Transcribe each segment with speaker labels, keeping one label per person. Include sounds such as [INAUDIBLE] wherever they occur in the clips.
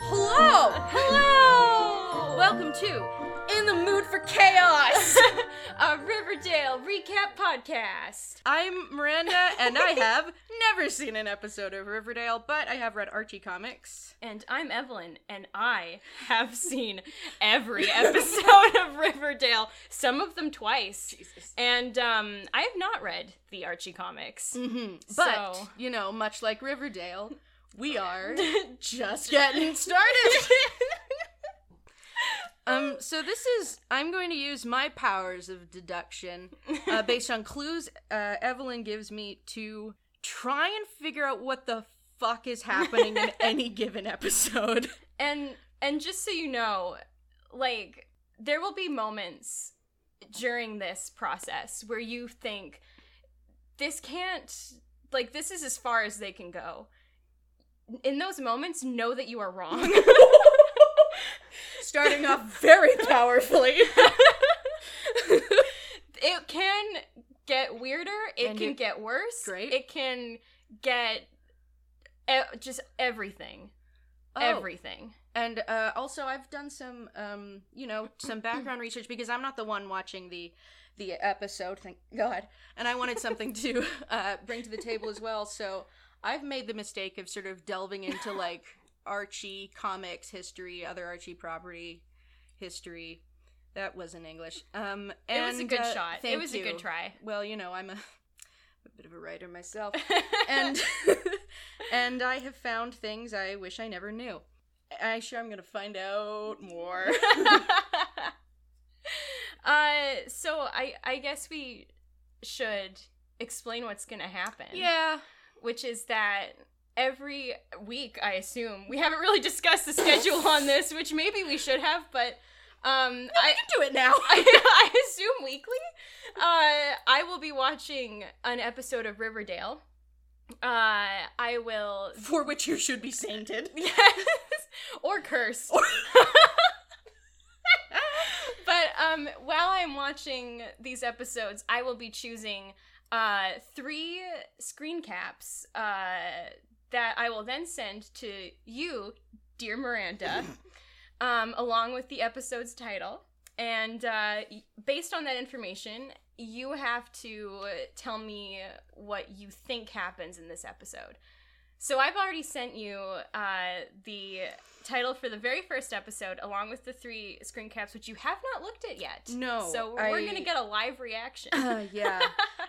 Speaker 1: Hello! Hello! Welcome to In the Mood for Chaos, [LAUGHS] a Riverdale recap podcast.
Speaker 2: I'm Miranda, and I have [LAUGHS] never seen an episode of Riverdale, but I have read Archie comics.
Speaker 1: And I'm Evelyn, and I have seen
Speaker 2: [LAUGHS]
Speaker 1: every episode of Riverdale, some of them twice.
Speaker 2: Jesus.
Speaker 1: And um, I have not read the Archie comics.
Speaker 2: hmm But,
Speaker 1: So-
Speaker 2: you know, much like Riverdale, we [LAUGHS] are just getting started. [LAUGHS] Um, so this is I'm going to use my powers of deduction [LAUGHS] uh, based on clues uh, Evelyn gives me to try and figure out what the fuck is happening [LAUGHS] in any given [LAUGHS] episode.
Speaker 1: and and just so you know, like there will be moments during this process where you think this can't like this is as far as they can go. In those moments, know that you are wrong.
Speaker 2: [LAUGHS] Starting off very [LAUGHS] powerfully.
Speaker 1: it can get weirder. It
Speaker 2: And
Speaker 1: can
Speaker 2: you-
Speaker 1: get worse.
Speaker 2: Great.
Speaker 1: It can get e- just everything.
Speaker 2: Oh,
Speaker 1: Everything.
Speaker 2: And uh, also, I've done some, um, you know, some
Speaker 1: [CLEARS THROAT]
Speaker 2: background research because I'm not the one watching the the episode. Thank God. And I wanted something to [LAUGHS] uh, bring to the table as well. So I've made the mistake of sort of delving
Speaker 1: [LAUGHS]
Speaker 2: into like Archie comics history, other Archie property history. That was in English. Um, and,
Speaker 1: it was a good
Speaker 2: uh,
Speaker 1: shot. It
Speaker 2: thank
Speaker 1: was a
Speaker 2: you.
Speaker 1: good try.
Speaker 2: Well, you know, I'm a, [LAUGHS] a bit of a writer myself
Speaker 1: [LAUGHS]
Speaker 2: [LAUGHS] and and I have found things I wish I never knew. I sure I'm gonna find out more. [LAUGHS]
Speaker 1: [LAUGHS] uh, so I I guess we should explain what's gonna happen.
Speaker 2: yeah,
Speaker 1: which is that every week I assume we haven't really discussed the schedule on this, which maybe we should have, but um, I.
Speaker 2: do it now.
Speaker 1: [LAUGHS] I, I assume weekly. Uh, I will be watching an episode of Riverdale. Uh, I will
Speaker 2: For which you should be [LAUGHS] sainted.
Speaker 1: Yes. or cursed. [LAUGHS] but um, while I'm watching these episodes, I will be choosing uh, three screen caps uh, that I will then send to you,
Speaker 2: [CLEARS THROAT]
Speaker 1: dear Miranda, um, along with the episode's title. And uh, y- based on that information, you have to tell me what you think happens in this episode. So I've already sent you uh, the title for the very first episode, along with the three screen caps, which you have not looked at yet.
Speaker 2: No,
Speaker 1: so we're
Speaker 2: I-
Speaker 1: gonna get a live reaction.
Speaker 2: [LAUGHS] Uh, [LAUGHS] yeah.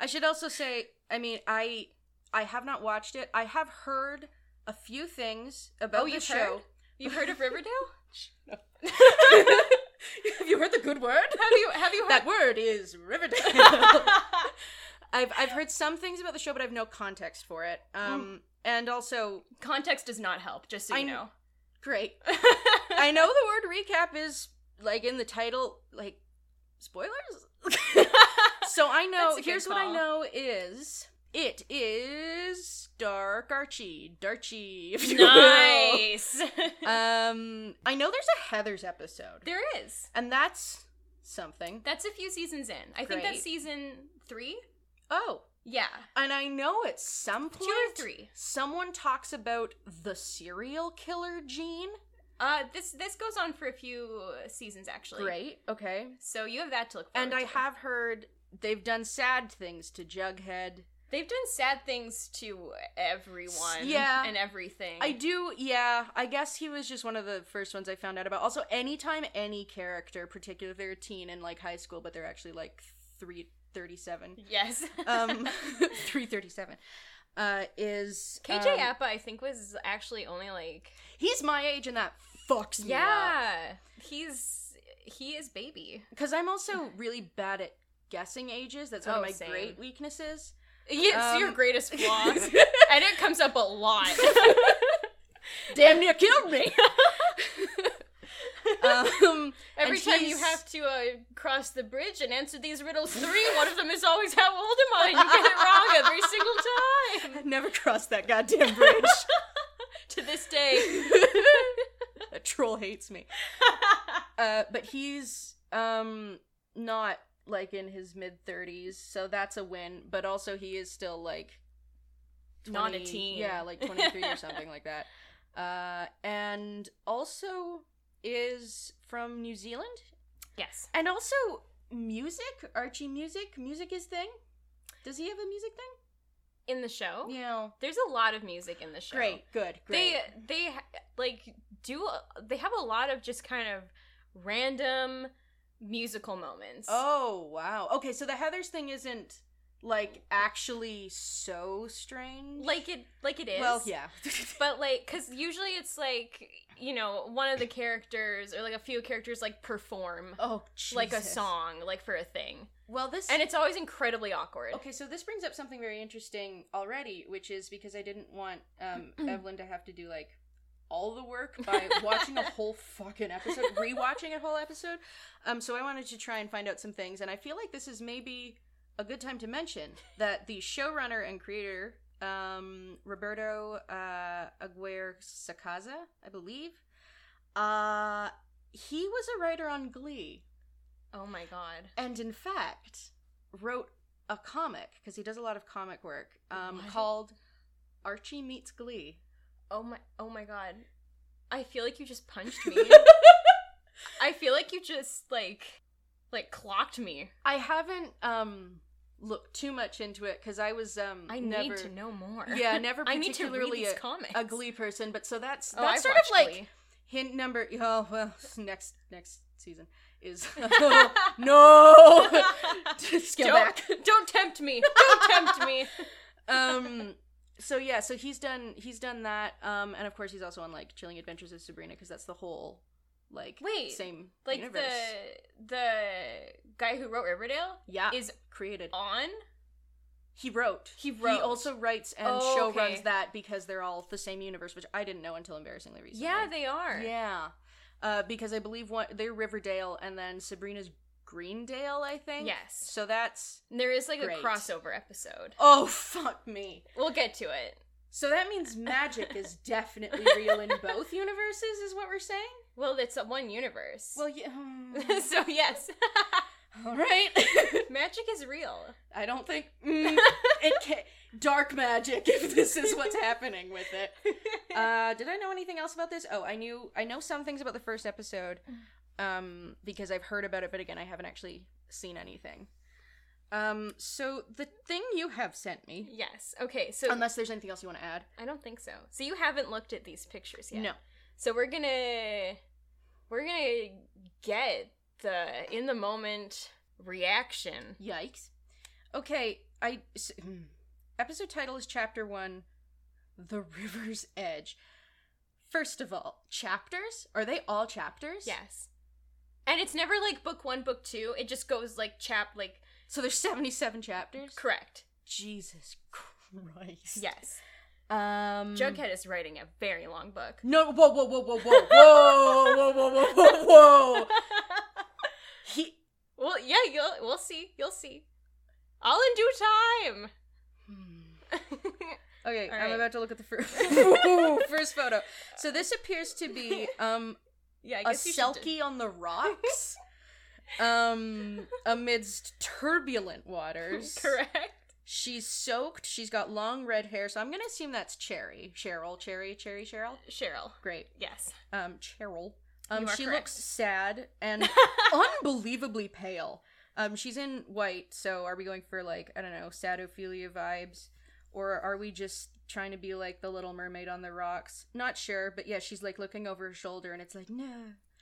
Speaker 2: I should also say, I mean, I I have not watched it. I have heard a few things about
Speaker 1: Oh,
Speaker 2: the
Speaker 1: you've
Speaker 2: show.
Speaker 1: heard? You've
Speaker 2: [LAUGHS]
Speaker 1: heard of Riverdale?
Speaker 2: have you heard the good word?
Speaker 1: Have you have you
Speaker 2: [LAUGHS]
Speaker 1: heard?
Speaker 2: That word is Riverdale. [LAUGHS] I've I've heard some things about the show, but I have no context for it. Um, and also,
Speaker 1: Context does not help, just so
Speaker 2: I
Speaker 1: you
Speaker 2: kn-
Speaker 1: know.
Speaker 2: [LAUGHS]
Speaker 1: [LAUGHS]
Speaker 2: great. I know the word recap is like in the title, like spoilers. so
Speaker 1: [LAUGHS]
Speaker 2: I
Speaker 1: That's a
Speaker 2: know.
Speaker 1: good
Speaker 2: Here's what I
Speaker 1: call.
Speaker 2: know is it is Dark Archie, Darchie. [LAUGHS] If you will.
Speaker 1: nice. [LAUGHS]
Speaker 2: Um, I know there's a Heather's episode,
Speaker 1: there is.
Speaker 2: and that's something.
Speaker 1: That's a few seasons in. I think
Speaker 2: Great.
Speaker 1: that's season three.
Speaker 2: Oh,
Speaker 1: Yeah,
Speaker 2: and I know at some
Speaker 1: two
Speaker 2: point
Speaker 1: or three.
Speaker 2: someone talks about the serial killer gene.
Speaker 1: Uh, this this goes on for a few seasons actually.
Speaker 2: Great. Okay.
Speaker 1: So you have that to look. Forward
Speaker 2: And I
Speaker 1: to.
Speaker 2: have heard they've done sad things to Jughead.
Speaker 1: They've done sad things to everyone.
Speaker 2: Yeah.
Speaker 1: and everything.
Speaker 2: I do, yeah. I guess he was just one of the first ones I found out about. Also, anytime any character, particularly if they're a teen in like high school, but they're actually like three
Speaker 1: [LAUGHS]
Speaker 2: thirty-seven,
Speaker 1: Yes. [LAUGHS]
Speaker 2: um, [LAUGHS] three thirty-seven, uh, is
Speaker 1: KJ
Speaker 2: um,
Speaker 1: Appa, I think, was actually only like
Speaker 2: He's my age, and that fucks me
Speaker 1: yeah, he's he is baby.
Speaker 2: Because I'm also really bad at guessing ages. That's one
Speaker 1: Oh,
Speaker 2: of my
Speaker 1: same.
Speaker 2: great
Speaker 1: [LAUGHS]
Speaker 2: weaknesses.
Speaker 1: It's
Speaker 2: Um,
Speaker 1: your greatest [LAUGHS] flaw, and it comes up a [LAUGHS] lot.
Speaker 2: Damn near killed me. [LAUGHS] um,
Speaker 1: [LAUGHS] Every
Speaker 2: And
Speaker 1: time you
Speaker 2: she's-
Speaker 1: have to uh, cross the bridge and answer these riddles three, one of them is always how old am I? And you get it wrong every single [LAUGHS]
Speaker 2: [LAUGHS]
Speaker 1: time.
Speaker 2: never crossed that goddamn bridge.
Speaker 1: To this [LAUGHS] day,
Speaker 2: that troll hates
Speaker 1: [LAUGHS]
Speaker 2: me. Uh, but he's um not like in his mid thirties, so that's a win. But also, he is still like
Speaker 1: Not a
Speaker 2: 20
Speaker 1: teen. [LAUGHS]
Speaker 2: Yeah, like twenty three or something like that. uh, and also is from New Zealand.
Speaker 1: Yes.
Speaker 2: And also music, Archie music, music is thing. Does he have a music thing?
Speaker 1: In the show,
Speaker 2: Yeah.
Speaker 1: there's a lot of music in the show.
Speaker 2: Great, good, great.
Speaker 1: Oh. They they ha- like do they have a lot of just kind of random musical moments.
Speaker 2: oh wow. Okay, so the Heather's thing isn't like actually so strange.
Speaker 1: Like it like it is.
Speaker 2: Well, yeah. [LAUGHS]
Speaker 1: But like cuz usually it's like, you know, one of the characters or like a few characters like perform
Speaker 2: oh, Jesus.
Speaker 1: like a song, like for a thing.
Speaker 2: Well, this
Speaker 1: And it's always incredibly awkward.
Speaker 2: Okay, so this brings up something very interesting already, which is because I didn't want um, Evelyn to have to do like all the work by watching a whole fucking episode, rewatching a whole episode. Um, so I wanted to try and find out some things, and I feel like this is maybe a good time to mention that the showrunner and creator, um, Roberto uh, Aguirre Sacasa, I believe, uh, he was a writer on Glee
Speaker 1: Oh my god.
Speaker 2: and in fact wrote a comic because he does a lot of comic work um,
Speaker 1: What?
Speaker 2: called archie meets glee
Speaker 1: [LAUGHS] Oh my oh my god. I feel like you just
Speaker 2: [LAUGHS]
Speaker 1: punched me. I feel like you just like like clocked me.
Speaker 2: i haven't um, looked too much into it because i was um,
Speaker 1: I
Speaker 2: never
Speaker 1: need to know more.
Speaker 2: yeah never
Speaker 1: [LAUGHS] I need to read
Speaker 2: particularly
Speaker 1: these
Speaker 2: a,
Speaker 1: comics.
Speaker 2: a glee person but so that's
Speaker 1: Oh,
Speaker 2: that's
Speaker 1: I've
Speaker 2: sort of
Speaker 1: watched
Speaker 2: like [LAUGHS]
Speaker 1: [LAUGHS] Glee.
Speaker 2: hint number oh well next next season
Speaker 1: [LAUGHS]
Speaker 2: is [LAUGHS] no just go
Speaker 1: don't,
Speaker 2: back
Speaker 1: [LAUGHS] don't tempt me. Don't tempt me.
Speaker 2: [LAUGHS] um so yeah so he's done he's done that um and of course he's also on like chilling adventures of sabrina because that's the whole like
Speaker 1: Wait,
Speaker 2: same
Speaker 1: Like
Speaker 2: universe.
Speaker 1: the the guy who wrote Riverdale
Speaker 2: yeah
Speaker 1: is
Speaker 2: created
Speaker 1: on.
Speaker 2: he wrote
Speaker 1: He wrote.
Speaker 2: also writes and
Speaker 1: Oh,
Speaker 2: show
Speaker 1: okay.
Speaker 2: runs that because they're all the same universe which i didn't know until embarrassingly recently
Speaker 1: Yeah, they are.
Speaker 2: yeah uh because i believe one they're riverdale and then sabrina's greendale i think
Speaker 1: Yes.
Speaker 2: so that's
Speaker 1: And There is like
Speaker 2: Great.
Speaker 1: a crossover episode.
Speaker 2: oh fuck me
Speaker 1: We'll get to it.
Speaker 2: so that means magic
Speaker 1: [LAUGHS]
Speaker 2: is definitely real in both universes is what we're saying
Speaker 1: Well, it's a one universe.
Speaker 2: Well, yeah.
Speaker 1: [LAUGHS]
Speaker 2: um, [LAUGHS]
Speaker 1: so [LAUGHS] yes,
Speaker 2: all right.
Speaker 1: [LAUGHS] magic is real. [LAUGHS]
Speaker 2: I don't think [LAUGHS] mm, it can dark magic if this is what's happening with [LAUGHS] it.
Speaker 1: Um,
Speaker 2: Uh, did I know anything else about this? Oh, I knew I know some things about the first episode, um, because I've heard about it, but again, I haven't actually seen anything. Um, so the thing you have sent
Speaker 1: Um,
Speaker 2: me,
Speaker 1: yes. Okay. So
Speaker 2: unless there's anything else you want to add,
Speaker 1: I don't think so. So you haven't looked at these pictures yet.
Speaker 2: no.
Speaker 1: So we're gonna we're gonna get the in the moment reaction.
Speaker 2: Yikes. Okay, I s- hmm. episode title is chapter 1 The River's Edge. First of all, chapters? Are they all chapters?
Speaker 1: Yes. And it's never like book one, book two. It just goes like chap like
Speaker 2: So there's 77 chapters?
Speaker 1: correct.
Speaker 2: Jesus Christ.
Speaker 1: Yes.
Speaker 2: Um
Speaker 1: Jughead is writing a very
Speaker 2: [LAUGHS]
Speaker 1: long book.
Speaker 2: No, whoa, whoa, whoa, whoa, whoa, whoa, whoa, whoa, whoa, whoa, whoa. He
Speaker 1: Well, yeah, you'll we'll see. You'll see. All in due time. [LAUGHS]
Speaker 2: Hmm. Okay,
Speaker 1: All
Speaker 2: I'm
Speaker 1: right.
Speaker 2: about to look at the
Speaker 1: [LAUGHS]
Speaker 2: first [LAUGHS] first photo. So this appears to be um
Speaker 1: yeah, I
Speaker 2: a
Speaker 1: guess you should do-
Speaker 2: selkie on the rocks [LAUGHS] um amidst turbulent waters [LAUGHS]
Speaker 1: correct.
Speaker 2: she's soaked she's got long red hair so i'm gonna assume that's cherry cheryl cherry cherry cheryl
Speaker 1: Cheryl.
Speaker 2: great
Speaker 1: Yes.
Speaker 2: um cheryl um
Speaker 1: You are
Speaker 2: she
Speaker 1: correct.
Speaker 2: looks sad [LAUGHS] and unbelievably pale um she's in white so are we going for like i don't know sad ophelia vibes or are we just trying to be like the little mermaid on the rocks not sure but yeah she's like looking over her shoulder and it's like [LAUGHS] no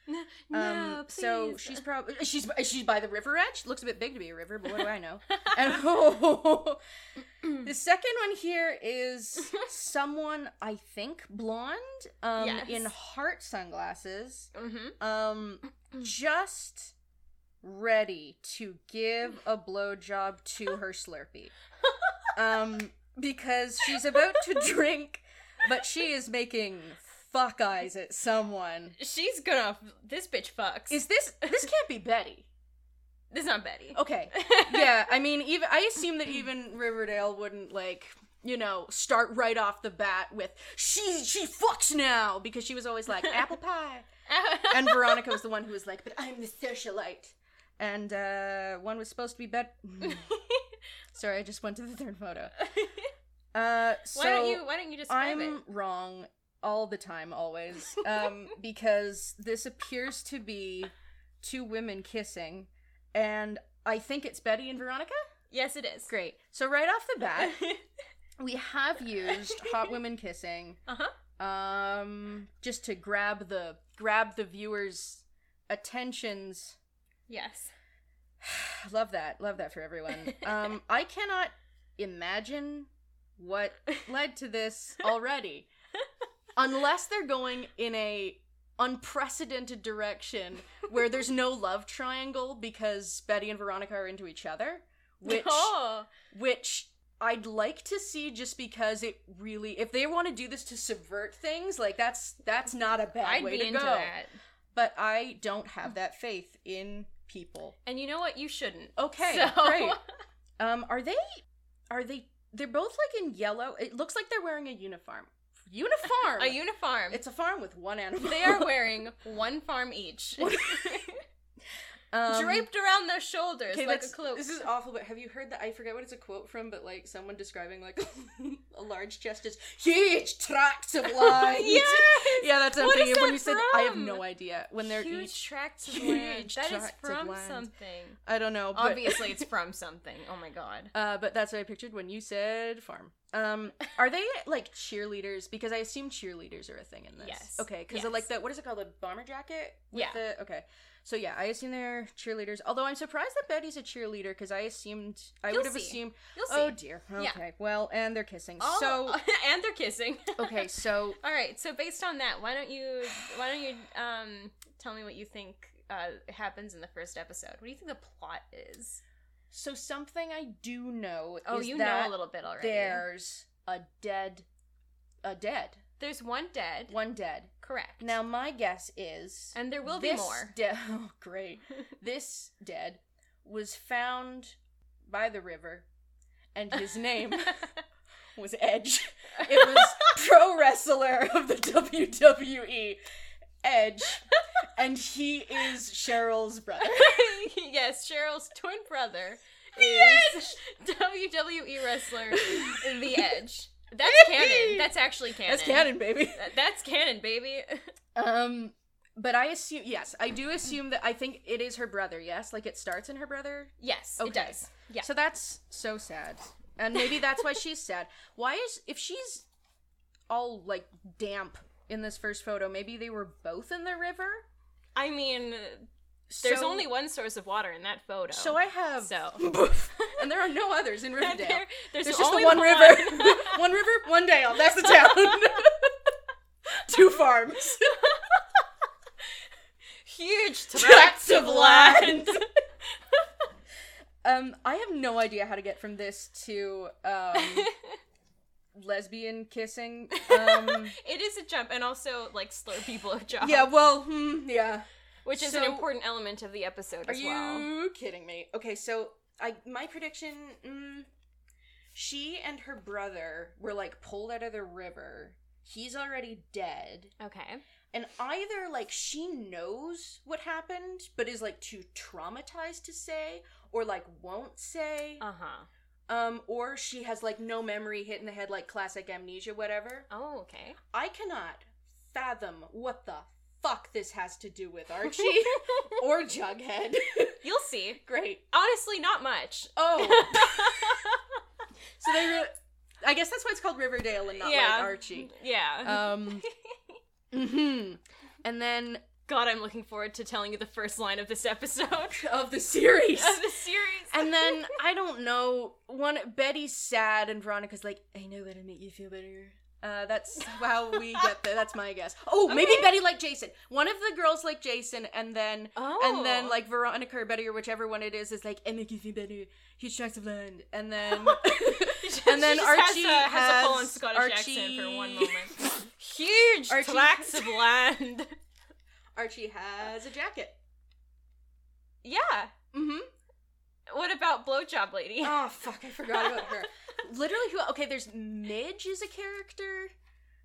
Speaker 1: No,
Speaker 2: um,
Speaker 1: no,
Speaker 2: so
Speaker 1: please.
Speaker 2: she's probably she's she's by the river edge. Looks a bit big to be a river, but what do I
Speaker 1: [LAUGHS]
Speaker 2: know? And [LAUGHS] the second one here
Speaker 1: [LAUGHS]
Speaker 2: is someone I think blonde, um,
Speaker 1: Yes.
Speaker 2: in heart sunglasses,
Speaker 1: Mhm.
Speaker 2: um, just ready to give a blowjob to her Slurpee, um, because she's about
Speaker 1: [LAUGHS]
Speaker 2: to drink, but she is making fuck eyes at someone.
Speaker 1: She's gonna this bitch fucks.
Speaker 2: Is Oh. this this can't be Betty?
Speaker 1: this is not Betty.
Speaker 2: [LAUGHS]
Speaker 1: [LAUGHS]
Speaker 2: Okay. Yeah, I mean, even I assume that even Riverdale wouldn't like you know start right off the bat with she she fucks now because she was always like apple [LAUGHS] pie, and Veronica was the one who was like, but I'm the socialite, and uh, one was supposed to be [LAUGHS] bet. Sorry, I [LAUGHS] just went to the third photo. Uh, so
Speaker 1: why don't you why don't you describe
Speaker 2: I'm
Speaker 1: it?
Speaker 2: wrong. all the time, always,
Speaker 1: [LAUGHS]
Speaker 2: um, because this appears to be two women kissing, and I think it's Betty and Veronica.
Speaker 1: Yes, it is.
Speaker 2: Great. So right off the
Speaker 1: [LAUGHS]
Speaker 2: bat, we have used hot women kissing
Speaker 1: uh-huh.
Speaker 2: um, just to grab the grab the viewers' attentions.
Speaker 1: Yes.
Speaker 2: love that. Love that for everyone.
Speaker 1: [LAUGHS]
Speaker 2: Um, I cannot imagine what led to this
Speaker 1: [LAUGHS]
Speaker 2: already. Unless they're going in a unprecedented direction where there's no love triangle because Betty and Veronica are into each other, which
Speaker 1: [LAUGHS] oh,
Speaker 2: which I'd like to see just because it really if they want to do this to subvert things, like that's that's not a bad
Speaker 1: I'd
Speaker 2: way
Speaker 1: be
Speaker 2: to
Speaker 1: into
Speaker 2: go.
Speaker 1: that.
Speaker 2: But I don't have that faith in people.
Speaker 1: And you know what? You shouldn't.
Speaker 2: Okay,
Speaker 1: So- [LAUGHS]
Speaker 2: great. Um, are they? Are they? They're both like in yellow. It looks like they're wearing a uniform. Uniform.
Speaker 1: [LAUGHS] A uniform.
Speaker 2: it's a farm with one animal.
Speaker 1: they are wearing one farm [LAUGHS] each,
Speaker 2: [LAUGHS] um,
Speaker 1: draped around their shoulders
Speaker 2: okay,
Speaker 1: like a
Speaker 2: that's-
Speaker 1: cloak. [LAUGHS]
Speaker 2: This is awful. But have you heard that? I forget what it's a quote from, but like someone describing like [LAUGHS] a large chest is huge tracts
Speaker 1: [LAUGHS]
Speaker 2: of land. [LAUGHS]
Speaker 1: yes.
Speaker 2: Yeah, that's what I'm
Speaker 1: What
Speaker 2: thinking
Speaker 1: is
Speaker 2: when
Speaker 1: that
Speaker 2: you said. I have
Speaker 1: from?
Speaker 2: no idea when they're
Speaker 1: huge
Speaker 2: each.
Speaker 1: tracts of land.
Speaker 2: huge
Speaker 1: That is
Speaker 2: tracts of
Speaker 1: from
Speaker 2: land.
Speaker 1: something.
Speaker 2: I don't know. But,
Speaker 1: Obviously, it's from something. Oh my god.
Speaker 2: Uh, but that's what I pictured when you said farm. Um, are they like cheerleaders? Because I assume cheerleaders are a thing in this.
Speaker 1: Yes.
Speaker 2: Okay. Because
Speaker 1: Yes.
Speaker 2: like the what is it called? The bomber jacket. With
Speaker 1: Yeah.
Speaker 2: The, okay. So yeah, I assume they're cheerleaders. Although I'm surprised that Betty's a cheerleader because I assumed I
Speaker 1: You'll
Speaker 2: would have
Speaker 1: see.
Speaker 2: assumed.
Speaker 1: You'll see.
Speaker 2: Oh dear. Okay.
Speaker 1: Yeah.
Speaker 2: Well, and they're kissing.
Speaker 1: All-
Speaker 2: So
Speaker 1: [LAUGHS] and they're kissing. [LAUGHS]
Speaker 2: okay. So
Speaker 1: All right. So based on that, why don't you why don't you um tell me what you think uh happens in the first episode? What do you think the plot is?
Speaker 2: so something I do know.
Speaker 1: Oh,
Speaker 2: is
Speaker 1: you
Speaker 2: that
Speaker 1: know a little bit already.
Speaker 2: There's a dead, a dead,
Speaker 1: There's one dead.
Speaker 2: one dead.
Speaker 1: Correct.
Speaker 2: Now my guess is.
Speaker 1: and there will be
Speaker 2: This
Speaker 1: more.
Speaker 2: de- [LAUGHS] oh, great. this dead was found by the river, and his [LAUGHS]
Speaker 1: [LAUGHS]
Speaker 2: name was Edge. It was pro wrestler of the WWE, Edge, and he is Cheryl's brother.
Speaker 1: yes, Cheryl's twin brother is [LAUGHS] WWE
Speaker 2: [LAUGHS]
Speaker 1: wrestler The Edge. That's canon. That's actually canon.
Speaker 2: That's canon, baby.
Speaker 1: That- That's canon, baby. [LAUGHS]
Speaker 2: Um, but I assume yes, I do assume that I think it is her brother. Yes, like it starts in her brother.
Speaker 1: yes,
Speaker 2: Okay.
Speaker 1: it does. Yeah.
Speaker 2: So that's so sad. And maybe that's why she's
Speaker 1: [LAUGHS]
Speaker 2: sad. Why is if she's all like damp in this first photo, maybe they were both in the river?
Speaker 1: I mean, there's
Speaker 2: So-
Speaker 1: only one source of water in that photo.
Speaker 2: So I have [LAUGHS]
Speaker 1: So. [LAUGHS]
Speaker 2: and there are no others in
Speaker 1: There-
Speaker 2: Riverdale.
Speaker 1: there's,
Speaker 2: There's just
Speaker 1: only
Speaker 2: the one, river. [LAUGHS] one river, one dale. That's the town. [LAUGHS] Two farms.
Speaker 1: [LAUGHS] Huge
Speaker 2: Tracts
Speaker 1: tracts
Speaker 2: of
Speaker 1: of land.
Speaker 2: [LAUGHS] Um, I have no idea how to get from this to [LAUGHS] um lesbian [LAUGHS] kissing. Um
Speaker 1: [LAUGHS] it is a jump, and also like slow people
Speaker 2: [LAUGHS]
Speaker 1: of job.
Speaker 2: Yeah, well, hmm, yeah.
Speaker 1: which is
Speaker 2: so-
Speaker 1: an important element of the episode
Speaker 2: Are
Speaker 1: as well.
Speaker 2: you kidding me? Okay, so I my prediction. Mm, she and her brother were like pulled out of the river. He's already dead,
Speaker 1: Okay.
Speaker 2: and either like she knows what happened, but is like too traumatized to say, or like won't say,
Speaker 1: Uh huh.
Speaker 2: um, or she has like no memory, hit in the head, like classic amnesia, whatever.
Speaker 1: Oh, okay.
Speaker 2: I cannot fathom what the fuck this has to do with Archie or Jughead. [LAUGHS]
Speaker 1: You'll see.
Speaker 2: Great.
Speaker 1: Honestly, not much.
Speaker 2: Oh. so they re- I guess that's why it's called Riverdale and not
Speaker 1: Yeah.
Speaker 2: like
Speaker 1: [LAUGHS]
Speaker 2: Archie.
Speaker 1: Yeah.
Speaker 2: Um hmm And then
Speaker 1: God, I'm looking forward to telling you the first line of
Speaker 2: [LAUGHS]
Speaker 1: this episode [LAUGHS] of
Speaker 2: of the series.
Speaker 1: the series.
Speaker 2: and then I don't know, one Betty's sad and Veronica's like, I know how to make you feel better. Uh, that's how we get there. That's my guess. Oh, maybe
Speaker 1: Okay.
Speaker 2: Betty liked Jason. One of the girls like Jason, and then
Speaker 1: oh.
Speaker 2: and then
Speaker 1: [LAUGHS]
Speaker 2: like Veronica or Betty or whichever one it is is like, I make you feel better. Huge tracts of land, and then and then
Speaker 1: She just
Speaker 2: Archie
Speaker 1: has a, has a full-on
Speaker 2: has
Speaker 1: Scottish accent for
Speaker 2: [LAUGHS]
Speaker 1: one
Speaker 2: Archie-
Speaker 1: moment. Huge
Speaker 2: Archie-
Speaker 1: tracts [LAUGHS] of land.
Speaker 2: [LAUGHS] Archie has a jacket.
Speaker 1: Yeah.
Speaker 2: Mm-hmm.
Speaker 1: What about blowjob lady?
Speaker 2: Oh fuck, I forgot about her. Literally, who? Okay, there's Midge is a character.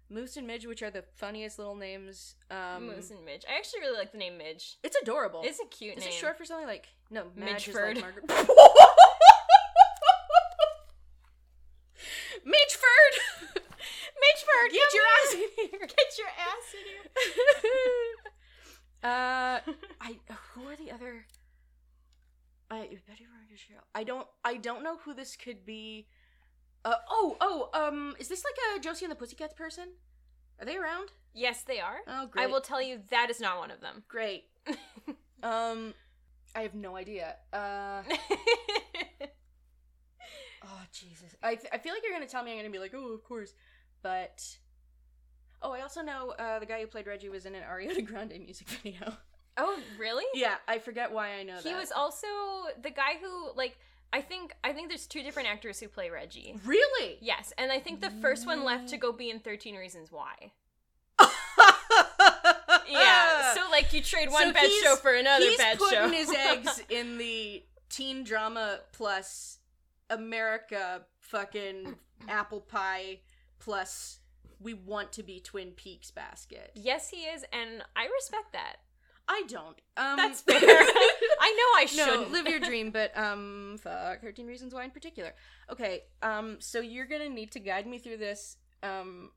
Speaker 2: Moose and Midge, which are the funniest little names. Um,
Speaker 1: [LAUGHS] Moose and Midge. I actually really like the name Midge.
Speaker 2: It's adorable.
Speaker 1: It's a cute
Speaker 2: is
Speaker 1: name.
Speaker 2: it short for something like no? Madge is
Speaker 1: Midgeford.
Speaker 2: like Margaret. [LAUGHS] Midgeford.
Speaker 1: Midgeford, [LAUGHS]
Speaker 2: Get your ass in here.
Speaker 1: Get
Speaker 2: [LAUGHS] Uh, Betty Rocker Show. I don't. I don't know who this could be. Uh, oh, oh. Um, is this like a Josie and the Pussycats person? Are they around?
Speaker 1: Yes, they are.
Speaker 2: Oh, great.
Speaker 1: I will tell you that is not one of them. [LAUGHS]
Speaker 2: Great. um, I have no idea. Uh, oh Jesus. I I feel like you're gonna tell me. I'm gonna be like, oh, of course. But oh, I also know uh, the guy who played Reggie was in an Ariana Grande music [LAUGHS] video.
Speaker 1: oh, really?
Speaker 2: yeah, I forget why I know
Speaker 1: he
Speaker 2: that.
Speaker 1: was also the guy who like I think I think there's two different actors who play Reggie.
Speaker 2: really. [LAUGHS]
Speaker 1: Yes, and I think the first one left to go be in 13 Reasons Why. Yeah. so like you trade one
Speaker 2: Ah! So
Speaker 1: bad
Speaker 2: he's-
Speaker 1: show for another
Speaker 2: he's
Speaker 1: bad
Speaker 2: putting
Speaker 1: show. [LAUGHS]
Speaker 2: his eggs in the teen drama plus America fucking apple pie plus we want to be Twin Peaks basket.
Speaker 1: yes, he is, and I respect that.
Speaker 2: I don't. Um, [LAUGHS]
Speaker 1: That's fair. I know I
Speaker 2: no,
Speaker 1: shouldn't.
Speaker 2: live [LAUGHS] your dream, but um, fuck, thirteen reasons why in particular. Okay, um, so you're gonna need to guide me through this, um,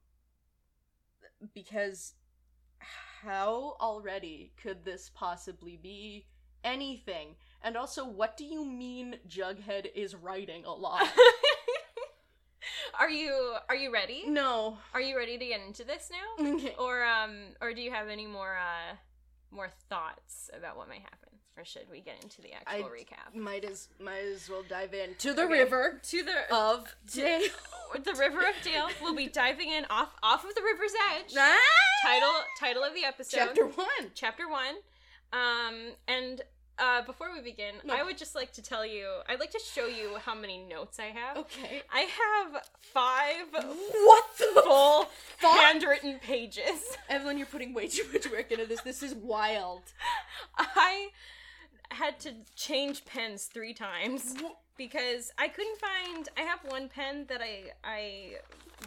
Speaker 2: because how already could this possibly be anything? And also, what do you mean Jughead is writing a lot? [LAUGHS]
Speaker 1: [LAUGHS] are you are you ready?
Speaker 2: no.
Speaker 1: Are you ready to get into this now?
Speaker 2: Okay. oh,
Speaker 1: Or um or do you have any more uh more thoughts about what might happen? Or should we get into the actual
Speaker 2: I-
Speaker 1: recap?
Speaker 2: Might as might as well dive in to the
Speaker 1: Okay.
Speaker 2: river
Speaker 1: To the
Speaker 2: of Dale.
Speaker 1: the River of Dale. We'll be diving in off off of the river's edge.
Speaker 2: Ah!
Speaker 1: title title of the episode.
Speaker 2: Chapter one.
Speaker 1: chapter one. Um, and uh, before we begin,
Speaker 2: No.
Speaker 1: I would just like to tell you. I'd like to show you how many notes I have.
Speaker 2: Okay.
Speaker 1: I have five
Speaker 2: What the
Speaker 1: full
Speaker 2: Fuck.
Speaker 1: handwritten pages.
Speaker 2: Evelyn, you're putting way too much work into this. This is wild.
Speaker 1: I had to change pens three times because I couldn't find. I have one pen that I I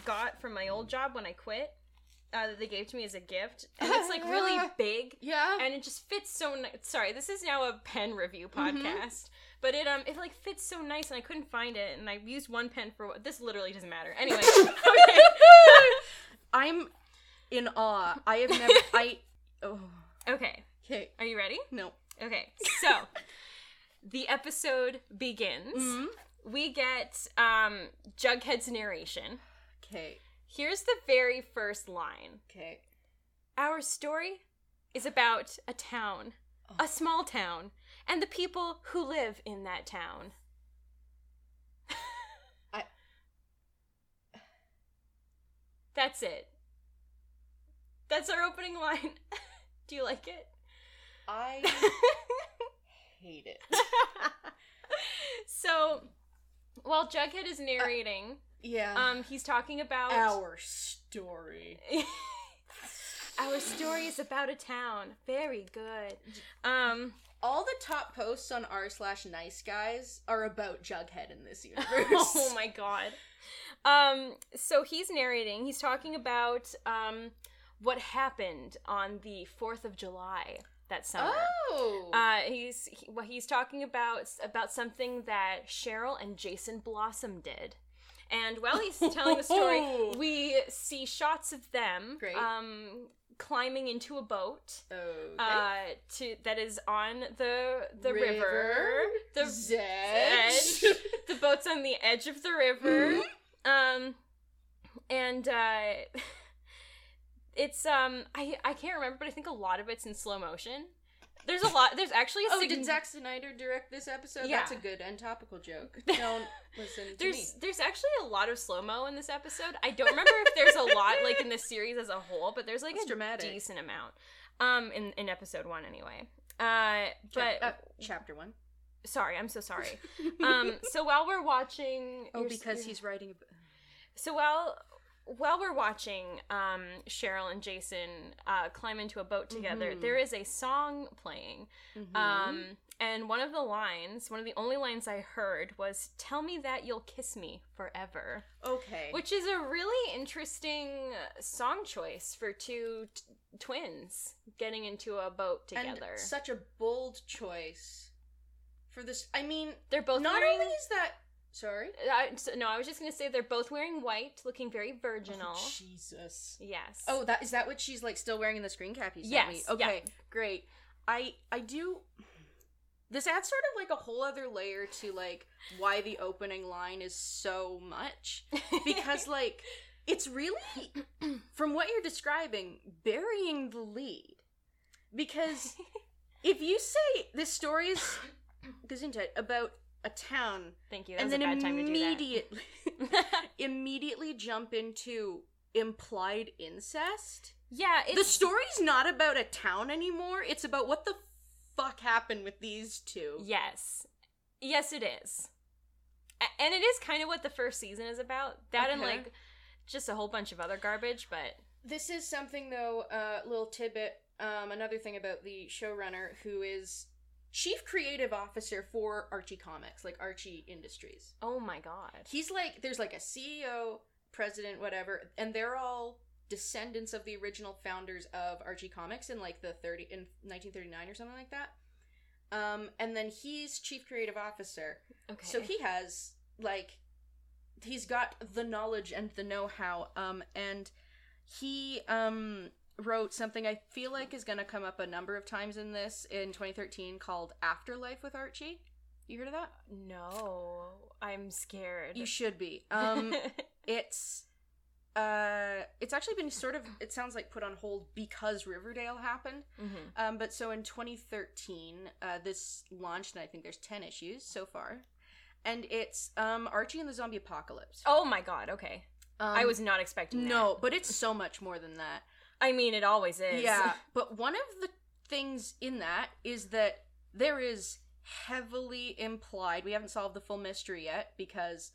Speaker 1: got from my old job when I quit. Uh, that they gave to me as a gift, and it's like really big.
Speaker 2: Yeah.
Speaker 1: and it just fits so ni- sorry this is now a pen review podcast but it um it like fits so nice and i couldn't find it and i used one pen for what this literally doesn't matter anyway okay [LAUGHS]
Speaker 2: I'm in awe. I have
Speaker 1: [LAUGHS]
Speaker 2: never. I. Oh.
Speaker 1: okay
Speaker 2: Okay.
Speaker 1: are you ready
Speaker 2: No.
Speaker 1: okay so the episode begins
Speaker 2: Mm-hmm.
Speaker 1: we get um jughead's narration
Speaker 2: Okay.
Speaker 1: here's the very first line
Speaker 2: Okay.
Speaker 1: Our story is about a town, a small town, and the people who live in that town.
Speaker 2: I-
Speaker 1: That's it. That's our opening line. [LAUGHS] Do you like it? [LAUGHS]
Speaker 2: I hate it.
Speaker 1: so, while Jughead is narrating,
Speaker 2: Yeah.
Speaker 1: um, he's talking about
Speaker 2: Our story.
Speaker 1: [LAUGHS] Our story is about a town. Very good.
Speaker 2: [LAUGHS]
Speaker 1: Um, [LAUGHS]
Speaker 2: All the top posts on r slash nice guys are about Jughead in
Speaker 1: [LAUGHS]
Speaker 2: this universe.
Speaker 1: oh my god. Um, so he's narrating. He's talking about um what happened on the Fourth of July that summer.
Speaker 2: Oh.
Speaker 1: Uh, he's he, what he's talking about about something that Cheryl and Jason Blossom did. And while he's telling
Speaker 2: [LAUGHS]
Speaker 1: the story, we see shots of them
Speaker 2: Great.
Speaker 1: um climbing into a boat.
Speaker 2: okay.
Speaker 1: Uh, to that is on the the river, the
Speaker 2: Zedge.
Speaker 1: edge. the boat's on the edge of the river.
Speaker 2: Mm-hmm.
Speaker 1: Um, and uh, [LAUGHS] it's um, I I can't remember, but I think a lot of it's in slow motion. There's a lot. There's actually a
Speaker 2: Oh,
Speaker 1: sign-
Speaker 2: did Zack Snyder direct this episode?
Speaker 1: Yeah.
Speaker 2: That's a good and topical
Speaker 1: [LAUGHS]
Speaker 2: joke. Don't listen to me.
Speaker 1: there's there's actually a lot of slow mo in this episode. I don't remember if there's a lot like in this series as a whole, but there's like
Speaker 2: It's
Speaker 1: a
Speaker 2: dramatic.
Speaker 1: decent amount. Um, in in episode one anyway. Uh,
Speaker 2: Chap-
Speaker 1: but
Speaker 2: uh, chapter one.
Speaker 1: sorry, I'm so sorry.
Speaker 2: [LAUGHS]
Speaker 1: um, so while we're watching,
Speaker 2: Oh,
Speaker 1: you're-
Speaker 2: because
Speaker 1: you're-
Speaker 2: he's writing.
Speaker 1: So while while we're watching um, Cheryl and Jason uh, climb into a boat together,
Speaker 2: Mhm.
Speaker 1: there is a song playing.
Speaker 2: mm
Speaker 1: Um, and one of the lines, one of the only lines I heard was "Tell me that you'll kiss me forever,"
Speaker 2: okay.
Speaker 1: which is a really interesting song choice for two t- twins getting into a boat
Speaker 2: and
Speaker 1: together.
Speaker 2: such a bold choice for this. I mean,
Speaker 1: They're both
Speaker 2: not
Speaker 1: wearing.
Speaker 2: only is that sorry.
Speaker 1: I, so- no, I was just gonna say they're both wearing white, looking very virginal.
Speaker 2: Oh, Jesus.
Speaker 1: yes.
Speaker 2: Oh, that is that what she's like still wearing in the screen cap you sent
Speaker 1: Yes,
Speaker 2: me?
Speaker 1: yeah.
Speaker 2: Okay, great. I I do. this adds sort of like a whole other layer to like why the opening line is so much
Speaker 1: [LAUGHS]
Speaker 2: because like it's really from what you're describing burying the lead because if you say this story is Gesundheit, about a town
Speaker 1: Thank you. That
Speaker 2: and
Speaker 1: was a
Speaker 2: then
Speaker 1: bad time to do that. [LAUGHS]
Speaker 2: immediately immediately jump into implied incest
Speaker 1: yeah, it's
Speaker 2: the story's not about a town anymore it's about what the fuck happened with these two
Speaker 1: Yes. Yes, it is. A- and it is kind of what the first season is about. That and
Speaker 2: Okay.
Speaker 1: like just a whole bunch of other garbage, but
Speaker 2: This is something though, uh, little tidbit. Um, another thing about the showrunner who is chief creative officer for Archie Comics, like Archie Industries.
Speaker 1: oh my god.
Speaker 2: He's like, there's like a CEO, president, whatever, and they're all descendants of the original founders of Archie Comics in like the 30 in 1939 or something like that. Um, and then he's chief creative officer.
Speaker 1: Okay.
Speaker 2: So he has like he's got the knowledge and the know-how um and he um wrote something I feel like is going to come up a number of times in this in 2013 called Afterlife with Archie. You heard of that?
Speaker 1: No, I'm scared.
Speaker 2: You should be.
Speaker 1: [LAUGHS]
Speaker 2: Um
Speaker 1: mm-hmm.
Speaker 2: it's uh it's actually been sort of it sounds like put on hold because Riverdale happened.
Speaker 1: Mhm.
Speaker 2: Um, but so in 2013, uh, this launched, and I think there's 10 issues so far. And it's um, Archie and the Zombie Apocalypse.
Speaker 1: Oh my god, okay.
Speaker 2: Um,
Speaker 1: I was not expecting that.
Speaker 2: No, but it's so much more than that.
Speaker 1: I mean it always is.
Speaker 2: Yeah. [LAUGHS] But one of the things in that is that there is heavily implied, we haven't solved the full mystery yet because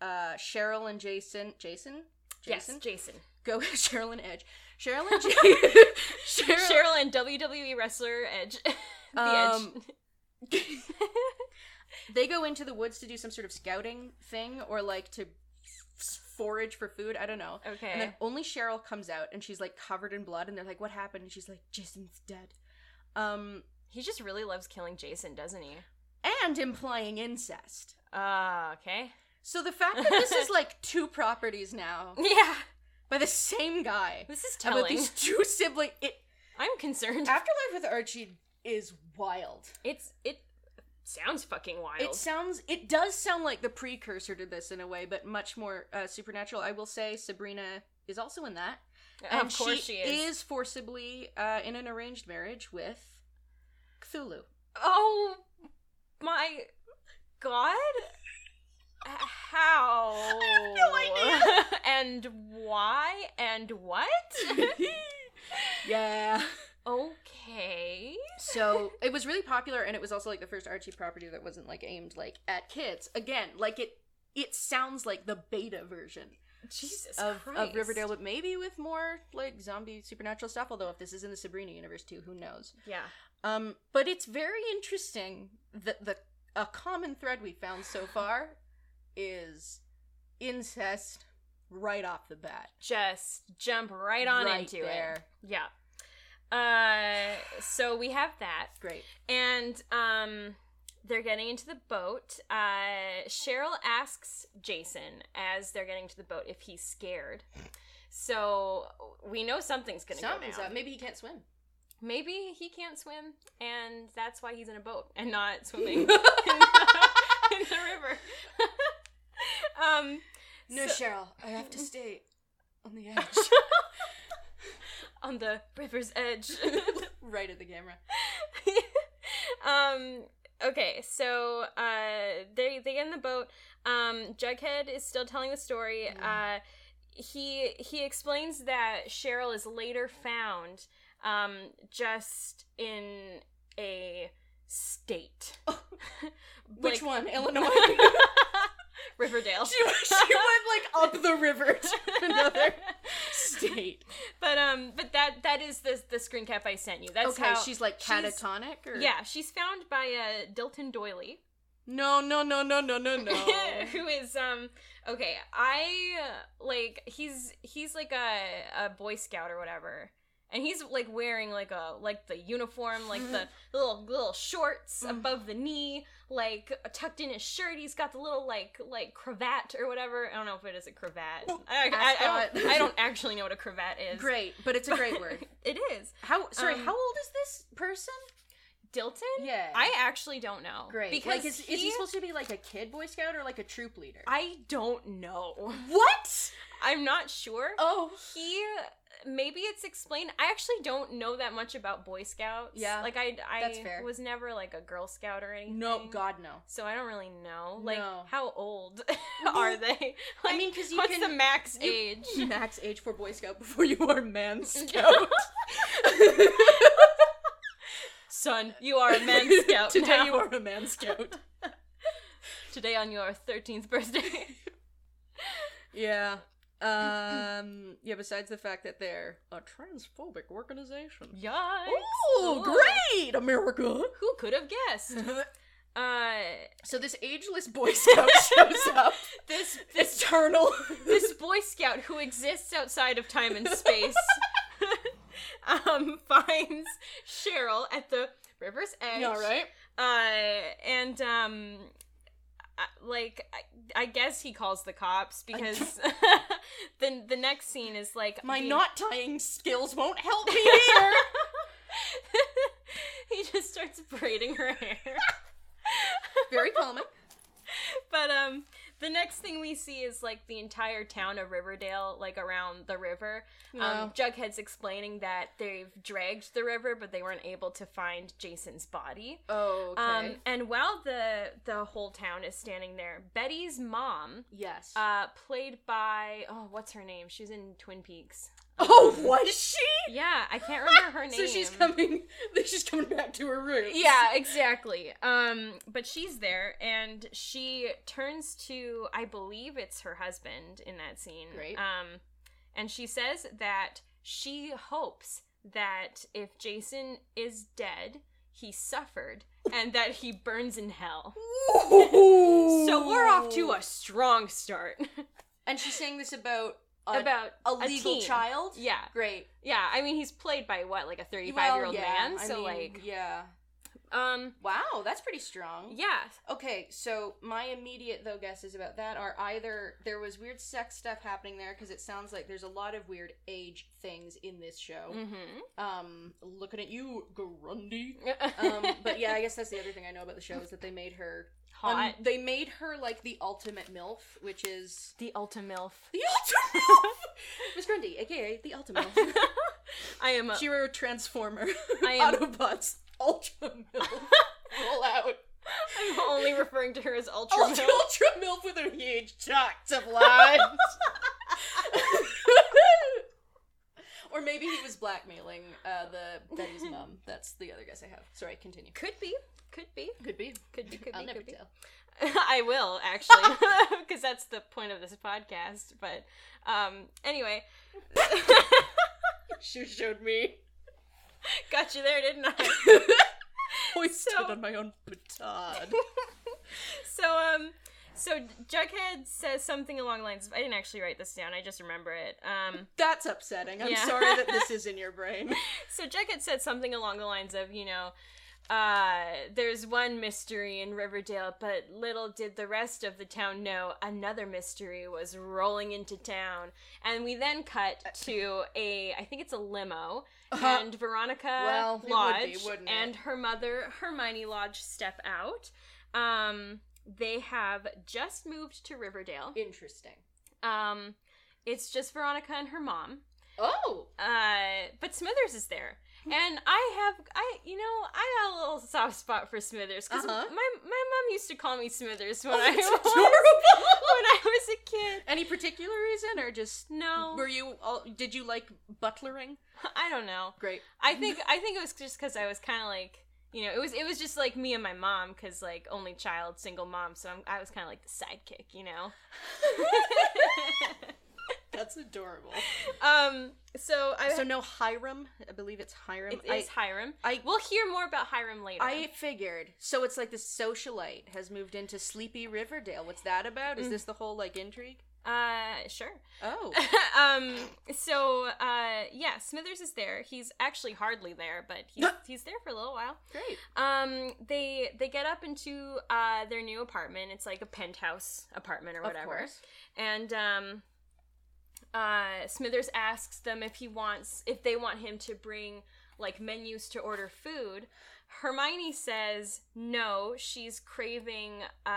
Speaker 2: uh, Cheryl and Jason, Jason?
Speaker 1: [LAUGHS] Yes,
Speaker 2: Jason?
Speaker 1: Jason.
Speaker 2: Go [LAUGHS] Cheryl and Edge. Cheryl
Speaker 1: [LAUGHS]
Speaker 2: and Jason. [LAUGHS] Cheryl.
Speaker 1: Cheryl and WWE wrestler [LAUGHS] Edge. the
Speaker 2: Um,
Speaker 1: Edge.
Speaker 2: [LAUGHS] they go into the woods to do some sort of scouting thing or like to f- forage for food. I don't know.
Speaker 1: okay.
Speaker 2: And then only Cheryl comes out and she's like covered in blood and they're like, "What happened?" And she's like, "Jason's dead." Um,
Speaker 1: he just really loves killing Jason, doesn't he?
Speaker 2: and implying incest.
Speaker 1: Uh, okay.
Speaker 2: So the fact that
Speaker 1: [LAUGHS]
Speaker 2: this is like two properties now
Speaker 1: Yeah.
Speaker 2: by the same guy
Speaker 1: This is
Speaker 2: about
Speaker 1: telling.
Speaker 2: these two [LAUGHS] sibling it
Speaker 1: [LAUGHS] I'm concerned.
Speaker 2: afterlife with Archie is wild.
Speaker 1: It's it sounds fucking wild.
Speaker 2: It sounds it does sound like the precursor to this in a way, but much more uh, supernatural. I will say Sabrina is also in that.
Speaker 1: of course she, is.
Speaker 2: forcibly uh, in an arranged marriage with Cthulhu.
Speaker 1: Oh my god.
Speaker 2: [LAUGHS]
Speaker 1: How?
Speaker 2: I
Speaker 1: [LAUGHS] and why? And what?
Speaker 2: [LAUGHS] yeah.
Speaker 1: okay.
Speaker 2: So it was really popular, and it was also like the first Archie property that wasn't like aimed like at kids. Again, like it, it sounds like the beta version
Speaker 1: Jesus
Speaker 2: of,
Speaker 1: Christ.
Speaker 2: of Riverdale, but maybe with more like zombie supernatural stuff. Although if this is in the Sabrina universe too, who knows?
Speaker 1: Yeah.
Speaker 2: Um, but it's very interesting that the a common thread we found [SIGHS] so far is incest right off the bat.
Speaker 1: Just jump right on
Speaker 2: Right
Speaker 1: into
Speaker 2: there.
Speaker 1: it. Yeah. Uh so we have that.
Speaker 2: Great.
Speaker 1: And um they're getting into the boat. Uh Cheryl asks Jason as they're getting to the boat if he's scared. So we know something's gonna
Speaker 2: Something's
Speaker 1: go
Speaker 2: up.
Speaker 1: down.
Speaker 2: Maybe he can't swim.
Speaker 1: Maybe he can't swim and that's why he's in a boat
Speaker 2: [LAUGHS]
Speaker 1: and not swimming [LAUGHS] in the, in the river. [LAUGHS] um so-
Speaker 2: Cheryl, I have to stay on [LAUGHS] the edge,
Speaker 1: on the river's
Speaker 2: [LAUGHS]
Speaker 1: edge.
Speaker 2: right at the camera.
Speaker 1: um okay so uh they they get in the boat um jughead is still telling the story
Speaker 2: Mm.
Speaker 1: uh he he explains that cheryl is later found um just in a state
Speaker 2: [LAUGHS] Which
Speaker 1: Like-
Speaker 2: [LAUGHS] one? Illinois.
Speaker 1: [LAUGHS] riverdale
Speaker 2: she, she [LAUGHS] went like up the river to another state.
Speaker 1: [LAUGHS] but um but that that is the the screen cap i sent you that's
Speaker 2: okay,
Speaker 1: how
Speaker 2: she's like
Speaker 1: she's-
Speaker 2: catatonic, or
Speaker 1: yeah she's found by uh dilton doily
Speaker 2: No, no, no, no, no, no, [LAUGHS] no.
Speaker 1: [LAUGHS] who is um okay i uh, like he's he's like a, a boy scout or whatever and he's like wearing like a like the uniform like
Speaker 2: [LAUGHS]
Speaker 1: the little little shorts
Speaker 2: Mhm.
Speaker 1: above the knee like tucked in his shirt he's got the little like like cravat or whatever i don't know if it is a cravat I, I, I,
Speaker 2: Ascot.
Speaker 1: don't, [LAUGHS] I don't actually know what a cravat is
Speaker 2: Great, but it's a great word.
Speaker 1: [LAUGHS] it is
Speaker 2: [LAUGHS] How sorry?
Speaker 1: Um,
Speaker 2: how old is this person?
Speaker 1: Dilton?
Speaker 2: Yeah.
Speaker 1: I actually don't know.
Speaker 2: Great.
Speaker 1: Because
Speaker 2: Like, is,
Speaker 1: he,
Speaker 2: is he supposed to be like a kid Boy Scout or like a troop leader?
Speaker 1: I don't know.
Speaker 2: what?
Speaker 1: I'm not sure.
Speaker 2: Oh.
Speaker 1: He maybe it's explained. I actually don't know that much about Boy Scouts.
Speaker 2: Yeah,
Speaker 1: Like I I
Speaker 2: that's fair.
Speaker 1: was never like a Girl Scout or anything.
Speaker 2: No, God, no.
Speaker 1: So I don't really know. Like
Speaker 2: No.
Speaker 1: how old [LAUGHS] are they?
Speaker 2: I
Speaker 1: Like,
Speaker 2: mean, because you
Speaker 1: what's
Speaker 2: can
Speaker 1: the max
Speaker 2: you-
Speaker 1: age?
Speaker 2: [LAUGHS] max age for Boy Scout before you are [LAUGHS] Man Scout.
Speaker 1: Son, you are a
Speaker 2: [LAUGHS]
Speaker 1: man scout.
Speaker 2: Today
Speaker 1: now.
Speaker 2: you are a Man Scout.
Speaker 1: today on your 13th birthday.
Speaker 2: [LAUGHS]
Speaker 1: [LAUGHS]
Speaker 2: Yeah. Um. Yeah. Besides the fact that they're a transphobic organization.
Speaker 1: Yikes.
Speaker 2: Oh, great, America!
Speaker 1: Who could have guessed? Uh
Speaker 2: [LAUGHS] so this ageless Boy [LAUGHS] Scout shows up,
Speaker 1: this this
Speaker 2: eternal.
Speaker 1: this boy scout who exists outside of time and
Speaker 2: [LAUGHS]
Speaker 1: space um finds Cheryl at the river's edge.
Speaker 2: All [LAUGHS] right.
Speaker 1: Uh and um I- like I, I guess he calls the cops because [LAUGHS] the the next scene is like
Speaker 2: My
Speaker 1: the- [LAUGHS]
Speaker 2: knot tying skills won't help [LAUGHS] me here.
Speaker 1: he just starts braiding her hair.
Speaker 2: Very [LAUGHS] calming.
Speaker 1: But um the next thing we see is like the entire town of Riverdale, like around the river. Um
Speaker 2: Wow.
Speaker 1: Jughead's explaining that they've dragged the river but they weren't able to find Jason's body.
Speaker 2: Oh.
Speaker 1: Um and while the the whole town is standing there, Betty's mom,
Speaker 2: yes.
Speaker 1: uh played by oh, what's her name? She's in Twin Peaks.
Speaker 2: [LAUGHS] oh, was she?
Speaker 1: Yeah, I can't remember her name.
Speaker 2: [LAUGHS] So she's coming. She's coming back to her roots.
Speaker 1: yeah exactly um but she's there and she turns to i believe it's her husband in that scene
Speaker 2: Great.
Speaker 1: um and she says that she hopes that if jason is dead he suffered and that he burns in hell so we're off to a strong start
Speaker 2: And she's saying this about a,
Speaker 1: [LAUGHS] about
Speaker 2: a legal
Speaker 1: teen.
Speaker 2: child.
Speaker 1: yeah
Speaker 2: Great.
Speaker 1: yeah i mean he's played by what like a 35 year old
Speaker 2: Well,
Speaker 1: man
Speaker 2: I
Speaker 1: so
Speaker 2: mean,
Speaker 1: like
Speaker 2: yeah.
Speaker 1: um
Speaker 2: Wow, that's pretty strong.
Speaker 1: yeah
Speaker 2: Okay, so my immediate though guesses about that are either there was weird sex stuff happening there because it sounds like there's a lot of weird age things in this show.
Speaker 1: mm-hmm
Speaker 2: Um, looking at you, Grundy. Um, but yeah, I guess that's the other thing I know about the show is that they made her un-
Speaker 1: [LAUGHS] hot
Speaker 2: they made her like the ultimate MILF, which is
Speaker 1: The Ultimilf.
Speaker 2: [LAUGHS] the ultimate MILF. [LAUGHS] Miss Grundy, aka the ultimate [LAUGHS] MILF.
Speaker 1: I am uh, a
Speaker 2: She were a transformer. [LAUGHS]
Speaker 1: I am-
Speaker 2: Autobots. Ultra MILF. [LAUGHS] Roll out.
Speaker 1: [LAUGHS] I'm only referring to her as Ultra
Speaker 2: Ultra,
Speaker 1: Milf.
Speaker 2: ultra MILF with her huge chocked of lines. [LAUGHS] or maybe he was blackmailing uh, the Betty's mom. That's the other guess I have. Sorry, continue.
Speaker 1: [LAUGHS] Could be. Could be.
Speaker 2: Could be.
Speaker 1: Could be. Could be.
Speaker 2: I'll never
Speaker 1: could be.
Speaker 2: tell.
Speaker 1: [LAUGHS] I will [LAUGHS] actually, because that's the point of this podcast. But um, anyway,
Speaker 2: She showed me.
Speaker 1: got you there, didn't I? [LAUGHS]
Speaker 2: Hoisted
Speaker 1: So-
Speaker 2: on my own petard.
Speaker 1: So um, so Jughead says something along the lines. Of, I didn't actually write this down. I just remember it. Um,
Speaker 2: That's upsetting. I'm
Speaker 1: Yeah.
Speaker 2: sorry that [LAUGHS] this is in your brain.
Speaker 1: So Jughead said something along the lines of, you know, uh, there's one mystery in Riverdale, but little did the rest of the town know another mystery was rolling into town. And we then cut
Speaker 2: Uh,
Speaker 1: to a, I think it's a limo, and Veronica
Speaker 2: Uh-huh. Well, it would be,
Speaker 1: Lodge
Speaker 2: wouldn't it?
Speaker 1: and her mother Hermione Lodge step out. Um, they have just moved to Riverdale.
Speaker 2: Interesting.
Speaker 1: Um, it's just Veronica and her mom
Speaker 2: Oh!
Speaker 1: uh, but Smithers is there, and I have I you know I got a little soft spot for Smithers because
Speaker 2: Uh-huh.
Speaker 1: my my mom used to call me Smithers when
Speaker 2: Oh,
Speaker 1: I
Speaker 2: that's
Speaker 1: [LAUGHS] was,
Speaker 2: adorable.
Speaker 1: when I was a kid.
Speaker 2: Any particular reason, or just
Speaker 1: No,
Speaker 2: were you all? Did you like butlering?
Speaker 1: I don't know.
Speaker 2: Great.
Speaker 1: I think I think it was just because I was kind of like you know it was it was just like me and my mom because like only child single mom so I'm, I was kind of like the sidekick you know.
Speaker 2: That's [LAUGHS] adorable.
Speaker 1: um. So I
Speaker 2: So no Hiram. I believe it's Hiram.
Speaker 1: it is Hiram.
Speaker 2: I, I
Speaker 1: We'll hear more about Hiram later.
Speaker 2: I figured. So it's like this socialite has moved into Sleepy Riverdale. What's that about? Is this the whole like intrigue?
Speaker 1: uh sure.
Speaker 2: [LAUGHS] Oh,
Speaker 1: [LAUGHS] um so uh yeah smithers is there he's actually hardly there but
Speaker 2: [GASPS]
Speaker 1: he's, he's there for a little while
Speaker 2: great.
Speaker 1: um they they get up into uh their new apartment it's like a penthouse apartment or
Speaker 2: Of
Speaker 1: whatever
Speaker 2: course.
Speaker 1: and um uh smithers asks them if he wants if they want him to bring like menus to order food Hermione says no, she's craving uh,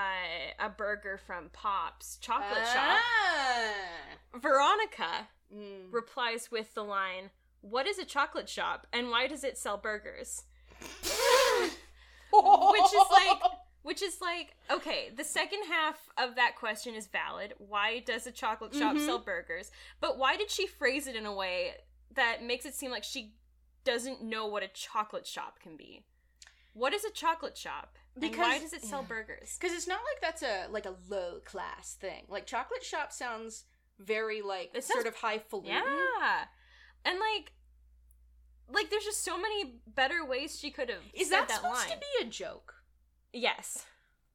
Speaker 1: a burger from Pop's chocolate
Speaker 2: Ah. Uh?
Speaker 1: shop. Veronica
Speaker 2: [LAUGHS] Mm.
Speaker 1: replies with the line, What is a chocolate shop and why does it sell burgers? Which is like-
Speaker 2: [LAUGHS]
Speaker 1: Which is like, okay, the second half of that question is valid. Why does a chocolate shop
Speaker 2: Mhm.
Speaker 1: sell burgers? But why did she phrase it in a way that makes it seem like she doesn't know what a chocolate shop can be? What is a chocolate shop? and why
Speaker 2: Because-
Speaker 1: does it sell
Speaker 2: yeah.
Speaker 1: burgers?
Speaker 2: because it's not like that's a like a low class thing. Like chocolate shop sounds very like
Speaker 1: It sounds-
Speaker 2: sort of highfalutin.
Speaker 1: Yeah. And like like there's just so many better ways she could have
Speaker 2: Is
Speaker 1: said
Speaker 2: that, supposed
Speaker 1: line.
Speaker 2: to be a joke?
Speaker 1: Yes.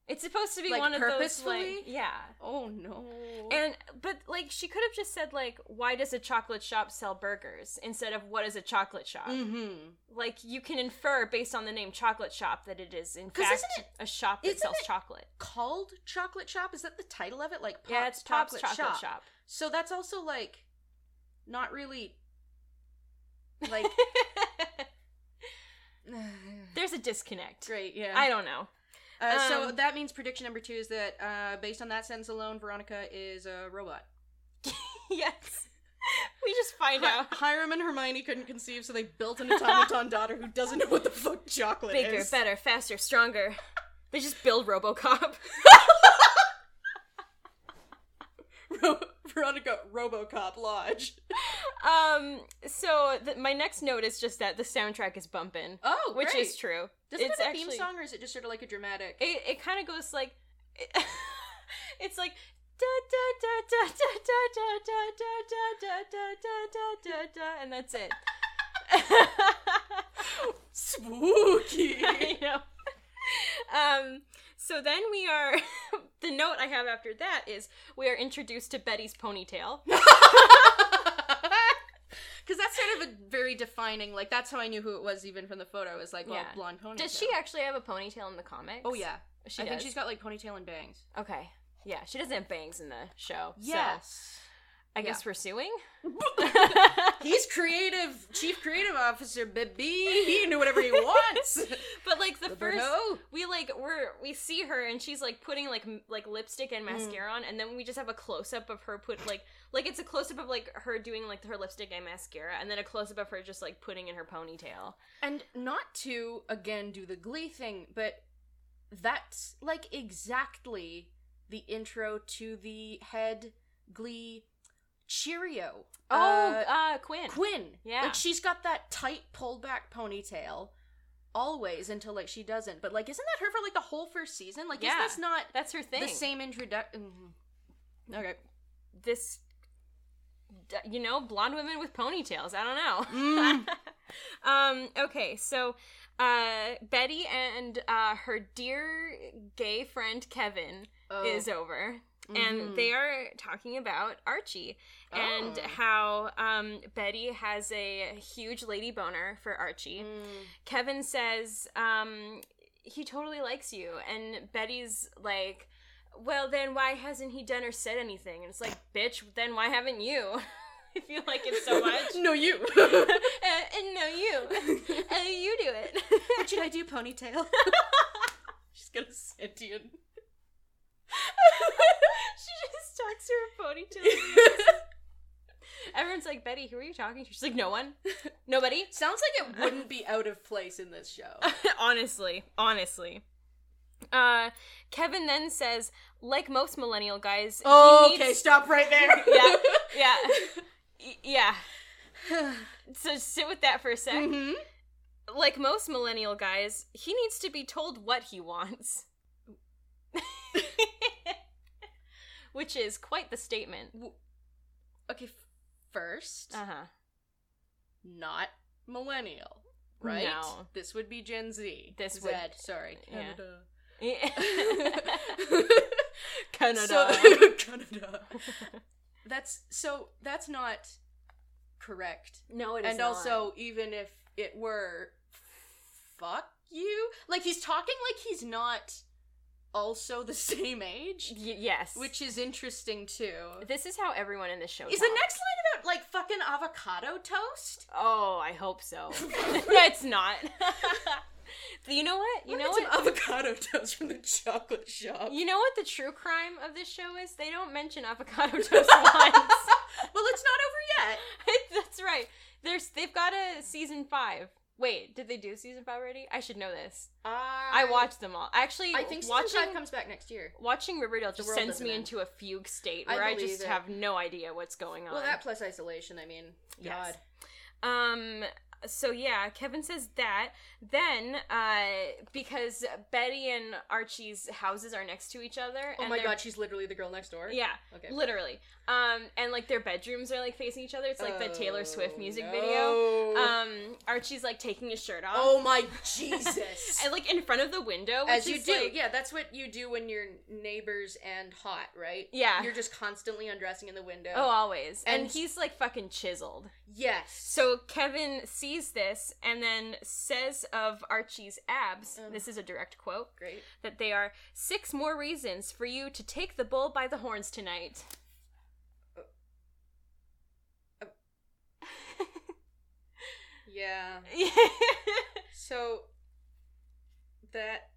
Speaker 1: It's supposed to be
Speaker 2: Like,
Speaker 1: one of those
Speaker 2: purposefully?
Speaker 1: like yeah.
Speaker 2: Oh no.
Speaker 1: And but like she could have just said like why does a chocolate shop sell burgers instead of what is a chocolate shop?
Speaker 2: mm-hmm.
Speaker 1: Like you can infer based on the name chocolate shop that it is in
Speaker 2: 'Cause
Speaker 1: fact
Speaker 2: isn't
Speaker 1: a shop that
Speaker 2: isn't
Speaker 1: sells
Speaker 2: it
Speaker 1: chocolate.
Speaker 2: called chocolate shop is that the title of it? Like Pop's
Speaker 1: yeah, it's Pop's
Speaker 2: chocolate, shop.
Speaker 1: chocolate, shop. [LAUGHS]
Speaker 2: So that's also like not really like
Speaker 1: [LAUGHS]
Speaker 2: [LAUGHS]
Speaker 1: There's a disconnect.
Speaker 2: great. Yeah.
Speaker 1: I don't know. [LAUGHS]
Speaker 2: Uh, so
Speaker 1: Um,
Speaker 2: that means prediction number two is that uh, based on that sentence alone, Veronica is a robot.
Speaker 1: yes. We just find
Speaker 2: Hi-
Speaker 1: out.
Speaker 2: Hiram and Hermione couldn't conceive, so they built an automaton daughter who doesn't know what the fuck chocolate
Speaker 1: Bigger,
Speaker 2: is.
Speaker 1: better, faster, stronger. They just build RoboCop.
Speaker 2: Ro- Veronica RoboCop Lodge.
Speaker 1: Um, so th- my next note is just that the soundtrack is bumping,
Speaker 2: Oh,
Speaker 1: which
Speaker 2: great.
Speaker 1: is true.
Speaker 2: Does it
Speaker 1: it's
Speaker 2: have a
Speaker 1: actually-
Speaker 2: theme song, or is it just sort of like a dramatic?
Speaker 1: It it kind of goes like, [LAUGHS] it's like. Da, da, da, da, da, da, da, da, da, da, da, da, da, da, da, and that's it. [LAUGHS]
Speaker 2: Spooky. [LAUGHS]
Speaker 1: I know. Um, so then we are. [LAUGHS] the note I have after that is we are introduced to Betty's ponytail.
Speaker 2: Because that's sort of a very defining. Like that's how I knew who it was, even from the photo. It was like, well,
Speaker 1: Yeah.
Speaker 2: blonde ponytail.
Speaker 1: Does she actually have a ponytail in the comics?
Speaker 2: Oh yeah.
Speaker 1: she
Speaker 2: I
Speaker 1: does.
Speaker 2: think she's got like ponytail and bangs.
Speaker 1: Okay. Yeah, she doesn't have bangs in the show. So I guess we're suing.
Speaker 2: He's creative, chief creative officer, baby. He can do whatever he [LAUGHS] wants.
Speaker 1: [LAUGHS] but like the
Speaker 2: Roberto.
Speaker 1: first we like we're we see her and she's like putting like m- like lipstick and mascara on and then we just have a close up of her put like like it's a close up of like her doing like her lipstick and mascara and then a close up of her just like putting in her ponytail.
Speaker 2: And not to again do the glee thing, but that's like exactly the intro to the head glee Cheerio.
Speaker 1: Oh,
Speaker 2: uh,
Speaker 1: uh, Quinn.
Speaker 2: Quinn.
Speaker 1: Yeah.
Speaker 2: Like she's got that tight pulled back ponytail always until like she doesn't. But like isn't that her for like the whole first season? Like
Speaker 1: Yeah.
Speaker 2: is this not
Speaker 1: That's her thing.
Speaker 2: the same mm-hmm. introduction? Okay.
Speaker 1: this d- you know blonde women with ponytails i don't know
Speaker 2: Mm.
Speaker 1: um okay so uh betty and uh her dear gay friend kevin
Speaker 2: Oh.
Speaker 1: [LAUGHS] is over
Speaker 2: Mhm.
Speaker 1: and they are talking about archie and
Speaker 2: Oh.
Speaker 1: how um betty has a huge lady boner for archie
Speaker 2: Mm.
Speaker 1: Kevin says, um, he totally likes you. And Betty's like, well, then why hasn't he done or said anything? And it's like, bitch, then why haven't you? [LAUGHS] if you like
Speaker 2: [LAUGHS]
Speaker 1: it so much.
Speaker 2: no
Speaker 1: [LAUGHS]
Speaker 2: you.
Speaker 1: uh, and no, you. [LAUGHS] Uh, you do it.
Speaker 2: what should I do, ponytail? [LAUGHS] She's gonna sentient.
Speaker 1: [LAUGHS]
Speaker 2: [LAUGHS]
Speaker 1: she just talks to her ponytail. [LAUGHS] Everyone's like, Betty, who are you talking to? She's like, no [LAUGHS] one. Nobody.
Speaker 2: Sounds like it wouldn't be out of place in this [LAUGHS] show.
Speaker 1: honestly, honestly. Uh, Kevin then says, like most millennial guys, he needs-
Speaker 2: Oh, stop right [LAUGHS] there. [SIGHS]
Speaker 1: yeah, [LAUGHS] yeah, [LAUGHS] Y- yeah. So sit with that for a sec.
Speaker 2: hmm
Speaker 1: Like most millennial guys, he needs to be told what he [LAUGHS] wants, which is quite the statement.
Speaker 2: Okay, f- first,
Speaker 1: Uh [LAUGHS] huh.
Speaker 2: not millennial, right?
Speaker 1: No.
Speaker 2: This would be Gen Z.
Speaker 1: This
Speaker 2: Z,
Speaker 1: would-
Speaker 2: sorry,
Speaker 1: yeah.
Speaker 2: [LAUGHS] Canada.
Speaker 1: [LAUGHS] Canada. [LAUGHS]
Speaker 2: So, [LAUGHS] Canada. That's so that's not correct.
Speaker 1: no, it is
Speaker 2: and
Speaker 1: not.
Speaker 2: also even if it were fuck you. Like he's talking like he's not also the [LAUGHS] same age,
Speaker 1: Y- yes,
Speaker 2: which is interesting too.
Speaker 1: this is how everyone in this show
Speaker 2: Is the
Speaker 1: talks.
Speaker 2: next line about like fucking avocado toast? [LAUGHS]
Speaker 1: [LAUGHS] Oh, I hope so. That's not. [LAUGHS] You know what?
Speaker 2: Let
Speaker 1: You
Speaker 2: me
Speaker 1: know
Speaker 2: get
Speaker 1: what?
Speaker 2: Some avocado [LAUGHS] toast from the chocolate [LAUGHS] shop.
Speaker 1: You know what the true crime of this show is? They don't mention avocado toast
Speaker 2: [LAUGHS]
Speaker 1: once. [LAUGHS]
Speaker 2: well, it's not over yet.
Speaker 1: That's right. There's they've got a season five. Wait, did they do season five already? I should know this. I watched them all. Actually,
Speaker 2: I think season
Speaker 1: watching
Speaker 2: five comes back next year.
Speaker 1: watching Riverdale just
Speaker 2: world
Speaker 1: sends
Speaker 2: doesn't
Speaker 1: me
Speaker 2: end.
Speaker 1: into a fugue state
Speaker 2: I
Speaker 1: where I,
Speaker 2: believe
Speaker 1: just
Speaker 2: it.
Speaker 1: have no idea what's going on.
Speaker 2: Well, that plus isolation. I mean,
Speaker 1: Yes.
Speaker 2: God.
Speaker 1: Um. So yeah, Kevin says that. Then, uh, because Betty and Archie's houses are next to each other.
Speaker 2: Oh
Speaker 1: and
Speaker 2: my
Speaker 1: they're-
Speaker 2: God, she's literally the girl next door.
Speaker 1: Yeah,
Speaker 2: Okay.
Speaker 1: literally. Um, and like their bedrooms are like facing each other. It's like the Taylor Swift
Speaker 2: Oh,
Speaker 1: music
Speaker 2: no.
Speaker 1: video. Um, Archie's like taking his shirt off.
Speaker 2: oh my
Speaker 1: [LAUGHS]
Speaker 2: Jesus.
Speaker 1: And like in front of the window, which
Speaker 2: As you
Speaker 1: is,
Speaker 2: do,
Speaker 1: like-
Speaker 2: yeah, that's what you do when you're neighbors and hot, right?
Speaker 1: Yeah.
Speaker 2: You're just constantly undressing in the window.
Speaker 1: Oh, always. And,
Speaker 2: And-
Speaker 1: he's like fucking chiseled.
Speaker 2: yes.
Speaker 1: So Kevin sees this and then says of Archie's abs,
Speaker 2: Ugh.
Speaker 1: this is a direct quote,
Speaker 2: great.
Speaker 1: that they are six more reasons for you to take the bull by the horns tonight.
Speaker 2: Yeah. So that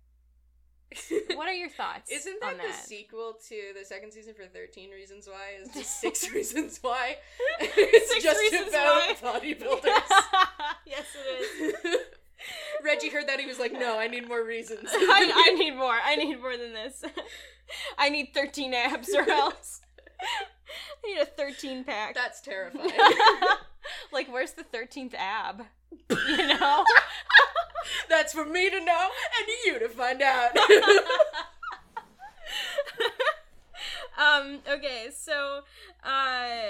Speaker 2: [LAUGHS]
Speaker 1: what are your thoughts?
Speaker 2: Isn't that
Speaker 1: on
Speaker 2: the [LAUGHS]
Speaker 1: that?
Speaker 2: sequel to the second season for Thirteen Reasons Why?
Speaker 1: [LAUGHS]
Speaker 2: Is just six reasons why. [LAUGHS] it's
Speaker 1: Six
Speaker 2: just
Speaker 1: Reasons
Speaker 2: about
Speaker 1: yes, it is.
Speaker 2: bodybuilders. [LAUGHS] Reggie heard that he was like, "No, I need more reasons."
Speaker 1: [LAUGHS]
Speaker 2: [LAUGHS]
Speaker 1: [LAUGHS] I, I need more. I need more than this. [LAUGHS] I need 13 abs or else. I need a 13 pack.
Speaker 2: That's
Speaker 1: [LAUGHS]
Speaker 2: terrifying.
Speaker 1: like, where's the 13th ab? You know?
Speaker 2: That's for me to know and you to find
Speaker 1: [LAUGHS]
Speaker 2: out.
Speaker 1: um, okay, so uh,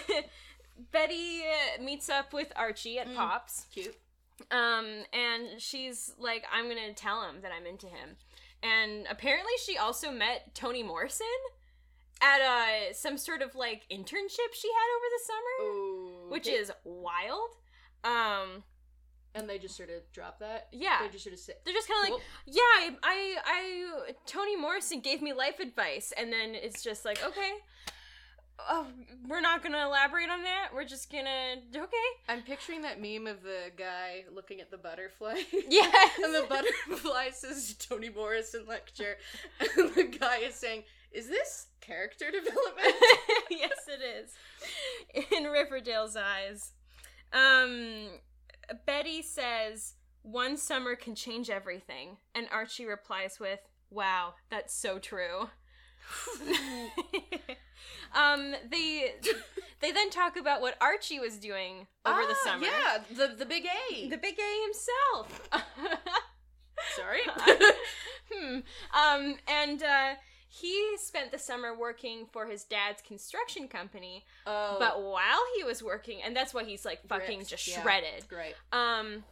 Speaker 1: [LAUGHS] Betty meets up with Archie at Pops.
Speaker 2: Cute.
Speaker 1: Um, and she's like, I'm gonna tell him that I'm into him. And apparently, she also met Toni Morrison at uh, some sort of like internship she had over the summer,
Speaker 2: Oh,
Speaker 1: which is wild. Um,
Speaker 2: and they just sort of drop that.
Speaker 1: Yeah.
Speaker 2: they just sort of sit.
Speaker 1: they're just kind of
Speaker 2: Cool.
Speaker 1: like, yeah, I, I, I, Toni Morrison gave me life advice, and then it's just like, okay, oh, we're not gonna elaborate on that. We're just gonna, okay,
Speaker 2: I'm picturing that meme of the guy looking at the butterfly.
Speaker 1: yes,
Speaker 2: [LAUGHS] And the butterfly says Toni Morrison lecture. And the guy is saying, Is this character [LAUGHS] development?
Speaker 1: yes, it is. In Riverdale's eyes. Um, Betty says, One summer can change everything. And Archie replies with, Wow, that's so true. [LAUGHS] um, they they then talk about what Archie was doing [LAUGHS] over the
Speaker 2: Ah,
Speaker 1: summer.
Speaker 2: Yeah, the, the big A.
Speaker 1: The big A
Speaker 2: [LAUGHS]
Speaker 1: himself.
Speaker 2: Sorry.
Speaker 1: [LAUGHS] hmm. Um, and uh, he spent the summer working for his dad's construction company.
Speaker 2: oh,
Speaker 1: But while he was working, and that's why he's like fucking
Speaker 2: Ripped,
Speaker 1: just
Speaker 2: yeah.
Speaker 1: shredded.
Speaker 2: great.
Speaker 1: Um,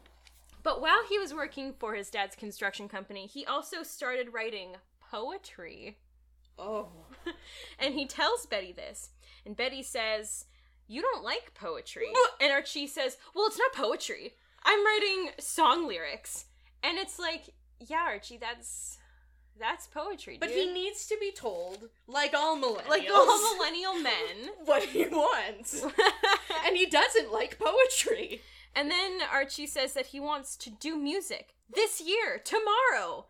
Speaker 1: but while he was working for his dad's construction company, he also started writing poetry.
Speaker 2: Oh.
Speaker 1: And he tells Betty this. And Betty says, You don't like poetry. and Archie says, Well, it's not poetry. I'm writing song lyrics. And it's like, Yeah, Archie, that's that's poetry.
Speaker 2: But he
Speaker 1: dude.
Speaker 2: needs to be told, like all millennials,
Speaker 1: like all millennial men.
Speaker 2: [LAUGHS]
Speaker 1: [LAUGHS]
Speaker 2: what he wants. and he doesn't like poetry.
Speaker 1: and then Archie says that he wants to do music this year, tomorrow.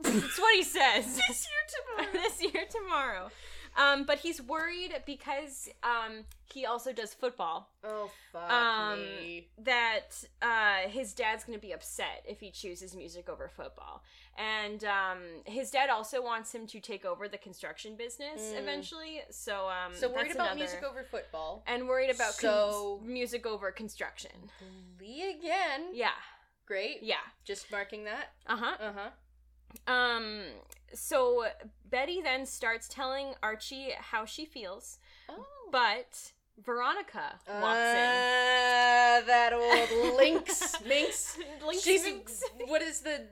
Speaker 1: That's what he says.
Speaker 2: [LAUGHS] This year tomorrow.
Speaker 1: [LAUGHS] this year tomorrow. Um, but he's worried because um, he also does football.
Speaker 2: [LAUGHS] Oh, fuck
Speaker 1: Um,
Speaker 2: me.
Speaker 1: that uh, his dad's going to be upset if he chooses music over football. And um, his dad also wants him to take over the construction business
Speaker 2: Mm.
Speaker 1: eventually. So, um,
Speaker 2: So worried
Speaker 1: that's
Speaker 2: about
Speaker 1: another-
Speaker 2: music over football.
Speaker 1: and worried about cons-
Speaker 2: So-
Speaker 1: music over construction.
Speaker 2: Lee again.
Speaker 1: Uh, Yeah,
Speaker 2: Great.
Speaker 1: yeah,
Speaker 2: Just marking that.
Speaker 1: uh huh.
Speaker 2: Uh huh.
Speaker 1: Um, so Betty then starts telling Archie how she feels,
Speaker 2: Oh.
Speaker 1: but Veronica walks [LAUGHS] in.
Speaker 2: Ah, Uh, that
Speaker 1: [LAUGHS]
Speaker 2: old lynx. Minx.
Speaker 1: Links,
Speaker 2: She's
Speaker 1: links.
Speaker 2: what is the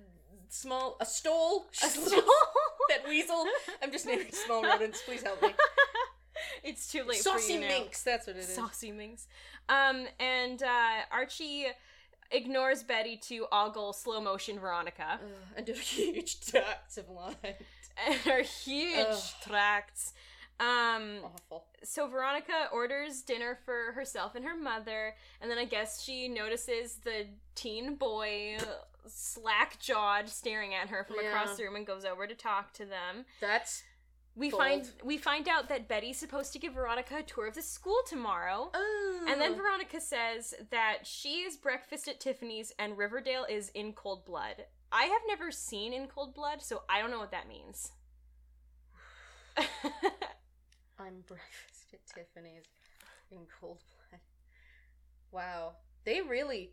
Speaker 2: small [LAUGHS] a [LAUGHS] stole?
Speaker 1: A
Speaker 2: She's little-
Speaker 1: stole.
Speaker 2: that weasel. I'm just naming small rodents. Please help me.
Speaker 1: [LAUGHS] it's too late
Speaker 2: Saucy
Speaker 1: for you now.
Speaker 2: minx. That's what it is.
Speaker 1: Saucy minx. Um, and uh, Archie ignores Betty to ogle slow motion Veronica [LAUGHS]
Speaker 2: Ugh, [LAUGHS] and did a huge tax of line.
Speaker 1: and her huge
Speaker 2: Ugh.
Speaker 1: tracts. Um,
Speaker 2: Awful.
Speaker 1: so Veronica orders dinner for herself and her mother, and then I guess she notices the teen boy slack jawed staring at her from
Speaker 2: Yeah.
Speaker 1: across the room and goes over to talk to them.
Speaker 2: That's
Speaker 1: We
Speaker 2: Bold.
Speaker 1: find we find out that Betty's supposed to give Veronica a tour of the school tomorrow.
Speaker 2: oh.
Speaker 1: And then Veronica says that she is breakfast at Tiffany's and Riverdale is in cold blood. I have never seen in cold blood, so I don't know what
Speaker 2: [SIGHS]
Speaker 1: that means. [LAUGHS]
Speaker 2: I'm [LAUGHS] breakfast at Tiffany's in cold blood. Wow. They really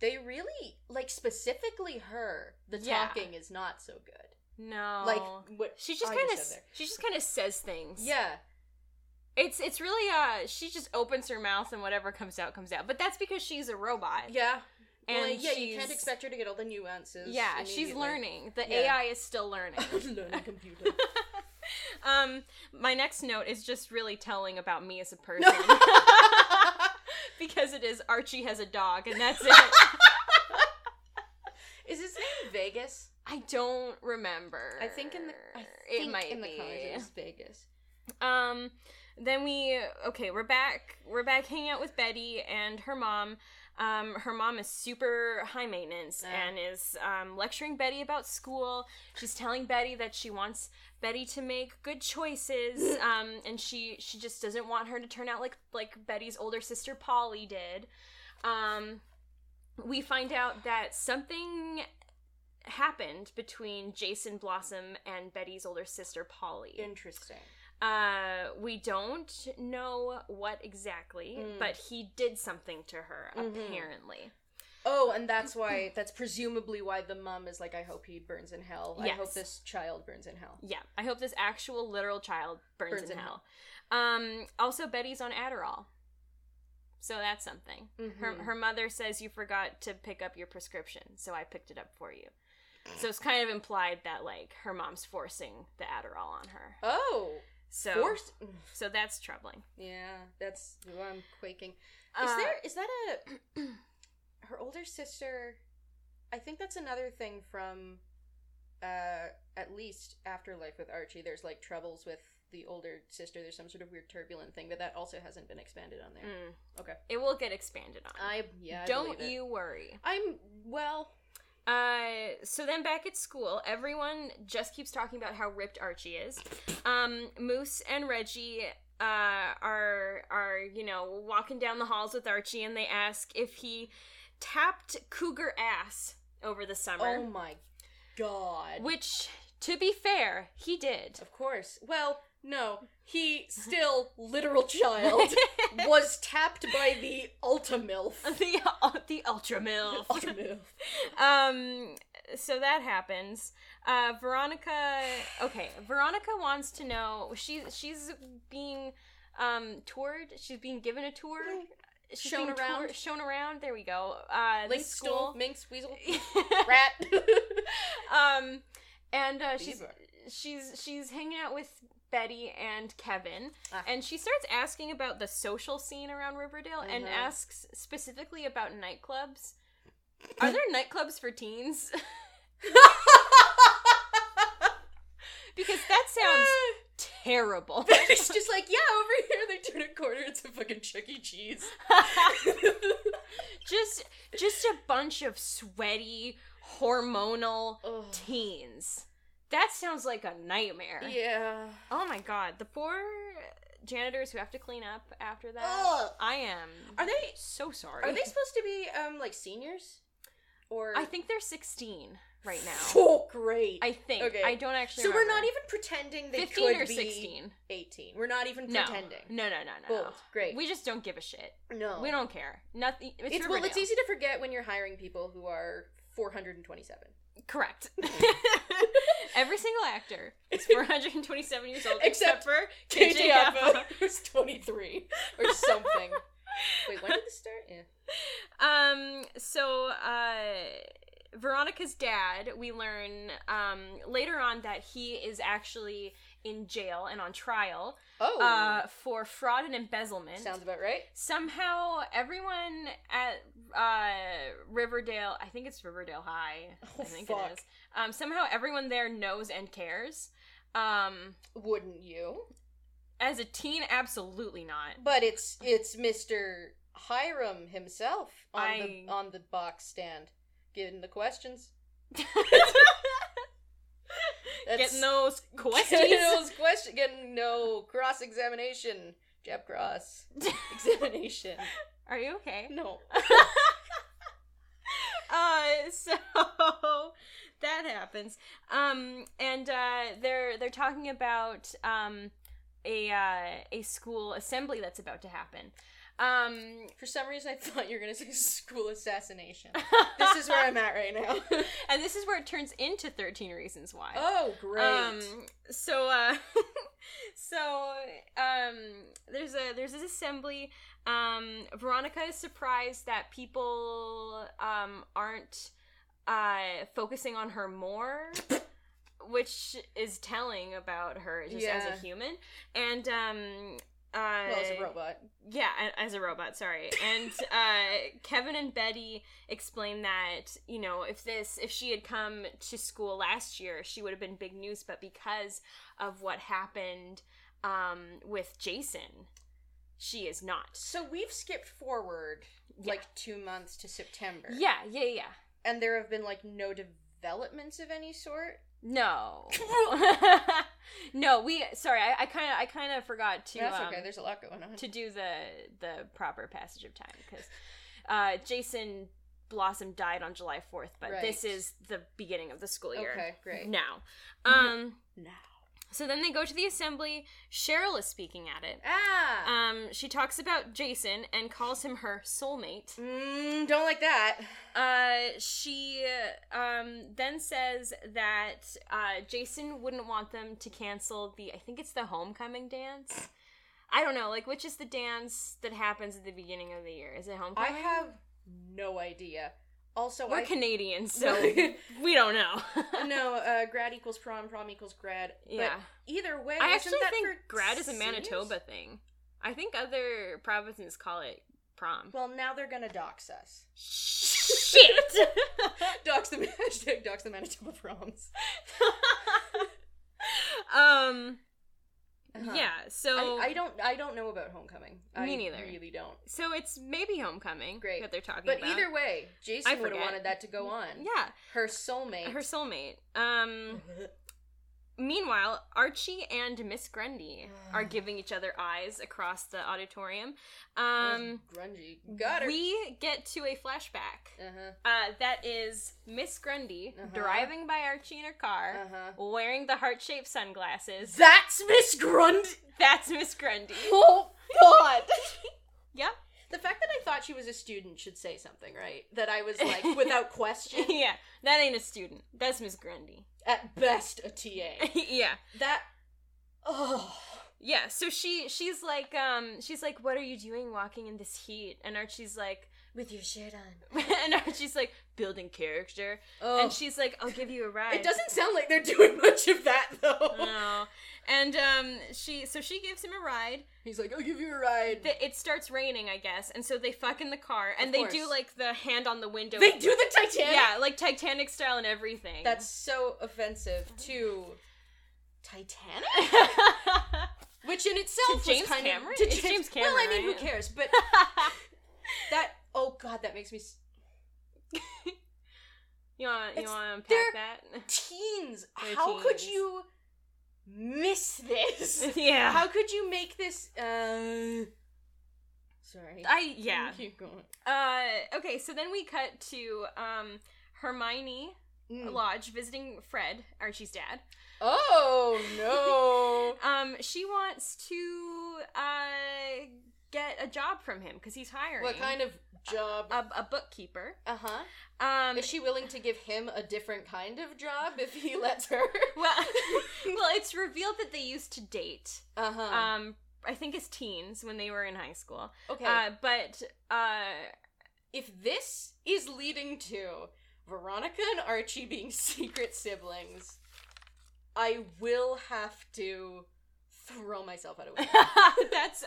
Speaker 2: they really like specifically her. The
Speaker 1: Yeah.
Speaker 2: talking is not so good.
Speaker 1: no.
Speaker 2: Like what
Speaker 1: She just
Speaker 2: Oh, I
Speaker 1: kind of
Speaker 2: said there.
Speaker 1: she just kind of says things.
Speaker 2: Yeah.
Speaker 1: it's it's really uh she just opens her mouth and whatever comes out comes out. But that's because she's a robot.
Speaker 2: Yeah.
Speaker 1: And
Speaker 2: well, yeah, you can't
Speaker 1: she's-
Speaker 2: expect her to get all the nuances.
Speaker 1: Yeah, she's
Speaker 2: immediately.
Speaker 1: learning. The
Speaker 2: Yeah.
Speaker 1: AI is still learning.
Speaker 2: [LAUGHS] learning
Speaker 1: [LAUGHS]
Speaker 2: computer.
Speaker 1: um, my next note is just really telling about me as a person
Speaker 2: [LAUGHS]
Speaker 1: because it is Archie has a dog and that's it.
Speaker 2: [LAUGHS] Is his name Vegas? Er,
Speaker 1: I don't remember.
Speaker 2: I think in the I
Speaker 1: it
Speaker 2: think
Speaker 1: might
Speaker 2: in the
Speaker 1: be.
Speaker 2: comics it was Vegas.
Speaker 1: Um, then we okay, we're back. We're back hanging out with Betty and her mom. Um, her mom is super high maintenance
Speaker 2: Ah.
Speaker 1: and is um, lecturing Betty about school. She's telling Betty that she wants Betty to make good choices, um, and she she just doesn't want her to turn out like like Betty's older sister Polly did. Um, we find out that something happened between Jason Blossom and Betty's older sister Polly.
Speaker 2: Interesting.
Speaker 1: Uh, we don't know what exactly,
Speaker 2: Mm.
Speaker 1: but he did something to her,
Speaker 2: Mhm.
Speaker 1: apparently.
Speaker 2: Oh, and
Speaker 1: [CLEARS THROAT]
Speaker 2: that's why that's presumably why the mum is like, I hope he burns in hell. I hope
Speaker 1: Yes.
Speaker 2: this child burns in hell.
Speaker 1: Yeah, I hope this actual literal child burns, in, hell. Um, also, Betty's on Adderall. So that's something. Her,
Speaker 2: Mm-hmm.
Speaker 1: her mother says you forgot to pick up your prescription, so I picked it up for you. So it's kind of implied that like her mom's forcing the Adderall on her.
Speaker 2: Oh,
Speaker 1: So
Speaker 2: forced.
Speaker 1: so that's troubling.
Speaker 2: Yeah, that's well, I'm quaking. Is
Speaker 1: Uh,
Speaker 2: there is that a [CLEARS THROAT] her older sister? I think that's another thing from, uh, at least afterlife with Archie. There's like troubles with the older sister. There's some sort of weird turbulent thing, but that also hasn't been expanded on there.
Speaker 1: Mm.
Speaker 2: Okay.
Speaker 1: It will get expanded on.
Speaker 2: I yeah. I
Speaker 1: Don't
Speaker 2: believe it.
Speaker 1: you worry.
Speaker 2: I'm well.
Speaker 1: Uh, so then back at school, everyone just keeps talking about how ripped Archie is. Um, Moose and Reggie uh, are are you know walking down the halls with Archie, and they ask if he tapped cougar ass over the
Speaker 2: Oh
Speaker 1: summer,
Speaker 2: my god.
Speaker 1: which. To be fair, he did.
Speaker 2: Of course. Well, no, he still literal [LAUGHS] child was tapped by the [LAUGHS] Ultimilf.
Speaker 1: the uh, the ultra milf.
Speaker 2: Ultimilf.
Speaker 1: um so that happens uh veronica okay veronica wants to know she she's being um toured she's being given a tour she's
Speaker 2: Shown
Speaker 1: being
Speaker 2: around.
Speaker 1: tour- shown around there we go uh the
Speaker 2: Link, stool,
Speaker 1: school
Speaker 2: minx, [LAUGHS] weasel, rat.
Speaker 1: [LAUGHS] um and uh she's
Speaker 2: Beaver.
Speaker 1: she's she's hanging out with betty and kevin
Speaker 2: Ah.
Speaker 1: and she starts asking about the social scene around riverdale and
Speaker 2: Mhm.
Speaker 1: asks specifically about nightclubs are there nightclubs
Speaker 2: [LAUGHS]
Speaker 1: for teens because that
Speaker 2: [LAUGHS]
Speaker 1: sounds terrible.
Speaker 2: It's just like, yeah, over here they turn a corner, it's a fucking Chuck E. [LAUGHS] Cheese.
Speaker 1: just just a bunch of sweaty hormonal
Speaker 2: Ugh.
Speaker 1: teens. That sounds like a nightmare.
Speaker 2: Yeah.
Speaker 1: Oh my god, the poor janitors who have to clean up after that.
Speaker 2: Ugh.
Speaker 1: I am
Speaker 2: Are they
Speaker 1: so sorry.
Speaker 2: are they supposed to be um like seniors? Or
Speaker 1: I think they're 16 right now.
Speaker 2: Oh great.
Speaker 1: I think.
Speaker 2: Okay.
Speaker 1: I don't actually
Speaker 2: so we're
Speaker 1: remember.
Speaker 2: not even pretending they
Speaker 1: 15
Speaker 2: could
Speaker 1: or
Speaker 2: be
Speaker 1: 16.
Speaker 2: 18. We're not even
Speaker 1: No.
Speaker 2: pretending.
Speaker 1: No, no, no, no.
Speaker 2: Bold. Great.
Speaker 1: We just don't give a shit.
Speaker 2: no.
Speaker 1: We don't care. Nothing. It's,
Speaker 2: It's, well, it's
Speaker 1: Riverdale.
Speaker 2: easy to forget when you're hiring people who are
Speaker 1: [LAUGHS]
Speaker 2: 427. [LAUGHS]
Speaker 1: Correct. Every single actor is 427 years old,
Speaker 2: Except
Speaker 1: except, for KJ Apa.
Speaker 2: who's 23 [LAUGHS] or something. Wait, when did this start? Yeah.
Speaker 1: Um, so uh, Veronica's dad, we learn um, later on that he is actually in jail and on trial
Speaker 2: Oh,
Speaker 1: uh, for fraud and embezzlement.
Speaker 2: sounds about right.
Speaker 1: Somehow, everyone at uh, Riverdale, I think it's Riverdale High, I
Speaker 2: Oh,
Speaker 1: think
Speaker 2: fuck.
Speaker 1: it is. Um, somehow, everyone there knows and cares. Um,
Speaker 2: Wouldn't you?
Speaker 1: As a teen,
Speaker 2: [LAUGHS]
Speaker 1: absolutely not. [LAUGHS]
Speaker 2: But it's it's Mr. Hiram himself on
Speaker 1: I-
Speaker 2: the on the box stand getting the questions.
Speaker 1: Getting those
Speaker 2: [LAUGHS] Getting
Speaker 1: questions.
Speaker 2: those question, getting no cross examination, jab
Speaker 1: [LAUGHS]
Speaker 2: cross examination.
Speaker 1: Are you okay?
Speaker 2: No,
Speaker 1: uh, [LAUGHS] so that happens. Um, and uh, they're they're talking about um, a uh, a school assembly that's about to happen. Um, [LAUGHS]
Speaker 2: for some reason I [LAUGHS] thought you were gonna say school assassination. this is where I'm at right
Speaker 1: [LAUGHS]
Speaker 2: now.
Speaker 1: and this is where it turns into Thirteen Reasons Why.
Speaker 2: oh, great!
Speaker 1: Um, so, uh, [LAUGHS] so, um, there's a, there's this assembly, um, Veronica is surprised that people, um, aren't, uh, focusing on
Speaker 2: [LAUGHS]
Speaker 1: her more, which is telling about her just as
Speaker 2: Yeah.
Speaker 1: a human, and, um, uh,
Speaker 2: well, as a robot.
Speaker 1: yeah, a- as a robot, sorry. [LAUGHS] And uh, Kevin and Betty explain that, you know, if this, if she had come to school last year, she would have been big news, but because of what happened um, with Jason, she is not.
Speaker 2: So we've skipped forward
Speaker 1: Yeah.
Speaker 2: like two months to September.
Speaker 1: Yeah, yeah, yeah.
Speaker 2: and there have been like no developments of any sort.
Speaker 1: [LAUGHS] No. no, we, sorry, I kind of, I kind of forgot to.
Speaker 2: That's
Speaker 1: um,
Speaker 2: okay. There's a lot going on.
Speaker 1: to do the the proper passage of time because uh, Jason Blossom died on July fourth, but this
Speaker 2: Right.
Speaker 1: is the beginning of the school year.
Speaker 2: Okay, Mm-hmm. great.
Speaker 1: Now, um,
Speaker 2: Now.
Speaker 1: so then they go to the assembly. Cheryl is speaking at it.
Speaker 2: Ah.
Speaker 1: Um, she talks about Jason and calls him her soulmate.
Speaker 2: Mm, don't like that.
Speaker 1: Uh, she um, then says that uh, Jason wouldn't want them to cancel the, I think it's the homecoming dance. I don't know, like, which is the dance that happens at the beginning of the year? Is it
Speaker 2: I
Speaker 1: homecoming?
Speaker 2: have no idea. Also,
Speaker 1: We're
Speaker 2: I
Speaker 1: Canadian, so [LAUGHS] we
Speaker 2: [LAUGHS]
Speaker 1: don't know.
Speaker 2: no. Uh, grad equals prom. Prom equals grad.
Speaker 1: [LAUGHS] yeah.
Speaker 2: But either way,
Speaker 1: I
Speaker 2: isn't
Speaker 1: actually
Speaker 2: that
Speaker 1: think
Speaker 2: for
Speaker 1: grad is a
Speaker 2: seniors?
Speaker 1: Manitoba thing. I think other provinces call it prom.
Speaker 2: Well, now they're gonna dox us.
Speaker 1: Shit!
Speaker 2: [LAUGHS]
Speaker 1: [LAUGHS]
Speaker 2: dox the hashtag dox the Manitoba [LAUGHS] proms.
Speaker 1: um,
Speaker 2: Uh-huh.
Speaker 1: yeah, so.
Speaker 2: I, I don't. I don't know about homecoming.
Speaker 1: Me
Speaker 2: I
Speaker 1: neither.
Speaker 2: Really don't.
Speaker 1: So it's maybe homecoming
Speaker 2: Great.
Speaker 1: that they're talking
Speaker 2: But
Speaker 1: about.
Speaker 2: either way,
Speaker 1: I
Speaker 2: Jason would have
Speaker 1: forget. Mm,
Speaker 2: wanted that to go on.
Speaker 1: yeah,
Speaker 2: Her soulmate. [LAUGHS]
Speaker 1: her soulmate. Um. Meanwhile, Archie and Miss Grundy
Speaker 2: [SIGHS]
Speaker 1: are giving each other eyes across the auditorium. Um.
Speaker 2: grungy. Got her.
Speaker 1: We get to a flashback.
Speaker 2: uh-huh.
Speaker 1: Uh, that is Miss Grundy
Speaker 2: Uh-huh.
Speaker 1: driving by Archie in her car,
Speaker 2: Uh-huh.
Speaker 1: wearing the heart-shaped sunglasses. [LAUGHS]
Speaker 2: That's Miss Grundy.
Speaker 1: That's Miss Grundy.
Speaker 2: [LAUGHS] Oh [LAUGHS] God.
Speaker 1: Yep. [LAUGHS]
Speaker 2: the fact that I thought she was a student should say something, right? That I
Speaker 1: [LAUGHS]
Speaker 2: was like, without question,
Speaker 1: yeah, that ain't a student. That's Miss Grundy. [LAUGHS]
Speaker 2: at best a TA.
Speaker 1: yeah.
Speaker 2: That. Oh.
Speaker 1: Yeah, so she she's like um she's like what are you doing walking in this heat? And Archie's like
Speaker 2: With your shirt on.
Speaker 1: [LAUGHS] and Archie's like building character.
Speaker 2: Oh.
Speaker 1: And she's like I'll give you a
Speaker 2: [LAUGHS]
Speaker 1: ride.
Speaker 2: it doesn't sound like they're [LAUGHS] doing much of that though.
Speaker 1: No. And um she so she gives him a ride.
Speaker 2: He's like, I'll give you a ride.
Speaker 1: The, it starts raining, I guess. And so they fuck in the car and
Speaker 2: Of
Speaker 1: they
Speaker 2: course.
Speaker 1: do like the hand on the window.
Speaker 2: They do the Titanic.
Speaker 1: Yeah, like Titanic style and everything.
Speaker 2: That's so offensive to Titanic. Which in itself
Speaker 1: James
Speaker 2: was kind
Speaker 1: Cameron?
Speaker 2: of to
Speaker 1: It's James Cameron,
Speaker 2: Well, I mean,
Speaker 1: right?
Speaker 2: who cares?
Speaker 1: [LAUGHS]
Speaker 2: But that oh god, that makes me. s-
Speaker 1: [LAUGHS] you want you
Speaker 2: It's-
Speaker 1: want to unpack
Speaker 2: they're-
Speaker 1: that? [LAUGHS]
Speaker 2: Teens,
Speaker 1: They're
Speaker 2: how could
Speaker 1: teens.
Speaker 2: you miss this?
Speaker 1: [LAUGHS] yeah.
Speaker 2: how could you make this? Uh, sorry,
Speaker 1: I yeah.
Speaker 2: Keep going.
Speaker 1: Uh, okay, so then we cut to um, Hermione
Speaker 2: Mm.
Speaker 1: Lodge visiting Fred, Archie's dad.
Speaker 2: Oh
Speaker 1: [LAUGHS]
Speaker 2: no!
Speaker 1: Um, she wants to uh, get a job from him because he's hiring
Speaker 2: what kind of job?
Speaker 1: a, a bookkeeper.
Speaker 2: Uh huh.
Speaker 1: Um,
Speaker 2: Is she willing to give him a different kind of job if he [LAUGHS] lets
Speaker 1: [LAUGHS]
Speaker 2: her?
Speaker 1: [LAUGHS] well, well, it's revealed that they used to date.
Speaker 2: Uh huh.
Speaker 1: Um, I think as teens when they were in high school.
Speaker 2: okay.
Speaker 1: Uh, but uh,
Speaker 2: [LAUGHS]
Speaker 1: [LAUGHS]
Speaker 2: if this is leading to Veronica and Archie being [LAUGHS] secret siblings, I will have to throw myself out of
Speaker 1: [LAUGHS]
Speaker 2: window.
Speaker 1: that's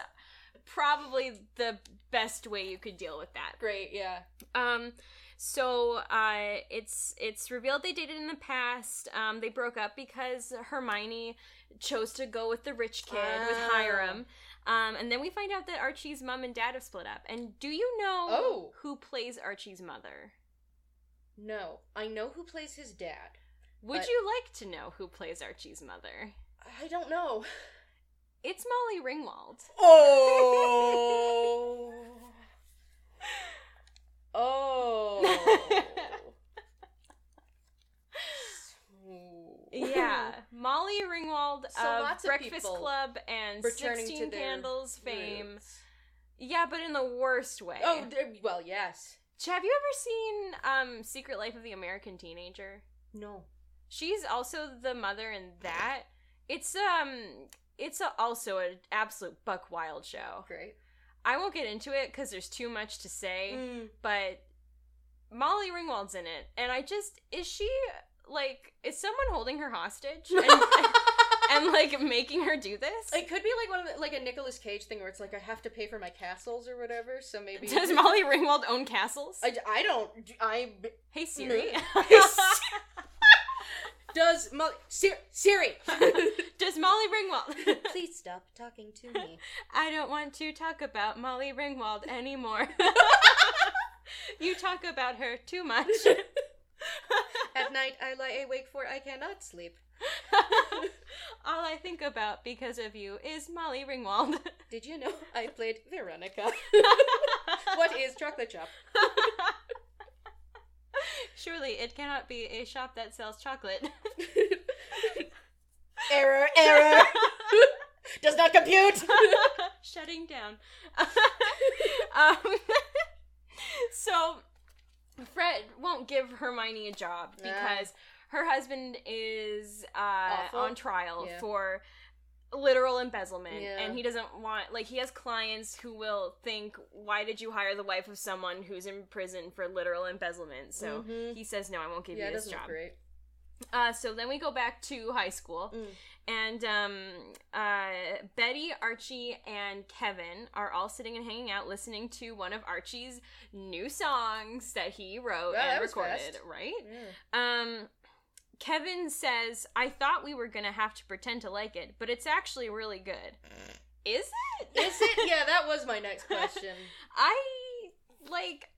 Speaker 1: probably the best way you could deal with that.
Speaker 2: Great, yeah.
Speaker 1: Um, So uh, it's it's revealed they dated in the past. Um, they broke up because Hermione chose to go with the rich kid with
Speaker 2: Oh.
Speaker 1: Hiram. Um, and then we find out that Archie's mom and dad have split up. And do you know
Speaker 2: Oh.
Speaker 1: who plays Archie's mother?
Speaker 2: No, I know who plays his dad.
Speaker 1: Would
Speaker 2: But-
Speaker 1: you like to know who plays Archie's mother?
Speaker 2: I don't know.
Speaker 1: It's Molly Ringwald.
Speaker 2: [LAUGHS] Oh. oh.
Speaker 1: [LAUGHS] Yeah, Molly Ringwald
Speaker 2: So
Speaker 1: of
Speaker 2: lots of
Speaker 1: Breakfast
Speaker 2: people
Speaker 1: Club and
Speaker 2: returning to
Speaker 1: Sixteen
Speaker 2: their
Speaker 1: Candles fame.
Speaker 2: Roots.
Speaker 1: Yeah, but in the worst way.
Speaker 2: Oh, d- well, yes.
Speaker 1: Ch- have you ever seen um, Secret Life of the American Teenager?
Speaker 2: No.
Speaker 1: She's also the mother in that. It's um, it's a, also an absolute buck wild show.
Speaker 2: Great.
Speaker 1: I won't get into it because there's too much to say.
Speaker 2: Mm.
Speaker 1: but Molly Ringwald's in it, and I just is she like is someone holding her hostage and, and like making her do this?
Speaker 2: it could be like one of the, like a Nicolas Cage thing where it's like I have to pay for my castles or whatever. So maybe [LAUGHS]
Speaker 1: Does Molly Ringwald own castles?
Speaker 2: I, I don't I
Speaker 1: hey Siri,
Speaker 2: does Molly Siri,
Speaker 1: [LAUGHS]
Speaker 2: Siri
Speaker 1: does Molly Ringwald? [LAUGHS]
Speaker 2: please stop talking to me.
Speaker 1: I don't want to talk about Molly Ringwald anymore. you talk about her too much.
Speaker 2: At night I lie awake for I cannot sleep.
Speaker 1: All I think about because of you is Molly Ringwald. [LAUGHS]
Speaker 2: Did you know I played Veronica? [LAUGHS] what is chocolate shop?
Speaker 1: Surely it cannot be a shop that sells chocolate.
Speaker 2: error, [LAUGHS] error. Does not compute.
Speaker 1: [LAUGHS] Shutting down. um, [LAUGHS] so Fred won't give Hermione a job
Speaker 2: Ah.
Speaker 1: because her husband is uh,
Speaker 2: Awful?
Speaker 1: on trial
Speaker 2: Yeah.
Speaker 1: for literal embezzlement
Speaker 2: Yeah.
Speaker 1: and he doesn't want like he has clients who will think why did you hire the wife of someone who's in prison for literal embezzlement so
Speaker 2: Mhm.
Speaker 1: he says no i won't give
Speaker 2: yeah, it
Speaker 1: you this
Speaker 2: doesn't look
Speaker 1: job
Speaker 2: great.
Speaker 1: uh, so then we go back to high school,
Speaker 2: Mm.
Speaker 1: and um, uh, Betty, Archie, and Kevin are all sitting and hanging out, listening to one of Archie's new songs that he wrote
Speaker 2: Wow,
Speaker 1: and
Speaker 2: Oh, that was
Speaker 1: recorded.
Speaker 2: fast.
Speaker 1: Right? Um, Kevin says, "I thought we were gonna have to pretend to like it, but it's actually really good." Is it?
Speaker 2: Is it? Yeah, that was my next question.
Speaker 1: I like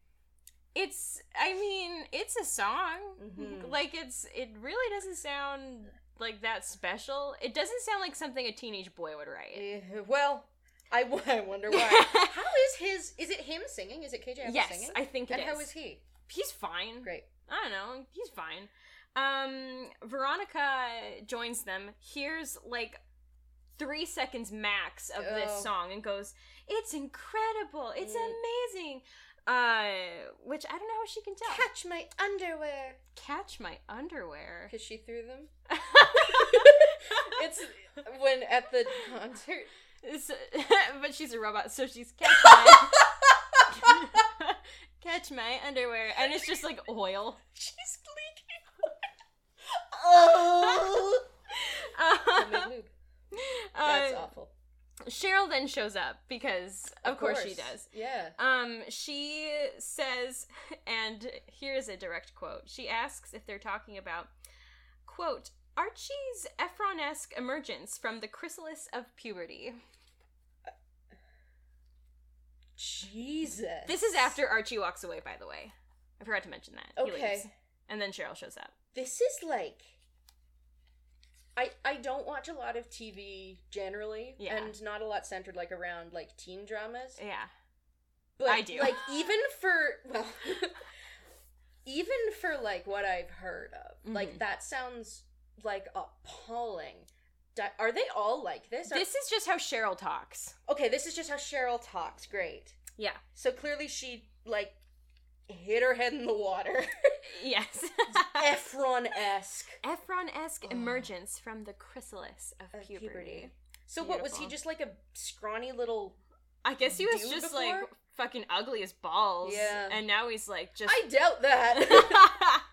Speaker 1: it's I mean, it's a song.
Speaker 2: Mhm.
Speaker 1: Like it's it really doesn't sound like that special. It doesn't sound like something a teenage boy would write.
Speaker 2: [LAUGHS] Eh, well, I, w- I wonder
Speaker 1: [LAUGHS]
Speaker 2: why. [LAUGHS] How is his? Is it him singing? Is it KJ Apple
Speaker 1: yes,
Speaker 2: singing?
Speaker 1: I think it
Speaker 2: and
Speaker 1: is.
Speaker 2: how is he?
Speaker 1: He's fine.
Speaker 2: Great.
Speaker 1: I don't know. He's fine. Um Veronica joins them, hears like three seconds max of
Speaker 2: Oh.
Speaker 1: this song and goes, It's incredible. It's
Speaker 2: Mm.
Speaker 1: amazing. Uh which I don't know how she can tell.
Speaker 2: Catch my underwear
Speaker 1: catch my underwear. [LAUGHS]
Speaker 2: because she threw [LAUGHS] them. It's when at the concert.
Speaker 1: It's- [LAUGHS] but she's a robot, so she's catch my [LAUGHS] catch my underwear, and it's just like oil.
Speaker 2: She's leaking. [LAUGHS] oh, I
Speaker 1: Uh, [LAUGHS]
Speaker 2: made lube. That's
Speaker 1: uh,
Speaker 2: awful.
Speaker 1: Cheryl then shows up because, of, course, she does.
Speaker 2: Yeah.
Speaker 1: Um, she says, and here's a direct quote. She asks if they're talking about quote Archie's Efron-esque emergence from the chrysalis of puberty.
Speaker 2: Jesus.
Speaker 1: This is after Archie walks away, by the way. I forgot to mention that. He
Speaker 2: Okay.
Speaker 1: leaves. And then Cheryl shows up.
Speaker 2: This is like. I, I don't watch a lot of TV generally,
Speaker 1: Yeah.
Speaker 2: and not a lot centered like around like teen dramas.
Speaker 1: Yeah.
Speaker 2: But
Speaker 1: I do. [LAUGHS]
Speaker 2: like even for well, [LAUGHS] even for like what I've heard of,
Speaker 1: Mhm.
Speaker 2: like that sounds like appalling. Di- Are they all like this? Are-
Speaker 1: This is just how Cheryl talks.
Speaker 2: okay, this is just how Cheryl talks. Great.
Speaker 1: Yeah.
Speaker 2: So clearly she like hit her head in the water. [LAUGHS]
Speaker 1: Yes. [LAUGHS]
Speaker 2: Efron esque.
Speaker 1: Efron esque
Speaker 2: Ugh.
Speaker 1: emergence from the chrysalis
Speaker 2: [LAUGHS]
Speaker 1: of,
Speaker 2: of
Speaker 1: puberty.
Speaker 2: puberty. So what was he
Speaker 1: Beautiful.
Speaker 2: just like a scrawny [LAUGHS] little?
Speaker 1: I guess he was
Speaker 2: Dude
Speaker 1: just
Speaker 2: before?
Speaker 1: like fucking ugly as balls.
Speaker 2: Yeah.
Speaker 1: And now he's like just.
Speaker 2: [LAUGHS]
Speaker 1: [LAUGHS]
Speaker 2: I doubt that.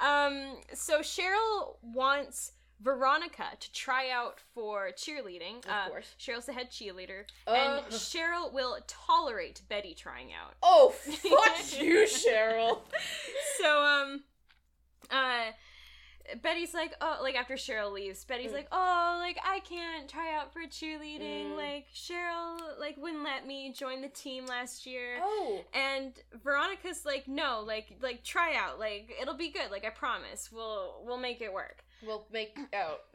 Speaker 1: um, so Cheryl wants Veronica to try out for cheerleading.
Speaker 2: Of
Speaker 1: Uh,
Speaker 2: course.
Speaker 1: Cheryl's the head cheerleader,
Speaker 2: Ugh.
Speaker 1: and Cheryl will tolerate Betty trying out.
Speaker 2: Oh, fuck [LAUGHS] you, Cheryl.
Speaker 1: So um, uh. Betty's like, oh, like after Cheryl leaves, Betty's
Speaker 2: Mm.
Speaker 1: like, oh, like I can't try out for cheerleading.
Speaker 2: Mm.
Speaker 1: Like Cheryl, like wouldn't let me join the team last year.
Speaker 2: Oh.
Speaker 1: And Veronica's like, no, like like try out, like it'll be good, like I promise, we'll we'll make
Speaker 2: [LAUGHS]
Speaker 1: it work.
Speaker 2: We'll make out. [LAUGHS]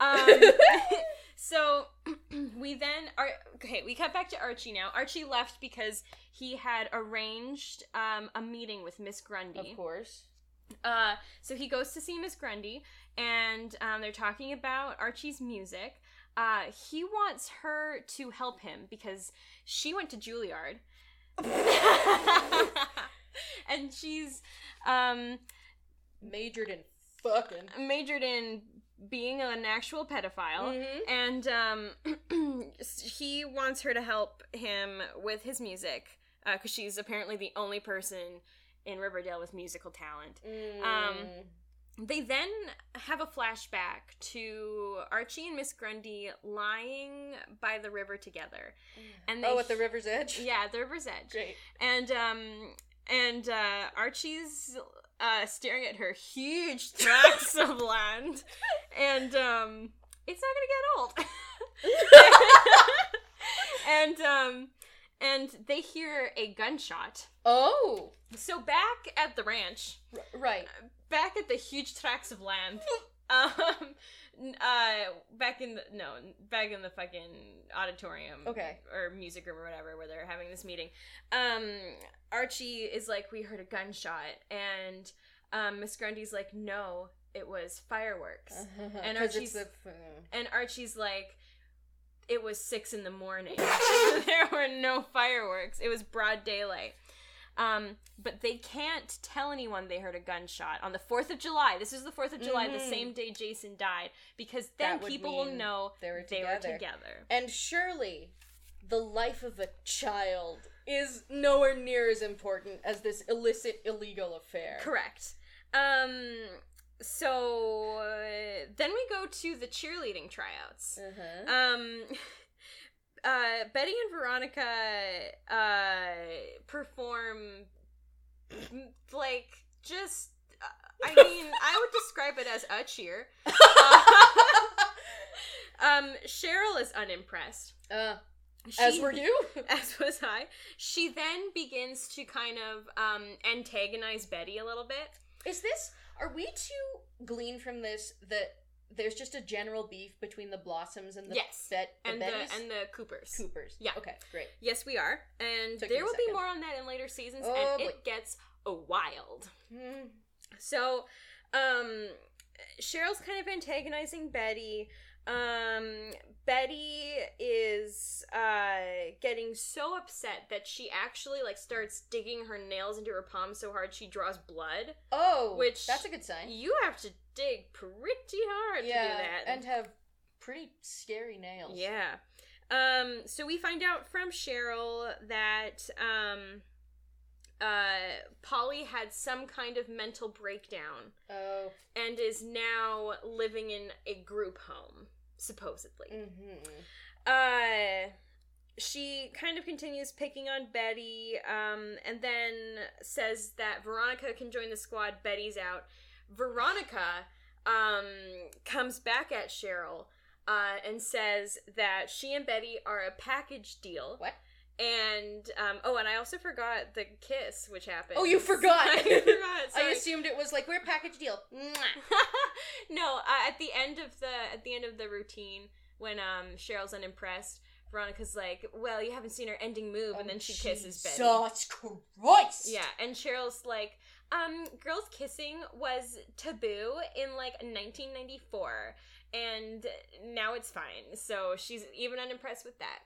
Speaker 1: um, so [CLEARS THROAT] we then are okay. We cut back to Archie now. Archie left because he had arranged um, a meeting with Miss Grundy.
Speaker 2: of course.
Speaker 1: Uh, so he goes to see Miss Grundy, and um, they're talking about Archie's music. Uh, he wants her to help him because she went to Juilliard. [LAUGHS] and she's um,
Speaker 2: Majored in fucking.
Speaker 1: majored in being an actual pedophile.
Speaker 2: Mhm.
Speaker 1: And um, [CLEARS THROAT] he wants her to help him with his music because she's apparently the only person in Riverdale with musical talent.
Speaker 2: Mm-hmm.
Speaker 1: Um, They then have a flashback to Archie and Miss Grundy lying by the river together. and
Speaker 2: oh,
Speaker 1: they-
Speaker 2: at the river's [LAUGHS] edge.
Speaker 1: Yeah, at the river's edge.
Speaker 2: Great.
Speaker 1: and um and uh archie's uh staring at her huge
Speaker 2: [LAUGHS]
Speaker 1: tracts of land and um it's not gonna get
Speaker 2: [LAUGHS]
Speaker 1: old and um and they hear a gunshot
Speaker 2: oh.
Speaker 1: so back at the ranch
Speaker 2: R- right.
Speaker 1: back at the huge tracts of land [LAUGHS] um n- uh back in the no back in the fucking auditorium
Speaker 2: Okay.
Speaker 1: or music room or whatever where they're having this meeting um archie is like we heard a gunshot and um miss grundy's like no it was fireworks
Speaker 2: Uh-huh. And
Speaker 1: Archie's-
Speaker 2: Archie's the,
Speaker 1: and archie's like it was six in the morning [LAUGHS] there were no fireworks it was broad daylight um, but they can't tell anyone they heard a gunshot on the 4th of July. This is the 4th of July, the
Speaker 2: Mhm.
Speaker 1: same day Jason died, because then
Speaker 2: That would
Speaker 1: people will
Speaker 2: mean
Speaker 1: know
Speaker 2: they were
Speaker 1: they
Speaker 2: together.
Speaker 1: were together.
Speaker 2: And surely, the life of a child is nowhere near as important as this illicit, illegal affair.
Speaker 1: Correct. Um, so uh, then we go to the cheerleading tryouts.
Speaker 2: Uh-huh.
Speaker 1: Um, [LAUGHS] uh, Betty and Veronica uh, perform m- like just. uh,
Speaker 2: [LAUGHS]
Speaker 1: I mean, I would describe it as a cheer. Uh, [LAUGHS] Um, Cheryl is unimpressed.
Speaker 2: uh,
Speaker 1: She,
Speaker 2: as
Speaker 1: [LAUGHS]
Speaker 2: were you?
Speaker 1: as was I. She then begins to kind of um, antagonize Betty a little bit.
Speaker 2: Is this. Are we to glean from this that there's just a general beef between the Blossoms and the
Speaker 1: Yes.
Speaker 2: Bet, the
Speaker 1: and
Speaker 2: Bettys?
Speaker 1: the and the Coopers.
Speaker 2: Coopers?
Speaker 1: Yeah.
Speaker 2: Okay, great.
Speaker 1: Yes, we are, and
Speaker 2: Took me
Speaker 1: there
Speaker 2: a
Speaker 1: will be
Speaker 2: second.
Speaker 1: more on that in later seasons,
Speaker 2: Oh,
Speaker 1: and it gets a wild.
Speaker 2: Hmm.
Speaker 1: So, um, Cheryl's kind of antagonizing Betty. Um, Betty is uh, getting so upset that she actually like starts digging her nails into her palm so hard she draws blood.
Speaker 2: Oh,
Speaker 1: Which-
Speaker 2: that's a good sign.
Speaker 1: You have to dig pretty hard to do that.
Speaker 2: and have pretty scary nails.
Speaker 1: Yeah. Um, so we find out from Cheryl that um, uh, Polly had some kind of mental breakdown
Speaker 2: Oh.
Speaker 1: and is now living in a group home, supposedly.
Speaker 2: Mm-hmm.
Speaker 1: Uh, she kind of continues picking on Betty um, and then says that Veronica can join the squad, Betty's out. Veronica um, comes back at Cheryl uh, and says that she and Betty are a package deal.
Speaker 2: What?
Speaker 1: And um, oh, and I also forgot the kiss, which happened.
Speaker 2: Oh, you forgot.
Speaker 1: [LAUGHS] I
Speaker 2: [LAUGHS]
Speaker 1: forgot.
Speaker 2: I
Speaker 1: sorry.
Speaker 2: assumed it was like we're a package deal. Mwah.
Speaker 1: [LAUGHS] no, uh, at the end of the at the end of the routine, when um Cheryl's unimpressed, Veronica's like, "Well, you haven't seen her ending move," and then she kisses Betty.
Speaker 2: Oh, Jesus Christ!
Speaker 1: Yeah, and Cheryl's like, "Um, girls kissing was taboo in like 1994, and now it's fine." So she's even unimpressed with that.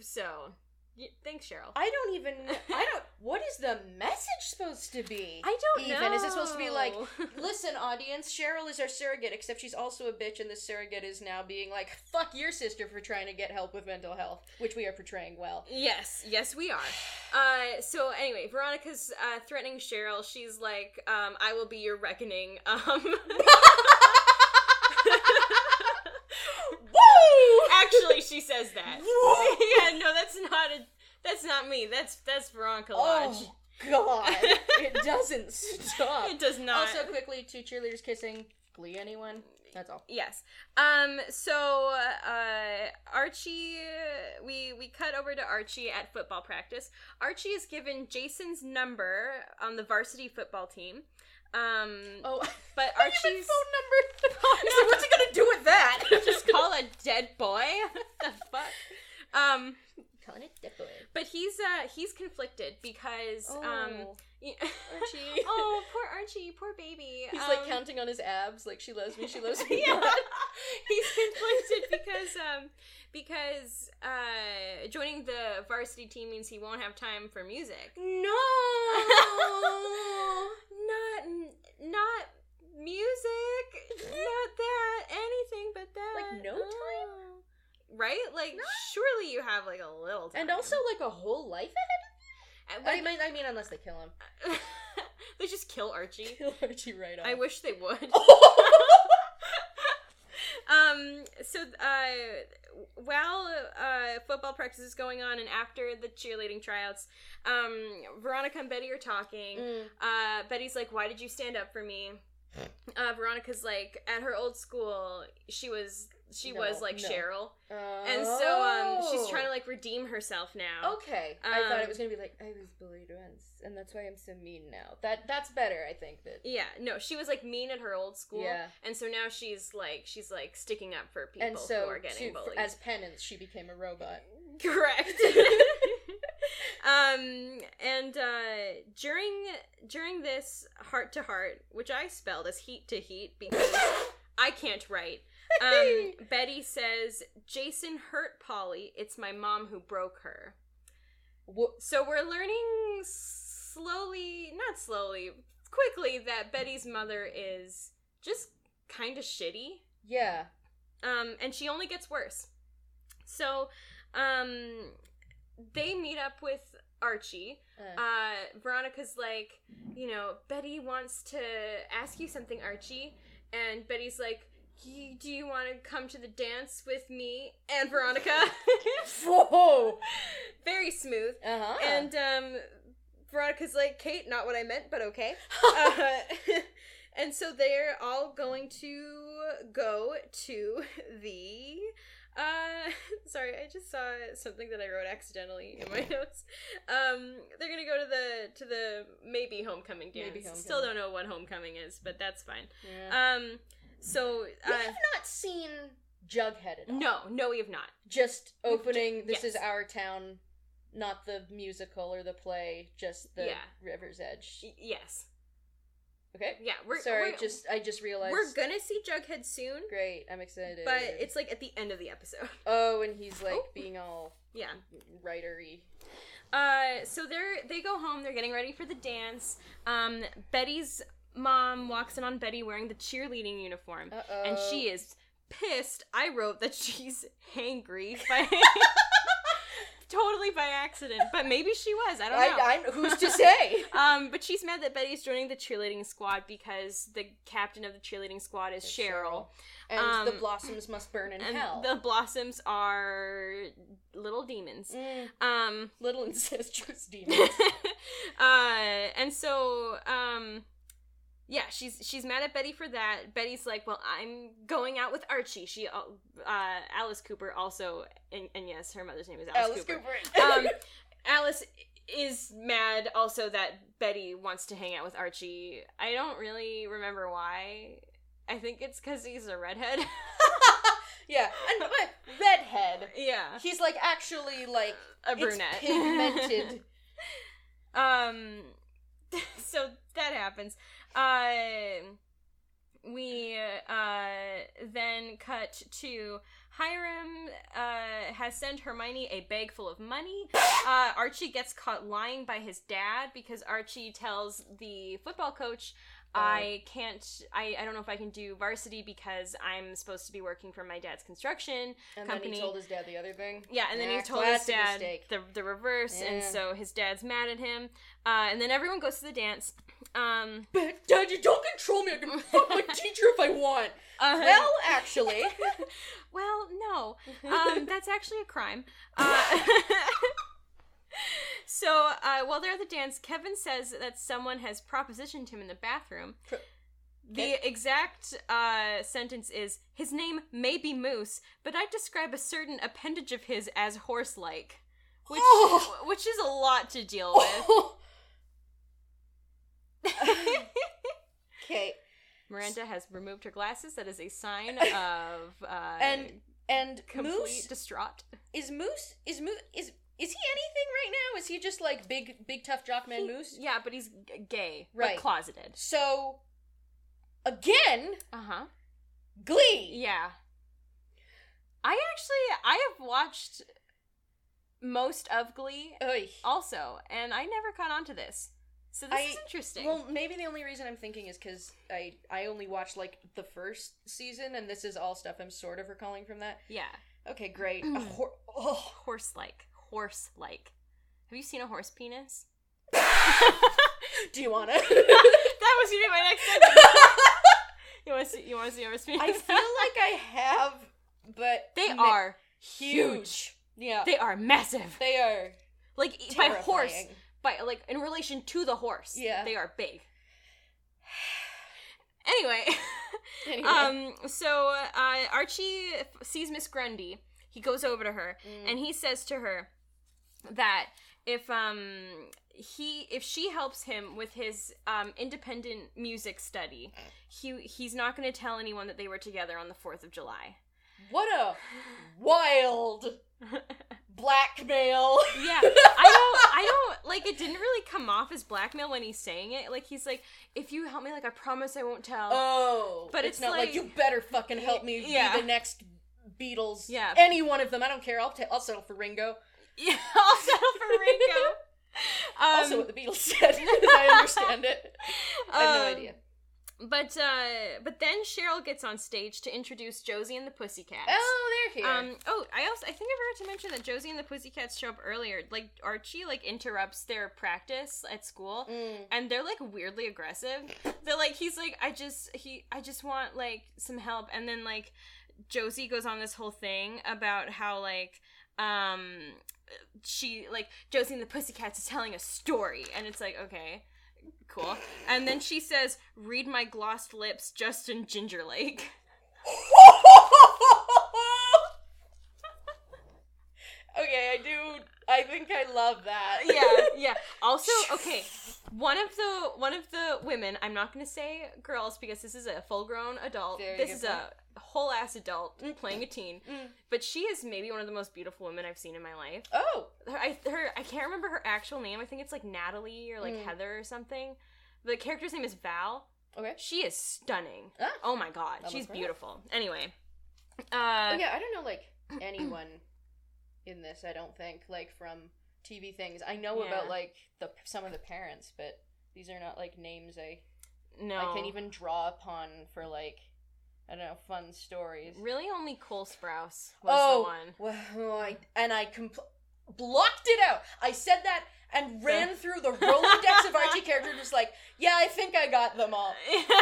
Speaker 1: So, y- thanks, Cheryl.
Speaker 2: I don't even.
Speaker 1: [LAUGHS]
Speaker 2: I don't. What is the message supposed to be?
Speaker 1: I don't
Speaker 2: even,
Speaker 1: know.
Speaker 2: is it supposed to be like,
Speaker 1: [LAUGHS]
Speaker 2: Listen, audience. Cheryl is our surrogate, except she's also a bitch, and the surrogate is now being like, "Fuck your sister for trying to get help with mental health," which we are portraying
Speaker 1: [LAUGHS]
Speaker 2: well. [LAUGHS]
Speaker 1: Yes, yes, we are. Uh, so anyway, [LAUGHS] Veronica's uh, threatening Cheryl. She's like, um, "I will be your reckoning." Um,
Speaker 2: [LAUGHS]
Speaker 1: Actually, she says that. [LAUGHS] yeah, no, that's not a. That's not me. That's that's Veronica Lodge.
Speaker 2: Oh god,
Speaker 1: [LAUGHS]
Speaker 2: it doesn't stop.
Speaker 1: It does not.
Speaker 2: Also, quickly, two cheerleaders kissing. Glee, anyone? That's all.
Speaker 1: Yes. Um. So uh, Archie, we we cut over to Archie at football practice. Archie is given Jason's number on the varsity football team.
Speaker 2: [LAUGHS]
Speaker 1: Um.
Speaker 2: Oh,
Speaker 1: But
Speaker 2: not even
Speaker 1: Archie's [LAUGHS]
Speaker 2: phone number. So what's he gonna do with [LAUGHS] that?
Speaker 1: just call a dead boy. [LAUGHS] the fuck. Um.
Speaker 2: calling it dead boy.
Speaker 1: But he's uh he's conflicted because um.
Speaker 2: Oh,
Speaker 1: y- [LAUGHS]
Speaker 2: Archie.
Speaker 1: oh, poor Archie, poor baby.
Speaker 2: He's like
Speaker 1: Um,
Speaker 2: counting on his abs, like she loves me, she
Speaker 1: [LAUGHS]
Speaker 2: loves me.
Speaker 1: yeah. [LAUGHS] he's conflicted because um because uh joining the varsity team means he won't have time for music.
Speaker 2: No.
Speaker 1: Not not music. not that anything but that.
Speaker 2: Like, no time?
Speaker 1: Oh. Right? Like surely you have like a little
Speaker 2: [LAUGHS]
Speaker 1: time.
Speaker 2: and also like a whole life
Speaker 1: And,
Speaker 2: ahead. I
Speaker 1: like,
Speaker 2: mean, I mean, unless they kill him.
Speaker 1: [LAUGHS]
Speaker 2: [LAUGHS]
Speaker 1: they just kill Archie.
Speaker 2: Kill Oh. Archie right off.
Speaker 1: [LAUGHS]
Speaker 2: [LAUGHS]
Speaker 1: I wish they would. Um, so, uh, while uh, football practice is going on and after the cheerleading tryouts, um, Veronica and Betty are talking.
Speaker 2: Mm.
Speaker 1: Uh, Betty's like, Why did you stand up for me? Uh, Veronica's like, At her old school, she was. She
Speaker 2: No,
Speaker 1: was like
Speaker 2: no. Oh.
Speaker 1: Cheryl, and so um, she's trying to like redeem herself now.
Speaker 2: Okay, I thought
Speaker 1: Um,
Speaker 2: it was gonna be like I was bullied once, and that's why I'm so mean now. That that's better, I think. That
Speaker 1: Yeah, no, she was like mean at her old school,
Speaker 2: Yeah.
Speaker 1: and so now she's like she's like sticking up for people
Speaker 2: and so
Speaker 1: who are getting
Speaker 2: to- for-
Speaker 1: bullied.
Speaker 2: as penance, she became a robot.
Speaker 1: [LAUGHS] Correct. um, and uh, during during this heart to heart, which I spelled as heat to heat because I can't write. Um, Betty says Jason hurt Polly. It's my mom who broke her.
Speaker 2: Wha-
Speaker 1: So we're learning slowly, not slowly, quickly that Betty's mother is just kind of shitty
Speaker 2: yeah,
Speaker 1: um, and she only gets worse. So um, they meet up with Archie.
Speaker 2: uh,
Speaker 1: Uh, Veronica's like, you know, Betty wants to ask you something, Archie, and Betty's like. "You- Do you want to come to the dance with me and Veronica?
Speaker 2: [LAUGHS]
Speaker 1: [LAUGHS]
Speaker 2: whoa,
Speaker 1: Very smooth.
Speaker 2: uh huh, [LAUGHS]
Speaker 1: And um, Veronica's like, Kate, not what I meant, but okay. Uh, [LAUGHS] and so they're all going to go to the. Uh, [LAUGHS] sorry, I just saw something that I wrote accidentally in my [LAUGHS] notes. Um, they're gonna go to the to the maybe homecoming dance.
Speaker 2: Maybe
Speaker 1: Still
Speaker 2: homecoming.
Speaker 1: don't know what homecoming is, but that's fine.
Speaker 2: yeah.
Speaker 1: Um,
Speaker 2: [LAUGHS]
Speaker 1: so
Speaker 2: we
Speaker 1: uh,
Speaker 2: have not seen Jughead at all.
Speaker 1: no, no, we have not.
Speaker 2: just opening. This is
Speaker 1: yes.
Speaker 2: our town, not the musical or the play, just the
Speaker 1: Yeah.
Speaker 2: River's Edge.
Speaker 1: Y- yes,
Speaker 2: Okay,
Speaker 1: yeah, we're
Speaker 2: sorry,
Speaker 1: we're,
Speaker 2: just I just realized.
Speaker 1: we're gonna see Jughead soon,
Speaker 2: Great, I'm excited.
Speaker 1: but it's like at the end of the episode. [LAUGHS]
Speaker 2: oh, and he's like
Speaker 1: Oh.
Speaker 2: being all
Speaker 1: Yeah.
Speaker 2: writery.
Speaker 1: Uh, so they're they go home. They're getting ready for the dance. Um, Betty's mom walks in on Betty wearing the cheerleading uniform,
Speaker 2: Uh oh.
Speaker 1: and she is pissed. I wrote that she's
Speaker 2: [LAUGHS]
Speaker 1: hangry by totally by accident, but maybe she was. I don't know.
Speaker 2: I, I, who's to
Speaker 1: [LAUGHS]
Speaker 2: say?
Speaker 1: um, but she's mad that Betty's joining the cheerleading squad because the captain of the cheerleading squad is
Speaker 2: It's
Speaker 1: Cheryl,
Speaker 2: And the
Speaker 1: Um,
Speaker 2: blossoms must burn in
Speaker 1: and
Speaker 2: hell.
Speaker 1: the blossoms are little demons.
Speaker 2: Mm,
Speaker 1: Um,
Speaker 2: little incestuous
Speaker 1: [LAUGHS]
Speaker 2: demons.
Speaker 1: uh, and so, um, yeah, she's she's mad at Betty for that. Betty's like, "Well, I'm going out with Archie." She, uh, Alice Cooper, also, and, and yes, her mother's name is Alice,
Speaker 2: Alice Cooper.
Speaker 1: Cooper.
Speaker 2: [LAUGHS]
Speaker 1: um, Alice is mad also that Betty wants to hang out with Archie. I don't really remember why. I think it's because he's a redhead. [LAUGHS]
Speaker 2: yeah, and my redhead.
Speaker 1: yeah,
Speaker 2: He's like actually like
Speaker 1: a
Speaker 2: it's
Speaker 1: brunette, [LAUGHS]
Speaker 2: pigmented.
Speaker 1: Um, [LAUGHS] so that happens. Uh, we uh, then cut to Hiram uh, has sent Hermione a bag full of money. Uh, Archie gets caught lying by his dad because Archie tells the football coach
Speaker 2: Right.
Speaker 1: I can't. I, I don't know if I can do varsity because I'm supposed to be working for my dad's construction.
Speaker 2: And then
Speaker 1: company-
Speaker 2: he told his dad the other thing.
Speaker 1: Yeah, and then
Speaker 2: Yeah,
Speaker 1: he told his
Speaker 2: classic
Speaker 1: dad
Speaker 2: mistake.
Speaker 1: the the reverse, and
Speaker 2: Yeah.
Speaker 1: so his dad's mad at him. Uh, and then everyone goes to the dance. Um,
Speaker 2: But dad, you don't control me. I can fuck
Speaker 1: [LAUGHS]
Speaker 2: my teacher if I want.
Speaker 1: uh, [LAUGHS]
Speaker 2: Well, actually,
Speaker 1: well,
Speaker 2: [LAUGHS]
Speaker 1: no. um, that's actually a crime. Uh, [LAUGHS] so uh, while they're at the dance, Kevin says that someone has propositioned him in the bathroom.
Speaker 2: Pro-
Speaker 1: The exact uh, sentence is His name may be Moose, but I describe a certain appendage of his as horse like. Which,
Speaker 2: Oh.
Speaker 1: [LAUGHS] which is a lot to deal with.
Speaker 2: okay.
Speaker 1: Miranda has removed her glasses. That is
Speaker 2: [LAUGHS]
Speaker 1: a sign of uh,
Speaker 2: And and
Speaker 1: complete
Speaker 2: Moose
Speaker 1: distraught.
Speaker 2: is Moose is Moose is is he anything right now? Is he just like big big tough jock man Moose?
Speaker 1: Yeah, but he's g- gay,
Speaker 2: Right.
Speaker 1: But closeted.
Speaker 2: So again,
Speaker 1: Uh huh.
Speaker 2: Glee.
Speaker 1: Yeah. I actually I have watched most of Glee
Speaker 2: Oy.
Speaker 1: also, and I never caught on to this. So this
Speaker 2: I-
Speaker 1: is interesting.
Speaker 2: Well, maybe the only reason I'm thinking is because I I only watched like the first season, and this is all stuff I'm sort of recalling from that.
Speaker 1: yeah,
Speaker 2: Okay, great.
Speaker 1: Mm.
Speaker 2: A hor-
Speaker 1: [LAUGHS]
Speaker 2: oh.
Speaker 1: horse like, horse like. Have you seen a horse
Speaker 2: [LAUGHS]
Speaker 1: penis? [LAUGHS]
Speaker 2: Do you want to?
Speaker 1: that was gonna be my next sentence. you want to see? You want to see a horse penis?
Speaker 2: I feel like I have, but
Speaker 1: they
Speaker 2: ma-
Speaker 1: are
Speaker 2: huge. Yeah,
Speaker 1: They are massive.
Speaker 2: they are
Speaker 1: Like
Speaker 2: terrifying.
Speaker 1: by horse, by like in relation to the horse.
Speaker 2: Yeah.
Speaker 1: they are big. Anyway.
Speaker 2: [LAUGHS] Anyway.
Speaker 1: Um, so uh, Archie sees Miss Grundy. He goes over to her
Speaker 2: Mm.
Speaker 1: and he says to her that if um he if she helps him with his um independent music study,
Speaker 2: Mm.
Speaker 1: he he's not going to tell anyone that they were together on the Fourth of July.
Speaker 2: what a wild
Speaker 1: [LAUGHS]
Speaker 2: blackmail.
Speaker 1: Yeah, I don't, I don't like. It didn't really come off as blackmail when he's saying it. Like he's like, if you help me, like I promise I won't tell.
Speaker 2: Oh,
Speaker 1: But
Speaker 2: it's,
Speaker 1: it's
Speaker 2: not like,
Speaker 1: like-
Speaker 2: you better fucking help me
Speaker 1: Yeah.
Speaker 2: be the next Beatles.
Speaker 1: Yeah.
Speaker 2: any one of them. I don't care. I'll ta- I'll settle for Ringo.
Speaker 1: [LAUGHS] yeah, I'll settle for Ringo. Um,
Speaker 2: [LAUGHS] also, what the Beatles said, [LAUGHS] as I understand it. I have no
Speaker 1: um,
Speaker 2: idea.
Speaker 1: But uh but then Cheryl gets on stage to introduce Josie and the Pussycats.
Speaker 2: Oh, they're here.
Speaker 1: Um oh, I also I think I forgot to mention that Josie and the Pussycats show up earlier. Like Archie like interrupts their practice at school
Speaker 2: Mm. [LAUGHS]
Speaker 1: and they're like weirdly aggressive. They're like he's like I just he I just want like some help and then like Josie goes on this whole thing about how like um she like Josie and the Pussycats is telling a story and it's like okay cool and then she says read my glossed lips Justin Gingerlake
Speaker 2: okay, I do. I think I love that. [LAUGHS]
Speaker 1: yeah yeah also okay one of the one of the women I'm not gonna say girls because this is a full grown adult
Speaker 2: Very
Speaker 1: this
Speaker 2: good
Speaker 1: is a whole ass adult playing a teen
Speaker 2: Mm.
Speaker 1: but she is maybe one of the most beautiful women I've seen in my life
Speaker 2: Oh,
Speaker 1: her, I, her, I can't remember her actual name. I think it's like Natalie or like
Speaker 2: Mm.
Speaker 1: Heather or something. The character's name is Val.
Speaker 2: okay.
Speaker 1: She is stunning.
Speaker 2: Ah.
Speaker 1: Oh my god,
Speaker 2: I'll
Speaker 1: she's
Speaker 2: look her up.
Speaker 1: beautiful. Anyway,
Speaker 2: Oh,
Speaker 1: uh,
Speaker 2: yeah, I don't know [CLEARS THROAT] like anyone in this. I don't think like from TV things. I know about
Speaker 1: Yeah.
Speaker 2: like the some of the parents, but these are not like names I
Speaker 1: no,
Speaker 2: I can even draw upon for like I don't know fun stories.
Speaker 1: really only Cole Sprouse was the
Speaker 2: Oh,
Speaker 1: one.
Speaker 2: well, I, and I compl- blocked it out. I said that and ran through the Rolodex of Archie characters, just like, yeah, I think I got them all.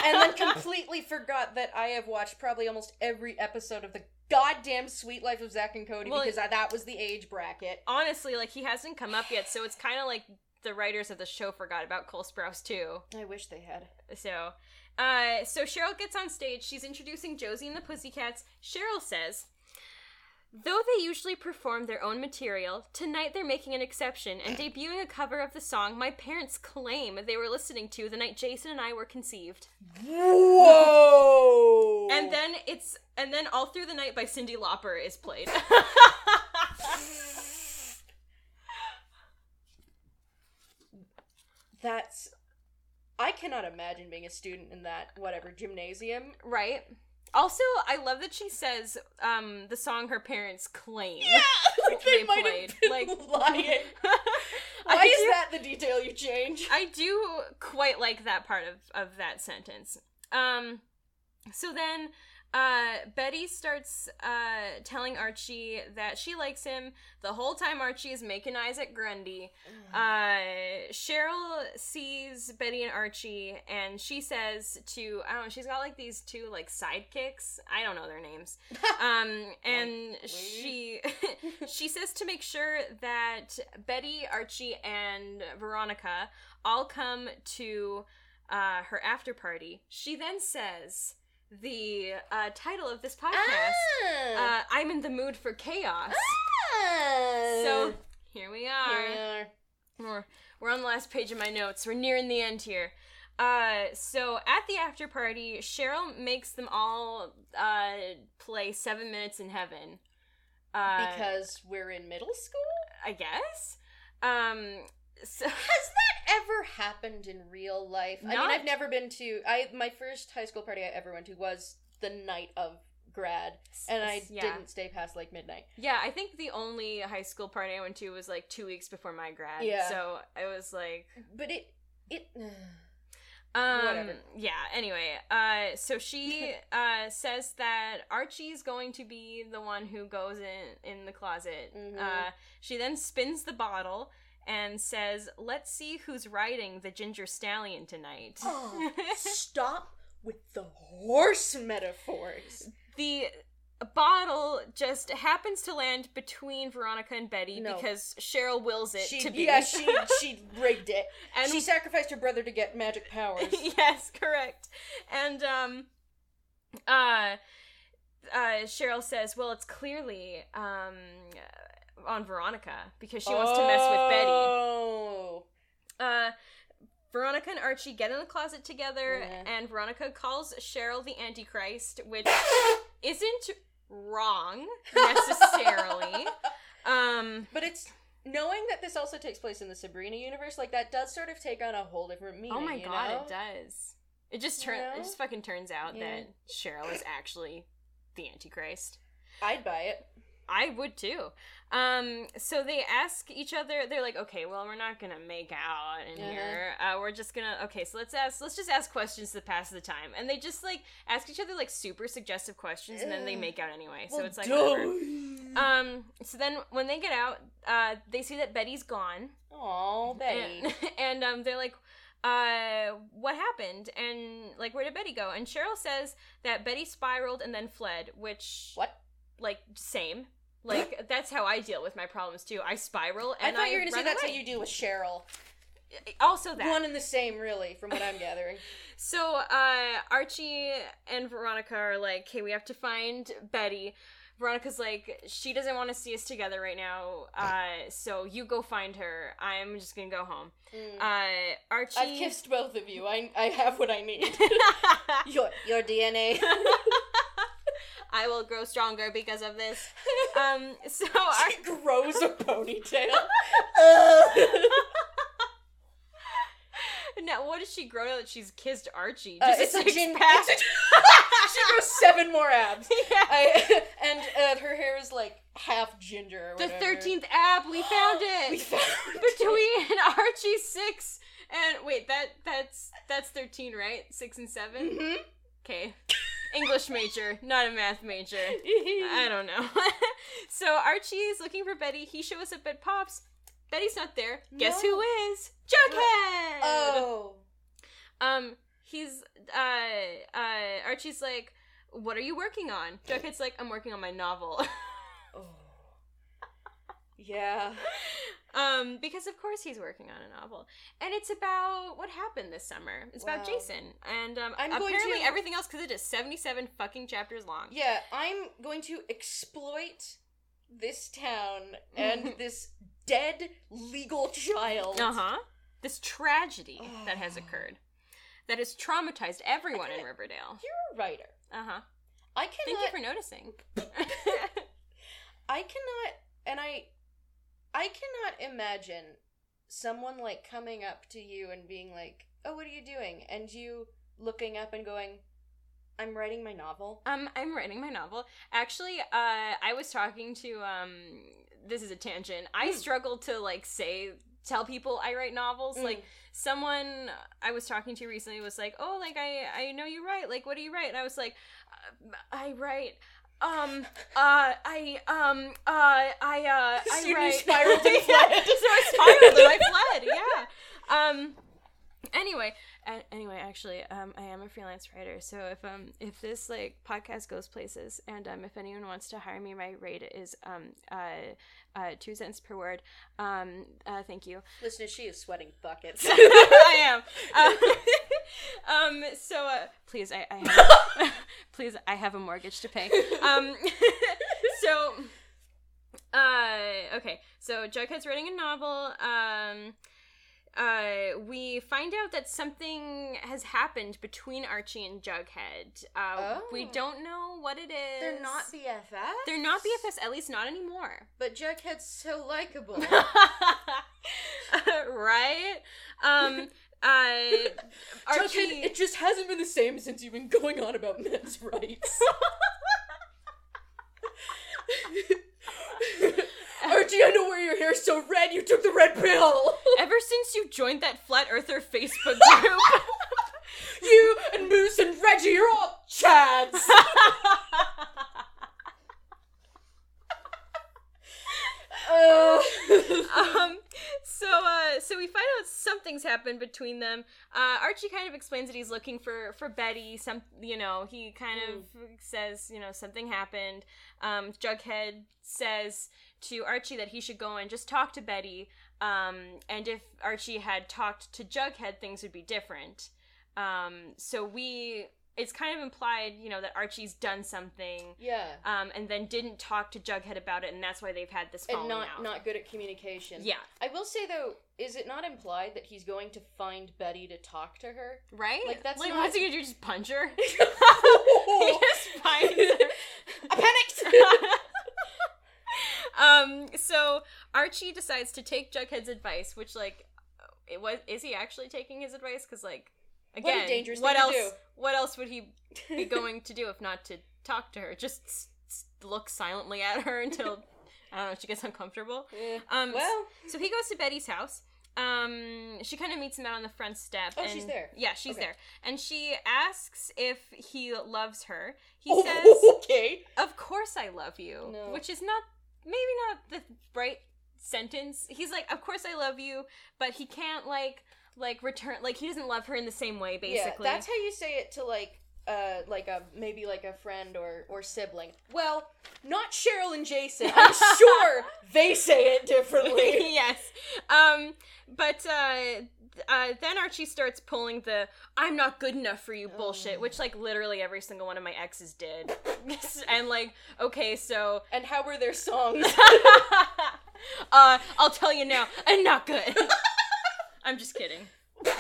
Speaker 2: And then completely forgot that I have watched probably almost every episode of the goddamn Sweet Life of Zack and Cody
Speaker 1: Well,
Speaker 2: because I, that was the age bracket.
Speaker 1: honestly, like he hasn't come up yet, so it's kind of like the writers of the show forgot about Cole Sprouse too.
Speaker 2: I wish they had.
Speaker 1: So, uh, so Cheryl gets on stage. She's introducing Josie and the Pussycats. Cheryl says, Though they usually perform their own material, tonight they're making an exception and debuting a cover of the song my parents claim they were listening to the night Jason and I were conceived.
Speaker 2: Whoa!
Speaker 1: And then it's and then All Through the Night by Cindy Lauper is played. [LAUGHS]
Speaker 2: that's. I cannot imagine being a student in that whatever gymnasium.
Speaker 1: right? Also, I love that she says um, the song her parents claim.
Speaker 2: like they,
Speaker 1: [LAUGHS] They
Speaker 2: might
Speaker 1: played,
Speaker 2: have been
Speaker 1: like-
Speaker 2: lying.
Speaker 1: [LAUGHS] I
Speaker 2: Why is
Speaker 1: do-
Speaker 2: that the detail you change?
Speaker 1: I [LAUGHS] I do quite like that part of, of that sentence. Um, so then uh, Betty starts uh, telling Archie that she likes him. The whole time, Archie is making eyes at Grundy. Uh, Cheryl sees Betty and Archie, and she says to, I don't know, she's got like these two like sidekicks. I don't know their names. Um, and
Speaker 2: Like,
Speaker 1: she [LAUGHS] she says to make sure that Betty, Archie, and Veronica all come to uh, her after party. She then says the uh, title of this podcast.
Speaker 2: Ah.
Speaker 1: Uh, I'm in the mood for chaos.
Speaker 2: Ah.
Speaker 1: Uh, So here we are.
Speaker 2: Here we are.
Speaker 1: We're, we're on the last page of my notes. We're nearing the end here. Uh, so at the after party, Cheryl makes them all uh, play Seven Minutes in Heaven. Uh,
Speaker 2: because we're in middle school?
Speaker 1: I guess. Um, [LAUGHS] so
Speaker 2: Has that ever happened in real life? I
Speaker 1: Not-
Speaker 2: mean, I've never been to I my first high school party I ever went to was the night of grad and I
Speaker 1: yeah.
Speaker 2: didn't stay past like midnight.
Speaker 1: Yeah, I think the only high school party I went to was like two weeks before my grad.
Speaker 2: Yeah.
Speaker 1: So I was like,
Speaker 2: But it
Speaker 1: [SIGHS]
Speaker 2: it [SIGHS]
Speaker 1: um,
Speaker 2: Whatever.
Speaker 1: Yeah. Anyway, uh,
Speaker 2: [LAUGHS]
Speaker 1: so she uh, says that Archie's going to be the one who goes in in the closet.
Speaker 2: Mhm.
Speaker 1: Uh, she then spins the bottle and says, "Let's see who's riding the ginger stallion tonight."
Speaker 2: Oh. stop with the horse metaphors.
Speaker 1: [LAUGHS] the bottle just happens to land between Veronica and Betty
Speaker 2: No.
Speaker 1: because Cheryl wills it
Speaker 2: She
Speaker 1: to be.
Speaker 2: yeah,
Speaker 1: [LAUGHS]
Speaker 2: she she rigged it.
Speaker 1: and
Speaker 2: she sacrificed her brother to get magic
Speaker 1: [LAUGHS]
Speaker 2: powers.
Speaker 1: yes, correct. And um uh uh Cheryl says, "Well, it's clearly um on Veronica because she wants to mess with Betty."
Speaker 2: Oh.
Speaker 1: Uh Veronica and Archie get in the closet together
Speaker 2: Yeah.
Speaker 1: and Veronica calls Cheryl the Antichrist, which isn't wrong necessarily.
Speaker 2: [LAUGHS]
Speaker 1: um
Speaker 2: But it's knowing that this also takes place in the Sabrina universe, like that does sort of take on a whole different meaning.
Speaker 1: Oh my
Speaker 2: you
Speaker 1: god,
Speaker 2: know?
Speaker 1: it does. It just
Speaker 2: You
Speaker 1: turns.
Speaker 2: know?
Speaker 1: It just fucking turns out
Speaker 2: Yeah.
Speaker 1: that Cheryl is actually the Antichrist.
Speaker 2: I'd buy it.
Speaker 1: I would too. Um, so they ask each other. They're like, okay, well, we're not gonna make out in
Speaker 2: Uh-huh.
Speaker 1: here. Uh, we're just gonna okay. So let's ask. Let's just ask questions to pass the time. And they just like ask each other like super suggestive questions, and then they
Speaker 2: Ugh.
Speaker 1: make out anyway. So
Speaker 2: Well,
Speaker 1: it's like.
Speaker 2: duh.
Speaker 1: whatever. Um, so then when they get out, uh, they see that Betty's gone.
Speaker 2: Aw, Betty.
Speaker 1: And, [LAUGHS] and, um, they're like, uh, what happened? And like, where did Betty go? And Cheryl says that Betty spiraled and then fled, which
Speaker 2: What?
Speaker 1: like same. Like that's how I deal with my problems too. I spiral.
Speaker 2: I
Speaker 1: And
Speaker 2: thought you were gonna say
Speaker 1: run
Speaker 2: that's
Speaker 1: away.
Speaker 2: what you do with Cheryl.
Speaker 1: Also that.
Speaker 2: One and the same, really, from what I'm gathering.
Speaker 1: [LAUGHS] So uh, Archie and Veronica are like, "Hey, we have to find Betty." Veronica's like, "She doesn't want to see us together right now, uh, so you go find her. I'm just gonna go home."
Speaker 2: Mm.
Speaker 1: Uh, Archie.
Speaker 2: I've
Speaker 1: [LAUGHS]
Speaker 2: kissed both of you. I I have what I need. your your
Speaker 1: [LAUGHS]
Speaker 2: DNA.
Speaker 1: I will grow stronger because of this.
Speaker 2: [LAUGHS]
Speaker 1: Um, so Ar-
Speaker 2: she grows a
Speaker 1: [LAUGHS]
Speaker 2: ponytail. Uh, Ugh.
Speaker 1: now, what does she grow now that she's kissed Archie?
Speaker 2: Uh,
Speaker 1: Just
Speaker 2: it's a
Speaker 1: six
Speaker 2: gin.
Speaker 1: pack?
Speaker 2: It's a, [LAUGHS] she grows seven more abs.
Speaker 1: [LAUGHS]
Speaker 2: [LAUGHS]
Speaker 1: Yeah.
Speaker 2: I, and uh, her hair is like half ginger. Or
Speaker 1: The
Speaker 2: whatever.
Speaker 1: thirteenth app, [GASPS] we found it.
Speaker 2: We [LAUGHS] found
Speaker 1: between Archie six and wait that that's that's thirteen, right? Six
Speaker 2: [LAUGHS]
Speaker 1: and seven.
Speaker 2: Mhm.
Speaker 1: Okay, English major, not a math major.
Speaker 2: [LAUGHS]
Speaker 1: I don't know. [LAUGHS] so Archie is looking for Betty. He shows up at Pops. Betty's not there. Guess
Speaker 2: No.
Speaker 1: who is? Jughead.
Speaker 2: Oh.
Speaker 1: Um, he's uh uh Archie's like, what are you working on? Jughead's like, I'm working on my novel. [LAUGHS]
Speaker 2: oh. Yeah.
Speaker 1: um, because of course he's working on a novel, and it's about what happened this summer. It's about
Speaker 2: Wow.
Speaker 1: Jason, and um,
Speaker 2: I'm going
Speaker 1: apparently
Speaker 2: to-
Speaker 1: everything else because it is seventy-seven fucking chapters long.
Speaker 2: Yeah, I'm going to exploit this town
Speaker 1: [LAUGHS]
Speaker 2: and this dead legal child.
Speaker 1: Uh huh. This tragedy
Speaker 2: Oh.
Speaker 1: that has
Speaker 2: Ugh.
Speaker 1: occurred, that has traumatized everyone in
Speaker 2: kinda-
Speaker 1: Riverdale.
Speaker 2: You're a writer.
Speaker 1: Uh huh.
Speaker 2: I
Speaker 1: Thank
Speaker 2: cannot.
Speaker 1: you for noticing.
Speaker 2: [LAUGHS] I cannot. And I. I cannot imagine someone like coming up to you and being like, "Oh, what are you doing?" and you looking up and going, "I'm writing my novel."
Speaker 1: Um, I'm writing my novel. Actually, uh, I was talking to um, this is a tangent. I
Speaker 2: Hmm.
Speaker 1: struggle to like say tell people I write novels.
Speaker 2: Mm.
Speaker 1: Like someone I was talking to recently was like, "Oh, like I I know you write. Like what do you write?" And I was like, "Uh, "I write um uh I um uh
Speaker 2: [LAUGHS]
Speaker 1: I uh I
Speaker 2: Soon you
Speaker 1: write [LAUGHS]
Speaker 2: spiraled and
Speaker 1: Yeah,
Speaker 2: fled.
Speaker 1: so I spiraled
Speaker 2: [LAUGHS]
Speaker 1: and I fled. Yeah. Um anyway, a- anyway, actually, um, I am a freelance writer. So if um if this like podcast goes places, and um if anyone wants to hire me, my rate is um uh, uh two cents per word. Um, uh, thank you.
Speaker 2: Listeners, she is sweating buckets.
Speaker 1: [LAUGHS] I
Speaker 2: [LAUGHS]
Speaker 1: am. Um, um, so uh, please, I, I
Speaker 2: [LAUGHS]
Speaker 1: have, [LAUGHS] please, I have a mortgage to pay. Um, [LAUGHS] so, uh, okay, so Jughead's writing a novel. Um, uh, we find out that something has happened between Archie and Jughead. Uh, We
Speaker 2: Oh.
Speaker 1: don't know what it is.
Speaker 2: They're not BFF.
Speaker 1: They're not BFFs, at least not anymore.
Speaker 2: But Jughead's so likable.
Speaker 1: [LAUGHS] right? Um, [LAUGHS] uh, [LAUGHS] Archie.
Speaker 2: just hasn't been the same since you've been going on about men's
Speaker 1: [LAUGHS]
Speaker 2: rights. Archie, I know where your hair's so red. You took the red pill.
Speaker 1: Ever since you joined that flat earther Facebook group, [LAUGHS]
Speaker 2: You and Moose and Reggie, you're all
Speaker 1: [LAUGHS]
Speaker 2: chads. Oh.
Speaker 1: [LAUGHS] um, so uh, so we find out something's happened between them. Uh, Archie kind of explains that he's looking for for Betty. Some, you know, he kind
Speaker 2: Hmm.
Speaker 1: of says, you know, something happened. Um, Jughead says to Archie that he should go and just talk to Betty. Um, and if Archie had talked to Jughead, things would be different. Um, so we, it's kind of implied, you know, that Archie's done something.
Speaker 2: yeah,
Speaker 1: Um, and then didn't talk to Jughead about it, and that's why they've had this falling
Speaker 2: and not
Speaker 1: out.
Speaker 2: not good at communication.
Speaker 1: yeah,
Speaker 2: I will say though, is it not implied that he's going to find Betty to talk to her? [LAUGHS]
Speaker 1: Right?
Speaker 2: Like, that's
Speaker 1: like
Speaker 2: not-
Speaker 1: what's he gonna do? Just punch
Speaker 2: [LAUGHS]
Speaker 1: her? [LAUGHS] he
Speaker 2: I
Speaker 1: just finds her.
Speaker 2: [LAUGHS] panicked.
Speaker 1: [LAUGHS] um. So Archie decides to take Jughead's advice, which like, uh, it was is he actually taking his advice? Because like,
Speaker 2: a
Speaker 1: again,
Speaker 2: dangerous
Speaker 1: what
Speaker 2: thing
Speaker 1: else?
Speaker 2: to
Speaker 1: What else would he
Speaker 2: [LAUGHS]
Speaker 1: be [LAUGHS] going to do if not to talk to her? Just s- s- look silently at her
Speaker 2: [LAUGHS]
Speaker 1: until I don't know she gets uncomfortable.
Speaker 2: Eh,
Speaker 1: Um.
Speaker 2: well,
Speaker 1: So he goes to Betty's house. Um, she kind of meets him out on the front step.
Speaker 2: Oh,
Speaker 1: and,
Speaker 2: she's there.
Speaker 1: Yeah, she's
Speaker 2: Okay.
Speaker 1: there, and she asks if he loves her. He says, [LAUGHS]
Speaker 2: oh, okay.
Speaker 1: "Of course I love you,"
Speaker 2: No.
Speaker 1: which is not maybe not the right sentence. He's like, "Of course I love you," but he can't like like return like he doesn't love her in the same way. Basically,
Speaker 2: Yeah, that's how you say it to like uh like a maybe like a friend or or sibling. Well, not Cheryl and Jason.
Speaker 1: [LAUGHS]
Speaker 2: I'm sure they say it differently.
Speaker 1: yes. Um, but uh, uh, then Archie starts pulling the "I'm not good enough for you" bullshit, which like literally every single one of my exes did. [LAUGHS] and like, okay, so
Speaker 2: and how were their songs?
Speaker 1: uh, I'll tell you now, I'm not good.
Speaker 2: [LAUGHS]
Speaker 1: I'm just kidding. [LAUGHS]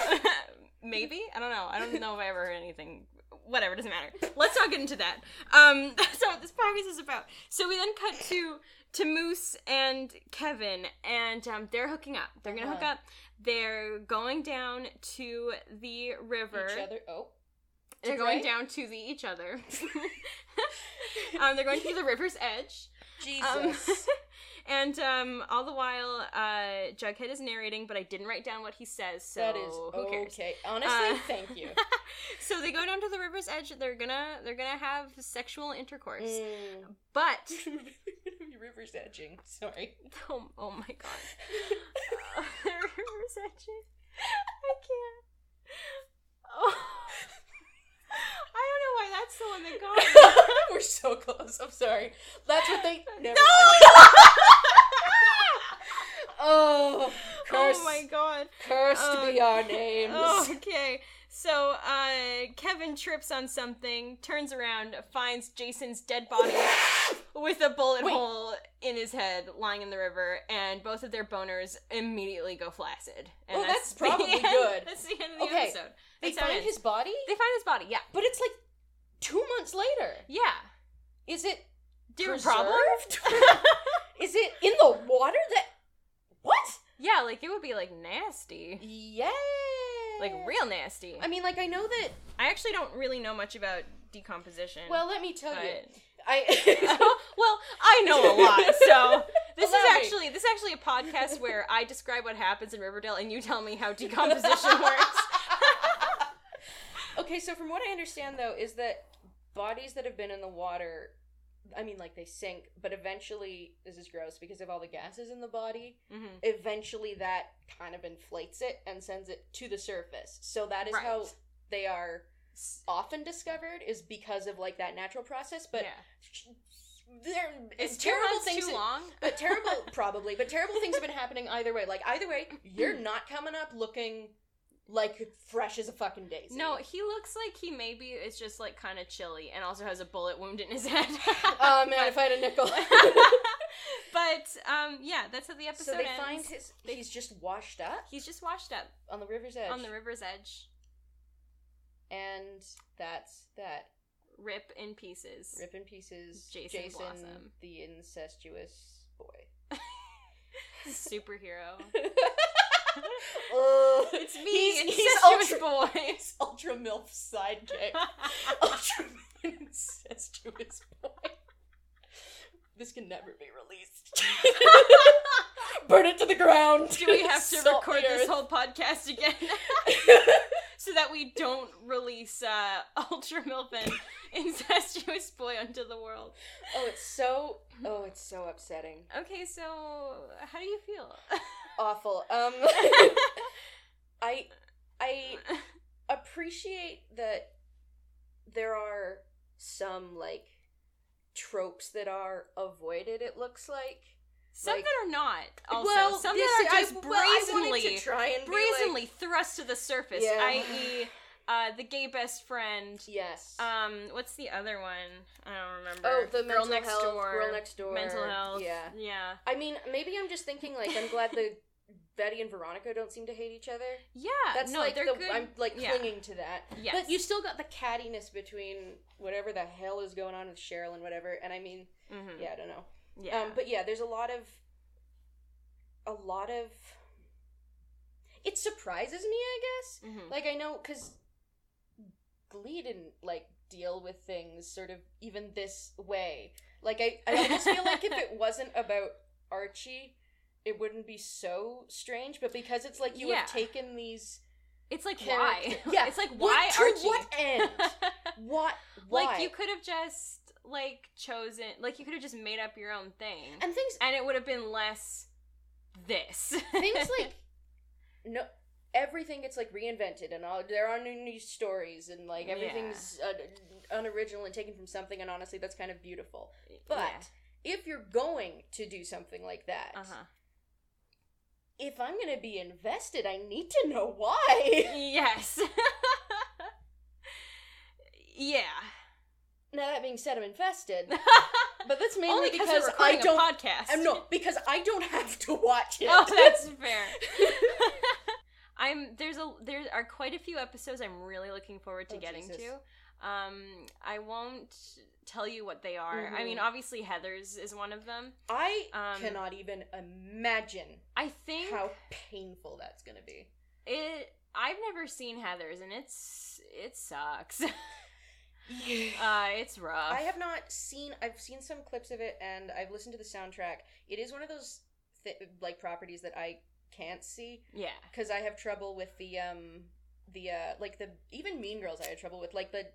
Speaker 1: Maybe I don't know. I don't know if I ever heard anything. Whatever, doesn't matter. Let's not get into that. Um, [LAUGHS] that's not what this podcast is about. So we then cut to to Moose and Kevin, and um, they're hooking up. They're gonna hook
Speaker 2: Uh-huh.
Speaker 1: up. They're going down to the river.
Speaker 2: Each other.
Speaker 1: Um,
Speaker 2: Oh.
Speaker 1: They're going
Speaker 2: right?
Speaker 1: down to the each other. [LAUGHS] um, they're going to the river's edge. Um,
Speaker 2: Jesus.
Speaker 1: [LAUGHS] and um, all the while, uh, Jughead is narrating, but I didn't write down what he says, so
Speaker 2: that is
Speaker 1: who cares?
Speaker 2: okay. Honestly,
Speaker 1: Uh,
Speaker 2: thank
Speaker 1: [LAUGHS]
Speaker 2: you.
Speaker 1: So they go down to the river's edge. They're gonna they're gonna have sexual intercourse,
Speaker 2: Mm.
Speaker 1: but [LAUGHS]
Speaker 2: [LAUGHS] River's edging. Sorry.
Speaker 1: oh, oh my god, [LAUGHS] the river's edging. I can't. Oh. I don't know why that's the one that
Speaker 2: [LAUGHS]
Speaker 1: got me. [LAUGHS]
Speaker 2: We're so close. I'm sorry. That's what they. Never
Speaker 1: No!
Speaker 2: Oh, curse!
Speaker 1: oh my god.
Speaker 2: Cursed
Speaker 1: Oh.
Speaker 2: be our names.
Speaker 1: Oh, [LAUGHS] okay. So uh, Kevin trips on something, turns around, finds Jason's dead body with a bullet
Speaker 2: Wait.
Speaker 1: hole in his head lying in the river, and both of their boners immediately go flaccid. And
Speaker 2: Well, that's
Speaker 1: the
Speaker 2: probably
Speaker 1: end-
Speaker 2: good.
Speaker 1: [LAUGHS] That's the end of the
Speaker 2: Okay.
Speaker 1: episode.
Speaker 2: [LAUGHS] They
Speaker 1: That's how it
Speaker 2: find
Speaker 1: ends.
Speaker 2: his body,
Speaker 1: They find his body. Yeah.
Speaker 2: but it's like two months later.
Speaker 1: Yeah.
Speaker 2: Is it
Speaker 1: Do you have a problem?
Speaker 2: preserved? [LAUGHS] Is it in the water? That what?
Speaker 1: yeah, like it would be like nasty.
Speaker 2: Yeah.
Speaker 1: Like real nasty.
Speaker 2: I mean, like I know that.
Speaker 1: I actually don't really know much about decomposition.
Speaker 2: Well, let me tell you.
Speaker 1: but
Speaker 2: I
Speaker 1: [LAUGHS]
Speaker 2: [LAUGHS]
Speaker 1: well, I know a lot, so this
Speaker 2: Allow
Speaker 1: is
Speaker 2: me.
Speaker 1: actually this is actually a
Speaker 2: [LAUGHS]
Speaker 1: podcast where I describe what happens in Riverdale and you tell me how [LAUGHS] decomposition works.
Speaker 2: [LAUGHS] okay, so from what I understand though is that bodies that have been in the water I mean like they sink, but eventually this is gross because of all the gases in the body,
Speaker 1: Mhm.
Speaker 2: eventually that kind of inflates it and sends it to the surface. So that is
Speaker 1: Right.
Speaker 2: how they are
Speaker 1: S-
Speaker 2: often discovered is because of like that natural process, but
Speaker 1: yeah.
Speaker 2: there
Speaker 1: Is two
Speaker 2: terrible
Speaker 1: months
Speaker 2: things
Speaker 1: too long.
Speaker 2: but terrible probably but terrible things have been happening either way like either way
Speaker 1: Hmm.
Speaker 2: you're not coming up looking like fresh as a fucking daisy
Speaker 1: No, he looks like he maybe is just like kind of chilly and also has a bullet wound in his
Speaker 2: [LAUGHS]
Speaker 1: head. [LAUGHS]
Speaker 2: oh man if i [LAUGHS] had a nickel
Speaker 1: but um, yeah, that's how the episode
Speaker 2: so they
Speaker 1: ends.
Speaker 2: find his he's just washed up
Speaker 1: He's just washed up
Speaker 2: on the river's edge
Speaker 1: on the river's edge,
Speaker 2: and that's that
Speaker 1: rip in pieces.
Speaker 2: rip in pieces
Speaker 1: Jason Blossom.
Speaker 2: the incestuous
Speaker 1: [LAUGHS]
Speaker 2: boy [LAUGHS]
Speaker 1: Superhero.
Speaker 2: Ugh.
Speaker 1: It's
Speaker 2: Oh,
Speaker 1: me,
Speaker 2: he's,
Speaker 1: and
Speaker 2: he's
Speaker 1: he's
Speaker 2: ultra
Speaker 1: boy.
Speaker 2: he's ultra milf sidekick [LAUGHS] Ultra incestuous boy. This can never be released. [LAUGHS] Burn it to the ground.
Speaker 1: [LAUGHS] Do we have to
Speaker 2: [LAUGHS] Salt
Speaker 1: record
Speaker 2: the
Speaker 1: this
Speaker 2: earth.
Speaker 1: whole podcast again [LAUGHS]
Speaker 2: [LAUGHS]
Speaker 1: so that we don't release uh, [LAUGHS]
Speaker 2: [LAUGHS]
Speaker 1: Ultra Milfin incestuous boy unto the world?
Speaker 2: oh, it's so. Oh, it's so upsetting.
Speaker 1: Okay, so how do you
Speaker 2: [LAUGHS]
Speaker 1: feel?
Speaker 2: Awful. Um, [LAUGHS] I, I appreciate that there are some like tropes that are avoided. It looks like.
Speaker 1: some
Speaker 2: Like-
Speaker 1: that are not. Also,
Speaker 2: well,
Speaker 1: some
Speaker 2: this-
Speaker 1: that are
Speaker 2: I-
Speaker 1: just
Speaker 2: well, I wanted
Speaker 1: brazenly,
Speaker 2: to try and be like-
Speaker 1: brazenly thrust to the surface.
Speaker 2: Yeah.
Speaker 1: I.e., uh, the gay best friend.
Speaker 2: yes.
Speaker 1: Um, what's the other one? I don't remember.
Speaker 2: Oh, the
Speaker 1: girl
Speaker 2: mental
Speaker 1: next
Speaker 2: health,
Speaker 1: door.
Speaker 2: girl next door.
Speaker 1: Mental health.
Speaker 2: Yeah.
Speaker 1: Yeah.
Speaker 2: I mean, maybe I'm just thinking like I'm glad
Speaker 1: [LAUGHS]
Speaker 2: the Betty and Veronica don't seem to hate each other.
Speaker 1: Yeah.
Speaker 2: That's
Speaker 1: Uh, no,
Speaker 2: like
Speaker 1: they're
Speaker 2: the
Speaker 1: good.
Speaker 2: I'm like
Speaker 1: yeah.
Speaker 2: clinging to that.
Speaker 1: Yes.
Speaker 2: But you still got the cattiness between whatever the hell is going on with Cheryl and whatever. And I mean,
Speaker 1: Mhm.
Speaker 2: yeah, I don't know.
Speaker 1: Yeah.
Speaker 2: Um, but yeah, there's a lot of, a lot of. It surprises me, I guess.
Speaker 1: Mhm.
Speaker 2: Like I know because Glee didn't like deal with things sort of even this way. Like I, I almost feel like if it wasn't about Archie, it wouldn't be so strange. But because it's like you
Speaker 1: Yeah.
Speaker 2: have taken these,
Speaker 1: It's like why? [LAUGHS]
Speaker 2: character- [LAUGHS] Yeah,
Speaker 1: It's like
Speaker 2: what-
Speaker 1: why
Speaker 2: to [LAUGHS]
Speaker 1: Archie?
Speaker 2: what end? what why?
Speaker 1: [LAUGHS] like you could have just like chosen. Like you could have just made up your own thing, and,
Speaker 2: and things
Speaker 1: it would have been less this. [LAUGHS]
Speaker 2: things like no everything gets like reinvented and all there are new, new stories and like
Speaker 1: Yeah.
Speaker 2: everything's uh, unoriginal and taken from something and honestly that's kind of beautiful but
Speaker 1: yeah.
Speaker 2: if you're going to do something like that
Speaker 1: uh-huh.
Speaker 2: if i'm going to be invested i need to know why [LAUGHS]
Speaker 1: yes. [LAUGHS] yeah.
Speaker 2: now that being said i'm invested
Speaker 1: [LAUGHS]
Speaker 2: but that's mainly
Speaker 1: Only
Speaker 2: because
Speaker 1: we're
Speaker 2: i
Speaker 1: recording
Speaker 2: don't
Speaker 1: a podcast.
Speaker 2: I'm no because i don't have to watch it
Speaker 1: [LAUGHS] Oh, that's fair.
Speaker 2: [LAUGHS]
Speaker 1: I'm there's a there are quite a few episodes I'm really looking forward to
Speaker 2: Oh,
Speaker 1: getting
Speaker 2: Jesus.
Speaker 1: to. Um, I won't tell you what they are. I
Speaker 2: Mhm.
Speaker 1: mean, obviously Heather's is one of them.
Speaker 2: i
Speaker 1: Um,
Speaker 2: cannot even imagine
Speaker 1: I think
Speaker 2: how painful that's going to be
Speaker 1: it. I've never seen Heather's, and it's it sucks. [LAUGHS]
Speaker 2: yeah
Speaker 1: uh, it's
Speaker 2: [SIGHS]
Speaker 1: rough.
Speaker 2: I have not seen. I've seen some clips of it, and I've listened to the soundtrack. It is one of those th- like properties that I can't see
Speaker 1: yeah.
Speaker 2: because I have trouble with the um the uh like the even Mean Girls. I had trouble with like the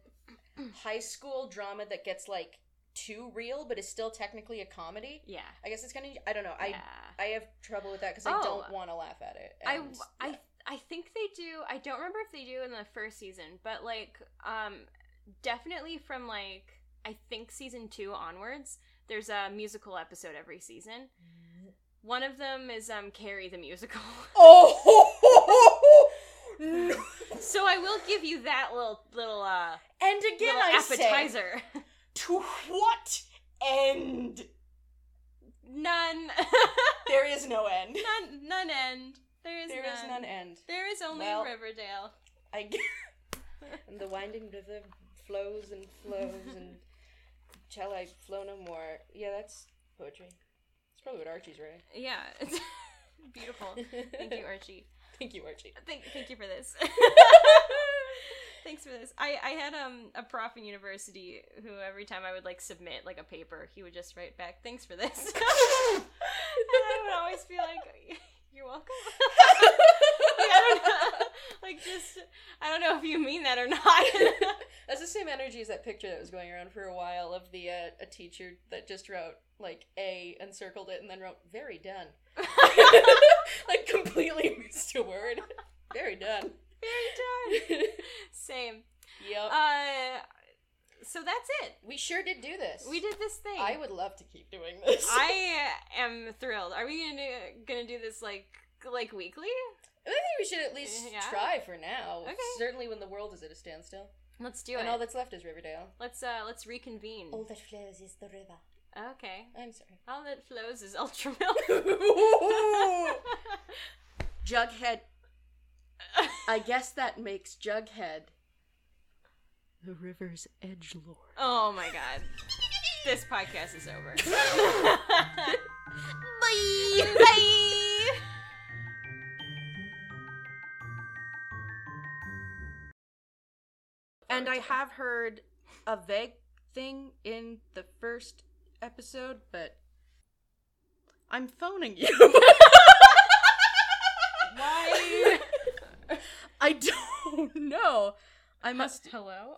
Speaker 2: high school drama that gets like too real, but is still technically a comedy.
Speaker 1: Yeah.
Speaker 2: I guess it's kind of. I don't know. I
Speaker 1: yeah.
Speaker 2: I have trouble with that because
Speaker 1: Oh.
Speaker 2: I don't want to laugh at it.
Speaker 1: I
Speaker 2: and-
Speaker 1: I I think they do. I don't remember if they do in the first season, but like um definitely from like I think season 2 onwards, there's a musical episode every season.
Speaker 2: Mm-hmm.
Speaker 1: One of them is um Carrie the musical. [LAUGHS]
Speaker 2: Oh. [LAUGHS] no.
Speaker 1: so I will give you that little little uh
Speaker 2: And again,
Speaker 1: little
Speaker 2: I say,
Speaker 1: appetizer. [LAUGHS]
Speaker 2: to what end?
Speaker 1: none [LAUGHS]
Speaker 2: There is no end.
Speaker 1: none none end. There is
Speaker 2: There
Speaker 1: none.
Speaker 2: is none end.
Speaker 1: There is only
Speaker 2: Well-
Speaker 1: Riverdale.
Speaker 2: I g- and the winding river flows and flows and shall I flow no more? Yeah, that's poetry. That's probably what Archie's writing.
Speaker 1: Yeah. [LAUGHS] It's
Speaker 2: [LAUGHS]
Speaker 1: beautiful. Thank you, Archie. [LAUGHS]
Speaker 2: Thank you, Archie.
Speaker 3: [LAUGHS]
Speaker 1: Thank, thank you for this. [LAUGHS] Thanks for this. I, I had um a prof in university who every time I would like submit like a paper, he would just write back, "Thanks for this," [LAUGHS] and I would always be like, [LAUGHS] "You're welcome." like, I don't know. [LAUGHS] Like just I don't know if you mean that or not. [LAUGHS]
Speaker 3: That's the same energy as that picture that was going around for a while of the uh, a teacher that just wrote like A and circled it and then wrote very
Speaker 1: [LAUGHS]
Speaker 3: done. like completely [LAUGHS] missed a word. Very done.
Speaker 1: [LAUGHS] Very done. Same.
Speaker 3: Yep.
Speaker 1: Uh, so that's it.
Speaker 3: we sure did do this.
Speaker 1: We did this thing.
Speaker 3: I would love to keep doing this.
Speaker 1: [LAUGHS] I am thrilled. Are we gonna gonna do this like like weekly?
Speaker 3: [LAUGHS] I think we should at least
Speaker 1: Yeah.
Speaker 3: try for now.
Speaker 1: Okay.
Speaker 3: Certainly when the world is at a standstill.
Speaker 1: Let's do
Speaker 3: and
Speaker 1: it.
Speaker 3: all that's left is Riverdale.
Speaker 1: let's uh let's reconvene.
Speaker 3: that flows is the river.
Speaker 1: Okay.
Speaker 3: I'm sorry. [LAUGHS]
Speaker 1: All that flows is [LAUGHS] ultra milk.
Speaker 2: Jughead. I guess that makes Jughead the river's edge lord.
Speaker 3: [LAUGHS]
Speaker 1: oh my god. This podcast is over. Bye. [LAUGHS] [LAUGHS] Bye.
Speaker 2: And I have heard a vague thing in the first episode, but I'm phoning you.
Speaker 1: Why?
Speaker 2: [LAUGHS] I don't know. I must. [LAUGHS]
Speaker 1: Hello.